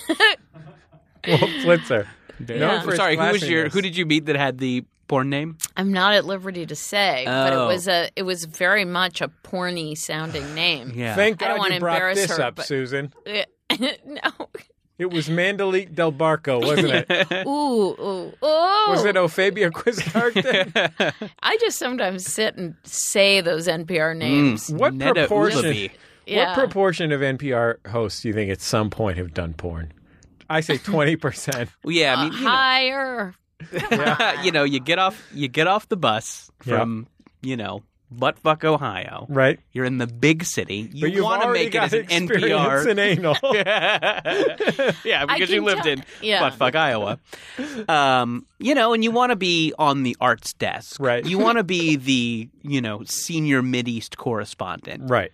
Speaker 2: Blitzer, known
Speaker 3: Yeah.
Speaker 2: for his
Speaker 4: Sorry, who was your
Speaker 2: classiness.
Speaker 4: who did you meet that had the porn name?
Speaker 3: I'm not at liberty to say, but
Speaker 4: Oh.
Speaker 3: it was a it was very much a porny sounding name.
Speaker 4: Yeah.
Speaker 2: Thank
Speaker 3: I don't
Speaker 2: God
Speaker 3: wanna
Speaker 2: you brought
Speaker 3: embarrass
Speaker 2: this
Speaker 3: her,
Speaker 2: up,
Speaker 3: but-
Speaker 2: Susan.
Speaker 3: no.
Speaker 2: It was Mandalit Del Barco, wasn't it?
Speaker 3: Ooh, ooh, ooh.
Speaker 2: was it Ophabia Quiscarden?
Speaker 3: I just sometimes sit and say those NPR names.
Speaker 2: Mm. what
Speaker 4: Netta
Speaker 2: proportion?
Speaker 4: Ulaby.
Speaker 3: Yeah.
Speaker 2: What proportion of NPR hosts do you think at some point have done porn? I say twenty percent.
Speaker 4: Well, yeah, I mean, you know,
Speaker 3: Higher.
Speaker 4: you know, you get off you get off the bus
Speaker 2: Yeah.
Speaker 4: from you know Buttfuck, Ohio.
Speaker 2: Right.
Speaker 4: You're in the big city.
Speaker 2: But
Speaker 4: You
Speaker 2: you've
Speaker 4: want to
Speaker 2: already
Speaker 4: make it
Speaker 2: got
Speaker 4: as an
Speaker 2: experience
Speaker 4: NPR.
Speaker 2: in anal.
Speaker 4: yeah, because you
Speaker 3: can
Speaker 4: lived
Speaker 3: tell-
Speaker 4: in
Speaker 3: yeah.
Speaker 4: Buttfuck, Iowa. Um, you know, and you want to be on the arts desk.
Speaker 2: Right.
Speaker 4: You want to be the, you know, senior Mideast correspondent.
Speaker 2: right.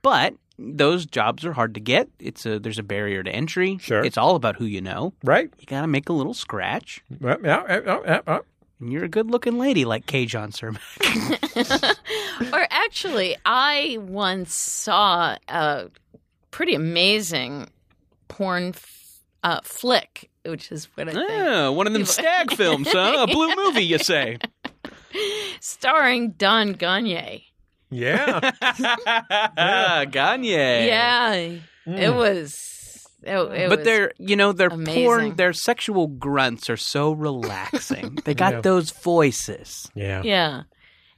Speaker 4: But those jobs are hard to get. It's a there's a barrier to entry.
Speaker 2: Sure.
Speaker 4: It's all about who you know.
Speaker 2: Right.
Speaker 4: You gotta make a little scratch.
Speaker 2: Well, yeah, yeah, yeah, yeah.
Speaker 4: And you're a good looking lady like K. John Sermon.
Speaker 3: or actually, I once saw a pretty amazing porn f- uh, flick, which is what I think.
Speaker 4: one of them stag films, huh? A blue movie, you say.
Speaker 3: starring Don Gagne.
Speaker 2: Yeah.
Speaker 4: Ah, Gagne.
Speaker 3: Yeah, it was. It, it
Speaker 4: but
Speaker 3: was-
Speaker 4: their, you know, their porn,
Speaker 3: amazing.
Speaker 4: their sexual grunts are so relaxing. they got
Speaker 2: Yeah.
Speaker 4: those voices.
Speaker 2: yeah.
Speaker 3: yeah,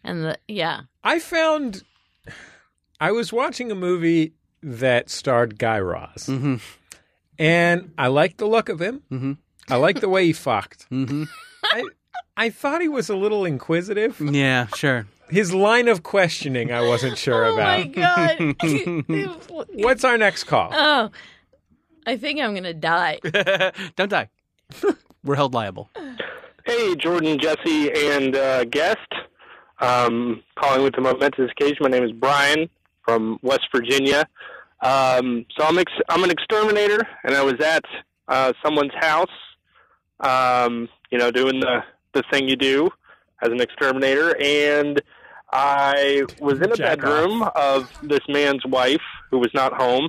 Speaker 3: and the yeah.
Speaker 2: I found I was watching a movie that starred Guy Raz,
Speaker 4: Mhm.
Speaker 2: and I liked the look of him.
Speaker 4: Mhm.
Speaker 2: I liked the way he fucked.
Speaker 4: Mhm.
Speaker 2: I, I thought he was a little inquisitive.
Speaker 4: Yeah, sure.
Speaker 2: His line of questioning, I wasn't sure
Speaker 3: Oh my
Speaker 2: about.
Speaker 3: god!
Speaker 2: What's our next call?
Speaker 3: oh, I think I'm gonna die.
Speaker 4: Don't die. We're held liable.
Speaker 8: Hey, Jordan, Jesse, and uh, guest. Um, calling with the momentous occasion. My name is Brian from West Virginia. Um, so I'm ex- I'm an exterminator, and I was at uh, someone's house, um, you know, doing the the thing you do as an exterminator, and I was in a
Speaker 2: Jack
Speaker 8: bedroom of this man's wife who was not home,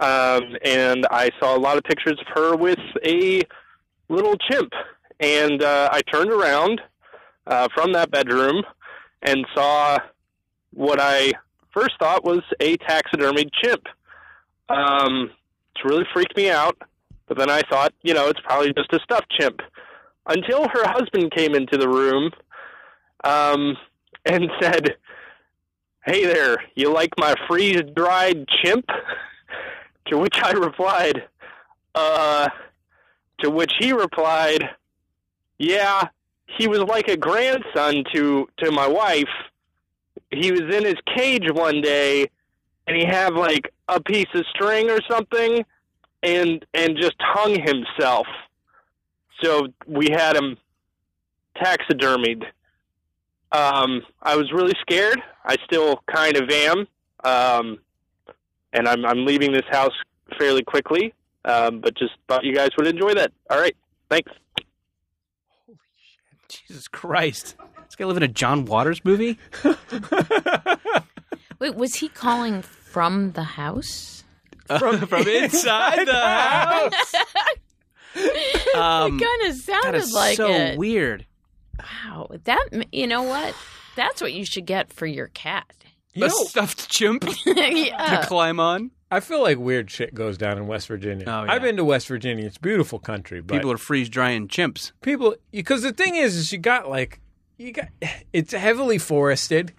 Speaker 8: um, and I saw a lot of pictures of her with a little chimp, and uh, I turned around uh, from that bedroom and saw what I first thought was a taxidermied chimp. Um, it really freaked me out, but then I thought, you know, it's probably just a stuffed chimp. Until her husband came into the room um, and said, Hey there, you like my freeze dried chimp? to which I replied, Uh, to which he replied, Yeah, he was like a grandson to, to my wife he was in his cage one day and he had like a piece of string or something and and just hung himself so we had him taxidermied um i was really scared i still kind of am um and i'm i'm leaving this house fairly quickly um but just thought you guys would enjoy that all right thanks
Speaker 4: Jesus Christ. This guy live in a John Waters movie?
Speaker 3: Wait, was he calling from the house?
Speaker 4: From, from inside the house. Um,
Speaker 3: Kind of sounded
Speaker 4: that is
Speaker 3: like
Speaker 4: so
Speaker 3: it.
Speaker 4: weird.
Speaker 3: Wow, that m- you know what? That's what you should get for your cat.
Speaker 2: You
Speaker 4: a
Speaker 2: know,
Speaker 4: stuffed chimp to
Speaker 3: yeah.
Speaker 4: climb on.
Speaker 2: I feel like weird shit goes down in West Virginia.
Speaker 4: Oh, yeah.
Speaker 2: I've been to West Virginia. It's beautiful country, but
Speaker 4: People are freeze drying chimps.
Speaker 2: people because the thing is, is you got like you got it's heavily forested.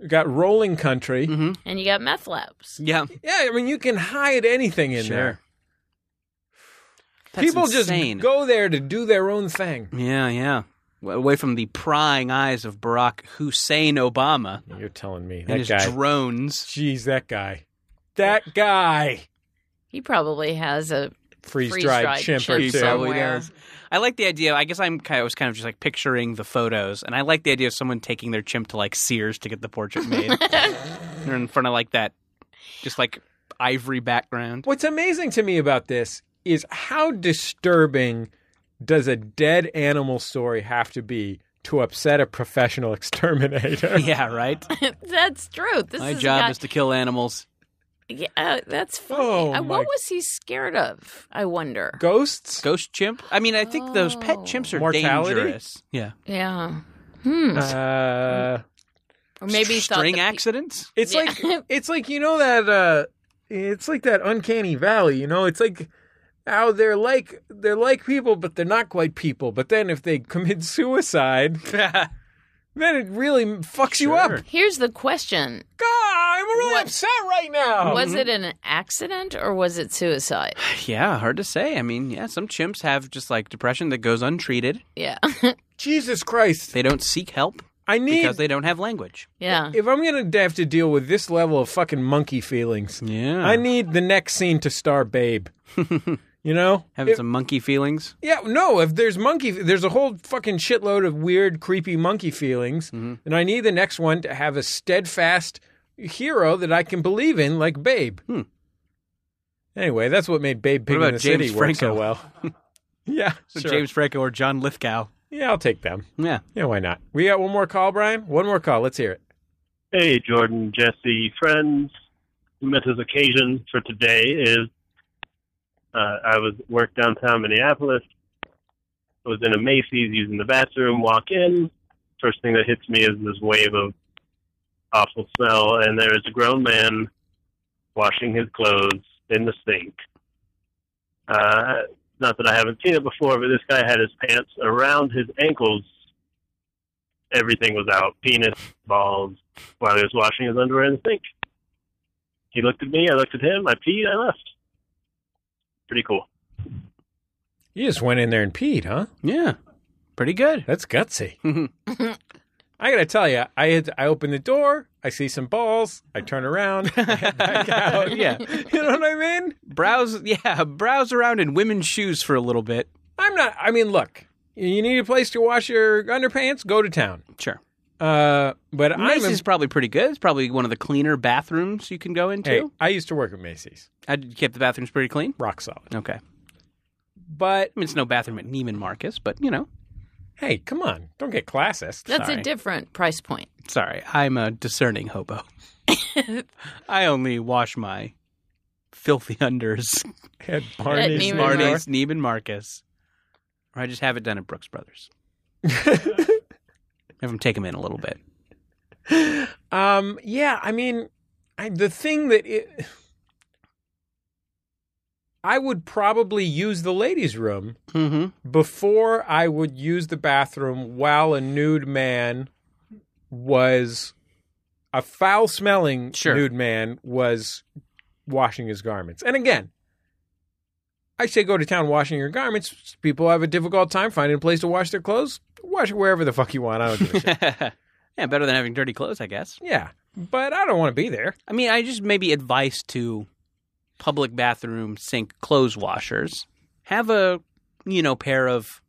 Speaker 2: You got rolling country.
Speaker 4: Mm-hmm.
Speaker 3: And you got meth labs.
Speaker 4: Yeah.
Speaker 2: Yeah, I mean you can hide anything in there.
Speaker 4: That's
Speaker 2: people
Speaker 4: insane.
Speaker 2: just go there to do their own thing.
Speaker 4: Yeah, yeah. W- Away from the prying eyes of Barack Hussein Obama
Speaker 2: You're telling me
Speaker 4: and
Speaker 2: that
Speaker 4: his
Speaker 2: guy?
Speaker 4: drones.
Speaker 2: Jeez, that guy, that guy,
Speaker 3: He probably has a
Speaker 2: freeze
Speaker 3: Freeze-dried
Speaker 2: dried chimp or
Speaker 3: chimp
Speaker 2: two.
Speaker 3: somewhere.
Speaker 4: I like the idea. I guess I'm kind of, I was kind of just like picturing the photos, and I like the idea of someone taking their chimp to like Sears to get the portrait made. They're in front of like that, just like ivory background.
Speaker 2: What's amazing to me about this is how disturbing does a dead animal story have to be to upset a professional exterminator?
Speaker 4: Yeah, right.
Speaker 3: That's true. This
Speaker 4: My
Speaker 3: is a
Speaker 4: job
Speaker 3: guy-
Speaker 4: is to kill animals.
Speaker 3: Yeah, uh, that's funny.
Speaker 2: Oh,
Speaker 3: Uh,
Speaker 2: my-
Speaker 3: what was he scared of? I wonder.
Speaker 2: Ghosts?
Speaker 4: Ghost chimp. I mean, I think those pet
Speaker 3: Oh.
Speaker 4: chimps are
Speaker 2: Mortality?
Speaker 4: dangerous. Yeah.
Speaker 3: Yeah. Hmm.
Speaker 2: Uh,
Speaker 3: or maybe he thought
Speaker 4: string
Speaker 3: the pe-
Speaker 4: accidents.
Speaker 2: it's
Speaker 3: Yeah.
Speaker 2: like it's like you know that uh, it's like that uncanny valley. You know, it's like how they're like they're like people, but they're not quite people. But then if they commit suicide, then it really fucks you up.
Speaker 4: Sure.
Speaker 3: Here's the question:
Speaker 2: God, I'm really
Speaker 3: What-
Speaker 2: upset right
Speaker 4: Oh,
Speaker 2: now.
Speaker 3: Was
Speaker 4: mm-hmm.
Speaker 3: it an accident or was it suicide?
Speaker 4: Yeah, hard to say. I mean, yeah, some chimps have just like depression that goes untreated.
Speaker 3: Yeah,
Speaker 2: Jesus Christ!
Speaker 4: They don't seek help
Speaker 2: I need
Speaker 4: because they don't have language.
Speaker 3: yeah.
Speaker 2: If I'm gonna have to deal with this level of fucking monkey feelings,
Speaker 4: Yeah.
Speaker 2: I need the next scene to star Babe. you know,
Speaker 4: Having
Speaker 2: If-
Speaker 4: some monkey feelings.
Speaker 2: yeah, no. If there's monkey, there's a whole fucking shitload of weird, creepy monkey feelings,
Speaker 4: Mm-hmm.
Speaker 2: and I need the next one to have a steadfast hero that I can believe in, like Babe. Anyway, that's what made Babe Pig
Speaker 4: Hmm. about
Speaker 2: in the
Speaker 4: James
Speaker 2: City work so
Speaker 4: Franco?
Speaker 2: well. yeah,
Speaker 4: So
Speaker 2: sure.
Speaker 4: James Franco or John Lithgow.
Speaker 2: Yeah, I'll take them.
Speaker 4: Yeah.
Speaker 2: Yeah, why not? We got one more call, Brian. One more call. Let's hear it.
Speaker 9: Hey, Jordan, Jesse, friends. Meta's occasion for today is uh, I was at work downtown Minneapolis. I was in a Macy's using the bathroom, walk in. First thing that hits me is this wave of awful smell, and there is a grown man washing his clothes in the sink. Uh, not that I haven't seen it before, but this guy had his pants around his ankles. Everything was out penis, balls, while he was washing his underwear in the sink. He looked at me, I looked at him, I peed, I left. Pretty cool.
Speaker 2: You just went in there and peed, huh?
Speaker 4: Yeah. Pretty good.
Speaker 2: That's gutsy. I gotta tell you, I had I open the door, I see some balls, I turn around, I head back out.
Speaker 4: Yeah.
Speaker 2: you know what I mean?
Speaker 4: Browse yeah, browse around in women's shoes for a little bit.
Speaker 2: I'm not. I mean, look, you need a place to wash your underpants, go to town.
Speaker 4: Sure.
Speaker 2: Uh, but
Speaker 4: Macy's
Speaker 2: I'm.
Speaker 4: is probably pretty good. It's probably one of the cleaner bathrooms you can go into.
Speaker 2: Hey, I used to work at Macy's.
Speaker 4: I kept the bathrooms pretty clean.
Speaker 2: Rock solid.
Speaker 4: Okay. I
Speaker 2: But
Speaker 4: mean, it's no bathroom at Neiman Marcus, but you know,
Speaker 2: hey, come on. Don't get classist.
Speaker 3: That's
Speaker 4: Sorry.
Speaker 3: a different price point.
Speaker 4: sorry, I'm a discerning hobo. I only wash my filthy unders
Speaker 2: At Barney's.
Speaker 3: Neiman
Speaker 2: next door.
Speaker 4: Barney's,
Speaker 3: Marcus.
Speaker 4: Neiman Marcus, or I just have it done at Brooks Brothers. have them take them in a little bit.
Speaker 2: Um, yeah, I mean, I, the thing that it, I would probably use the ladies' room
Speaker 4: Mm-hmm.
Speaker 2: before I would use the bathroom while a nude man was a foul smelling
Speaker 4: Sure.
Speaker 2: nude man was washing his garments. And again, I say go to town washing your garments. People have a difficult time finding a place to wash their clothes. Wash it wherever the fuck you want. I don't give a shit.
Speaker 4: yeah, better than having dirty clothes, I guess.
Speaker 2: Yeah. But I don't want to be there.
Speaker 4: I mean, I just maybe advice to public bathroom sink clothes washers have a you know pair of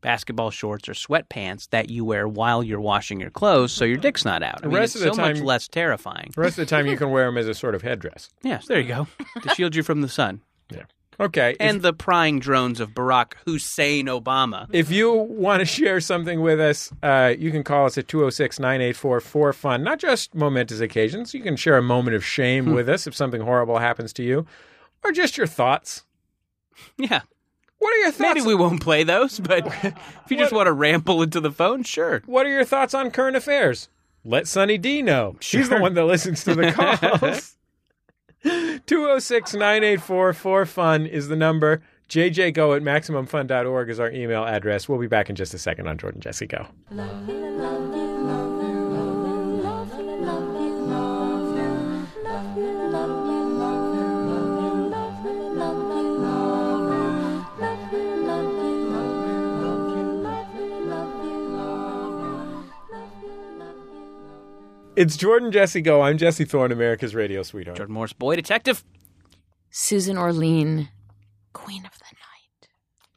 Speaker 4: basketball shorts or sweatpants that you wear while you're washing your clothes, so your dick's not out. I
Speaker 2: The
Speaker 4: mean,
Speaker 2: rest
Speaker 4: it's
Speaker 2: of the
Speaker 4: so much
Speaker 2: time-
Speaker 4: less terrifying.
Speaker 2: The rest of the time, you can wear them as a sort of headdress.
Speaker 4: Yes, there you go to shield you from the sun
Speaker 2: Okay.
Speaker 4: and the prying drones of Barack Hussein Obama.
Speaker 2: if, if you want to share something with us, uh, you can call us at 206 984 4FUN. Not just momentous occasions. You can share a moment of shame with us if something horrible happens to you, or just your thoughts.
Speaker 4: Yeah,
Speaker 2: What are your thoughts?
Speaker 4: maybe we won't play those, but if you just want to ramble into the phone, sure.
Speaker 2: what are your thoughts on current affairs? Let Sonny D know. She's the one that listens to the calls. 206 984 4FUN is the number. JJGo at MaximumFun.org is our email address. We'll be back in just a second on Jordan Jesse Go. It's Jordan Jesse Go. I'm Jesse Thorne, America's radio sweetheart.
Speaker 4: Jordan Morse, boy detective.
Speaker 3: Susan Orlean, Queen of the Night.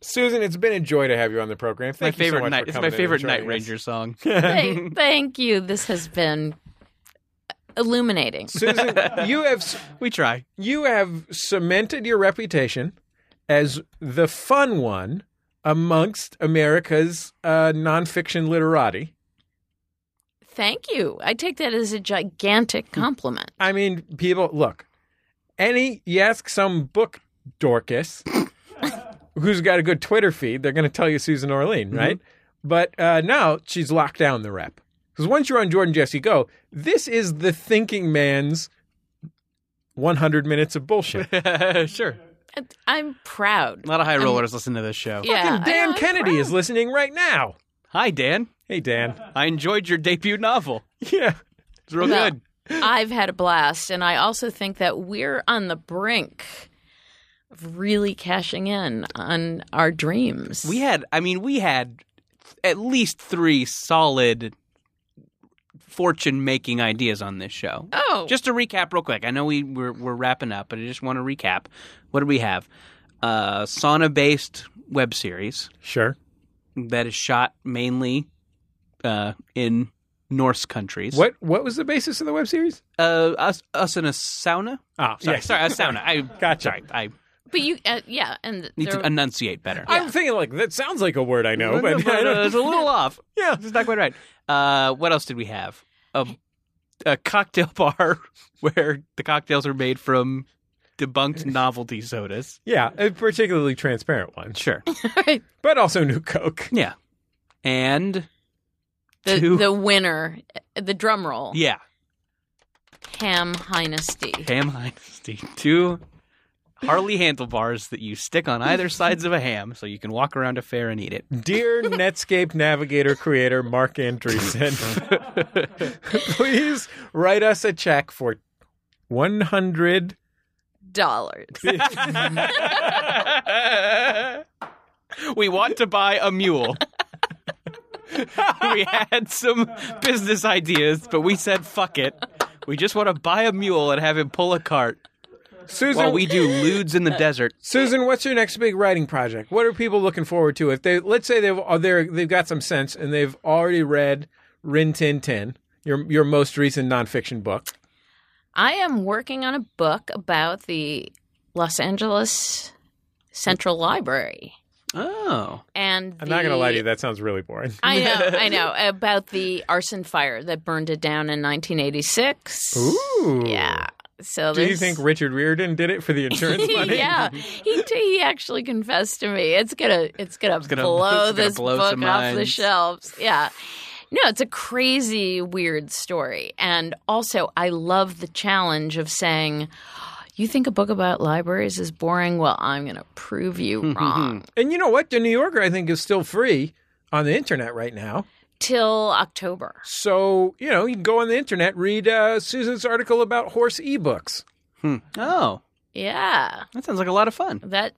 Speaker 2: Susan, it's been a joy to have you on the program. Thank
Speaker 4: my
Speaker 2: you so
Speaker 4: favorite
Speaker 2: much
Speaker 4: night.
Speaker 2: For
Speaker 4: It's my
Speaker 2: coming in and
Speaker 4: favorite
Speaker 2: joining
Speaker 4: Night
Speaker 2: us.
Speaker 4: Ranger song.
Speaker 3: thank, thank you. This has been illuminating.
Speaker 2: Susan, you have s-
Speaker 4: we try.
Speaker 2: you have cemented your reputation as the fun one amongst America's uh, nonfiction literati.
Speaker 3: Thank you. I take that as a gigantic compliment.
Speaker 2: I mean, people look. Any you ask some book Dorcas who's got a good Twitter feed, they're going to tell you Susan Orlean,
Speaker 4: Mm-hmm.
Speaker 2: right? But uh, now she's locked down the rep because once you're on Jordan Jesse Go, this is the thinking man's 100 minutes of bullshit.
Speaker 4: sure.
Speaker 3: I'm proud.
Speaker 4: A lot of high rollers listen to this show.
Speaker 3: Yeah,
Speaker 2: Fucking
Speaker 3: I know,
Speaker 2: Dan
Speaker 3: I'm
Speaker 2: Kennedy
Speaker 3: proud.
Speaker 2: is listening right now.
Speaker 4: Hi, Dan.
Speaker 2: Hey Dan.
Speaker 4: I enjoyed your debut novel.
Speaker 2: Yeah.
Speaker 4: It's real
Speaker 3: No.
Speaker 4: good.
Speaker 3: I've had a blast, and I also think that we're on the brink of really cashing in on our dreams.
Speaker 4: We had, I mean, we had at least three solid fortune making ideas on this show.
Speaker 3: oh,
Speaker 4: Just to recap, real quick. I know we, we're, we're wrapping up, but I just want to recap. What do we have? Uh, sauna based web series
Speaker 2: Sure.
Speaker 4: that is shot mainly uh, in Norse countries.
Speaker 2: What what was the basis of the web series?
Speaker 4: Uh, us, us in a sauna?
Speaker 2: Ah,
Speaker 4: Oh, Sorry,
Speaker 2: yeah.
Speaker 4: sorry, a sauna. I
Speaker 2: Gotcha.
Speaker 4: Sorry, I
Speaker 3: but you, uh, yeah, and
Speaker 4: need
Speaker 3: there-
Speaker 4: to enunciate better.
Speaker 2: I'm thinking like that sounds like a word I know, but I
Speaker 4: uh,
Speaker 2: don't-
Speaker 4: it's a little off.
Speaker 2: yeah.
Speaker 4: It's not quite right. Uh, what else did we have? A, a cocktail bar where the cocktails are made from debunked novelty sodas.
Speaker 2: Yeah, a particularly transparent one,
Speaker 4: Sure.
Speaker 2: but also New Coke.
Speaker 4: Yeah. And
Speaker 3: the,
Speaker 4: two-
Speaker 3: the winner, the drum roll,
Speaker 4: yeah,
Speaker 3: Ham Heinesty.
Speaker 4: ham dynasty. Two Harley handlebars that you stick on either sides of a ham so you can walk around a fair and eat it.
Speaker 2: Dear Netscape Navigator creator Mark Andreessen, please write us a check for 100.
Speaker 3: Dollars.
Speaker 4: we want to buy a mule. we had some business ideas, but we said fuck it. We just want to buy a mule and have him pull a cart
Speaker 2: Susan,
Speaker 4: while we do lewds in the desert.
Speaker 2: Susan, what's your next big writing project? uh, What are people looking forward to? If they let's say they've are they they've got some sense and they've already read Rin Tin Tin, your your most recent nonfiction book.
Speaker 3: I am working on a book about the Los Angeles Central Library.
Speaker 4: Oh,
Speaker 3: And
Speaker 2: I'm not going to lie to you,
Speaker 3: the-
Speaker 2: that sounds really boring.
Speaker 3: I know, I know about the arson fire that burned it down in 1986.
Speaker 2: Ooh.
Speaker 3: yeah. So
Speaker 2: Do you
Speaker 3: there's-
Speaker 2: think Richard Reardon did it for the insurance money?
Speaker 3: yeah, he t- he actually confessed to me. It's gonna it's gonna,
Speaker 4: gonna-
Speaker 3: blow
Speaker 4: it's gonna
Speaker 3: this
Speaker 4: blow
Speaker 3: book
Speaker 4: some
Speaker 3: off the
Speaker 4: minds.
Speaker 3: shelves. Yeah. No, it's a crazy, weird story. And also, I love the challenge of saying, You think a book about libraries is boring? Well, I'm going to prove you wrong.
Speaker 2: And you know what? The New Yorker, I think, is still free on the internet right now.
Speaker 3: Till October.
Speaker 2: So, you know, you can go on the internet, read uh, Susan's article about horse ebooks.
Speaker 4: Hmm. oh,
Speaker 3: Yeah.
Speaker 4: that sounds like a lot of fun.
Speaker 3: That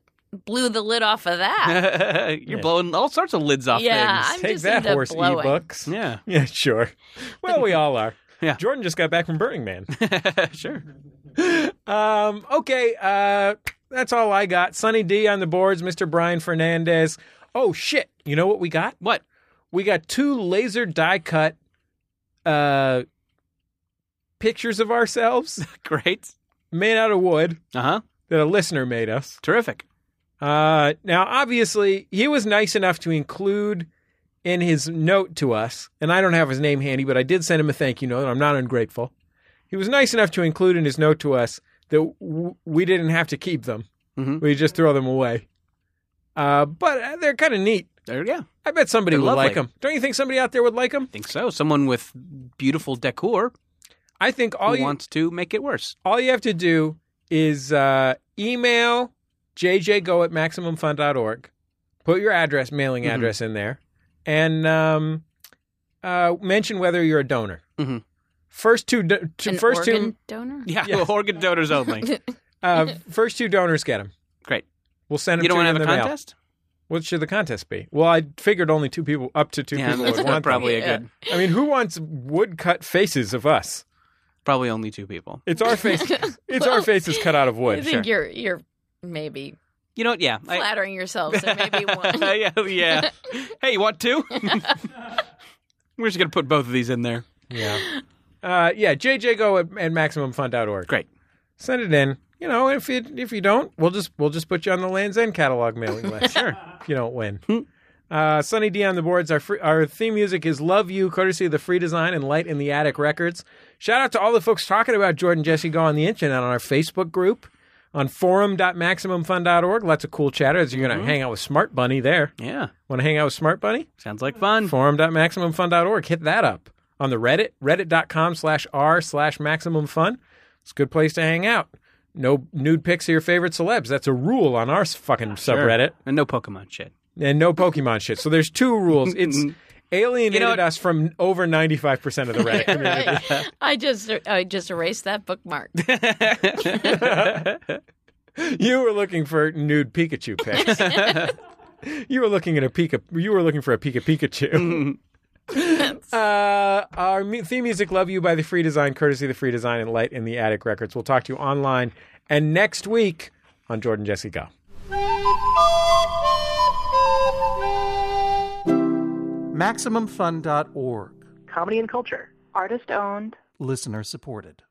Speaker 3: blew the lid off of that.
Speaker 4: You're blowing all sorts of lids off
Speaker 3: yeah.
Speaker 4: things.
Speaker 3: I'm
Speaker 2: Take
Speaker 3: just
Speaker 2: that,
Speaker 3: into
Speaker 2: horse
Speaker 3: blowing.
Speaker 2: ebooks.
Speaker 4: Yeah,
Speaker 2: Yeah, sure. Well, we all are.
Speaker 4: Yeah.
Speaker 2: Jordan just got back from Burning Man.
Speaker 4: sure.
Speaker 2: um, okay, uh, that's all I got. Sunny D on the boards, Mr. Brian Fernandez. Oh, shit. You know what we got?
Speaker 4: What?
Speaker 2: We got two laser die cut uh, pictures of ourselves
Speaker 4: Great.
Speaker 2: made out of wood
Speaker 4: Uh huh.
Speaker 2: that a listener made us.
Speaker 4: Terrific.
Speaker 2: Uh, now, obviously, he was nice enough to include in his note to us, and I don't have his name handy, but I did send him a thank you note. and I'm not ungrateful. He was nice enough to include in his note to us that w- we didn't have to keep them;
Speaker 4: Mhm.
Speaker 2: we just throw them away. Uh, but uh, they're kind of neat.
Speaker 4: There you go.
Speaker 2: I bet somebody
Speaker 4: They're
Speaker 2: would
Speaker 4: lovely.
Speaker 2: like them. Don't you think somebody out there would like them?
Speaker 4: Think so. Someone with beautiful decor
Speaker 2: I think all
Speaker 4: who
Speaker 2: you
Speaker 4: wants to make it worse.
Speaker 2: all you have to do is uh, email jjgo at maximumfun.org, put your address, mailing
Speaker 4: Mhm.
Speaker 2: address in there, and um, uh, mention whether you're a donor.
Speaker 4: Mhm.
Speaker 2: First two, do- two
Speaker 3: An
Speaker 2: first
Speaker 3: organ
Speaker 2: two,
Speaker 3: donor?
Speaker 4: Yeah,
Speaker 2: Yes.
Speaker 4: organ donors only.
Speaker 2: uh, first two donors get them.
Speaker 4: Great.
Speaker 2: We'll send them.
Speaker 4: You don't
Speaker 2: to
Speaker 4: want to
Speaker 2: in
Speaker 4: have a
Speaker 2: the mail.
Speaker 4: contest?
Speaker 2: What should the contest be? Well, I figured only two people, up to two
Speaker 4: yeah,
Speaker 2: people
Speaker 4: that's
Speaker 2: would want them.
Speaker 4: probably a
Speaker 3: Yeah.
Speaker 4: good.
Speaker 2: I mean, who wants woodcut faces of us?
Speaker 4: Probably only two people.
Speaker 2: It's our face. it's our
Speaker 3: Well,
Speaker 2: faces cut out of
Speaker 3: I
Speaker 2: wood.
Speaker 3: think you're you're maybe
Speaker 4: You know what? Yeah. I-
Speaker 3: flattering yourself. So maybe one.
Speaker 4: yeah, oh, yeah. Hey, you want two? We're just gonna put both of these in there.
Speaker 2: Yeah. Uh, yeah, jjgo at, at maximumfund.org.
Speaker 4: Great.
Speaker 2: Send it in. You know, if you if you don't, we'll just we'll just put you on the Land's End catalog mailing list. sure. If you don't win. Uh, Sunny D on the boards. Our free, our theme music is "Love You," courtesy of the Free Design and Light in the Attic Records. Shout out to all the folks talking about Jordan Jesse Go on the internet on our Facebook group, on forum.maximumfun.org. Lots of cool chatter. As You're gonna hang out with Smart Bunny there.
Speaker 4: Yeah.
Speaker 2: Want to hang out with Smart Bunny?
Speaker 4: Sounds like fun.
Speaker 2: forum.maximumfun.org. Hit that up on the Reddit, reddit.com slash r slash maximumfun. It's a good place to hang out. No nude pics of your favorite celebs. That's a rule on our fucking subreddit.
Speaker 4: And no Pokemon shit.
Speaker 2: And no Pokemon shit. So there's two rules. It's alienated
Speaker 4: You know what?
Speaker 2: us from over 95% of the Reddit community.
Speaker 3: I, I just I just erased that bookmark.
Speaker 2: you were looking for nude Pikachu pics. you were looking at a Pika. You were looking for a Pika Pikachu. uh, our mu- theme music, "Love You" by the Free Design, courtesy of the Free Design and Light in the Attic Records. We'll talk to you online and next week on Jordan Jesse Go.
Speaker 10: MaximumFun.org.
Speaker 11: Comedy and culture.
Speaker 7: Artist owned.
Speaker 10: Listener supported.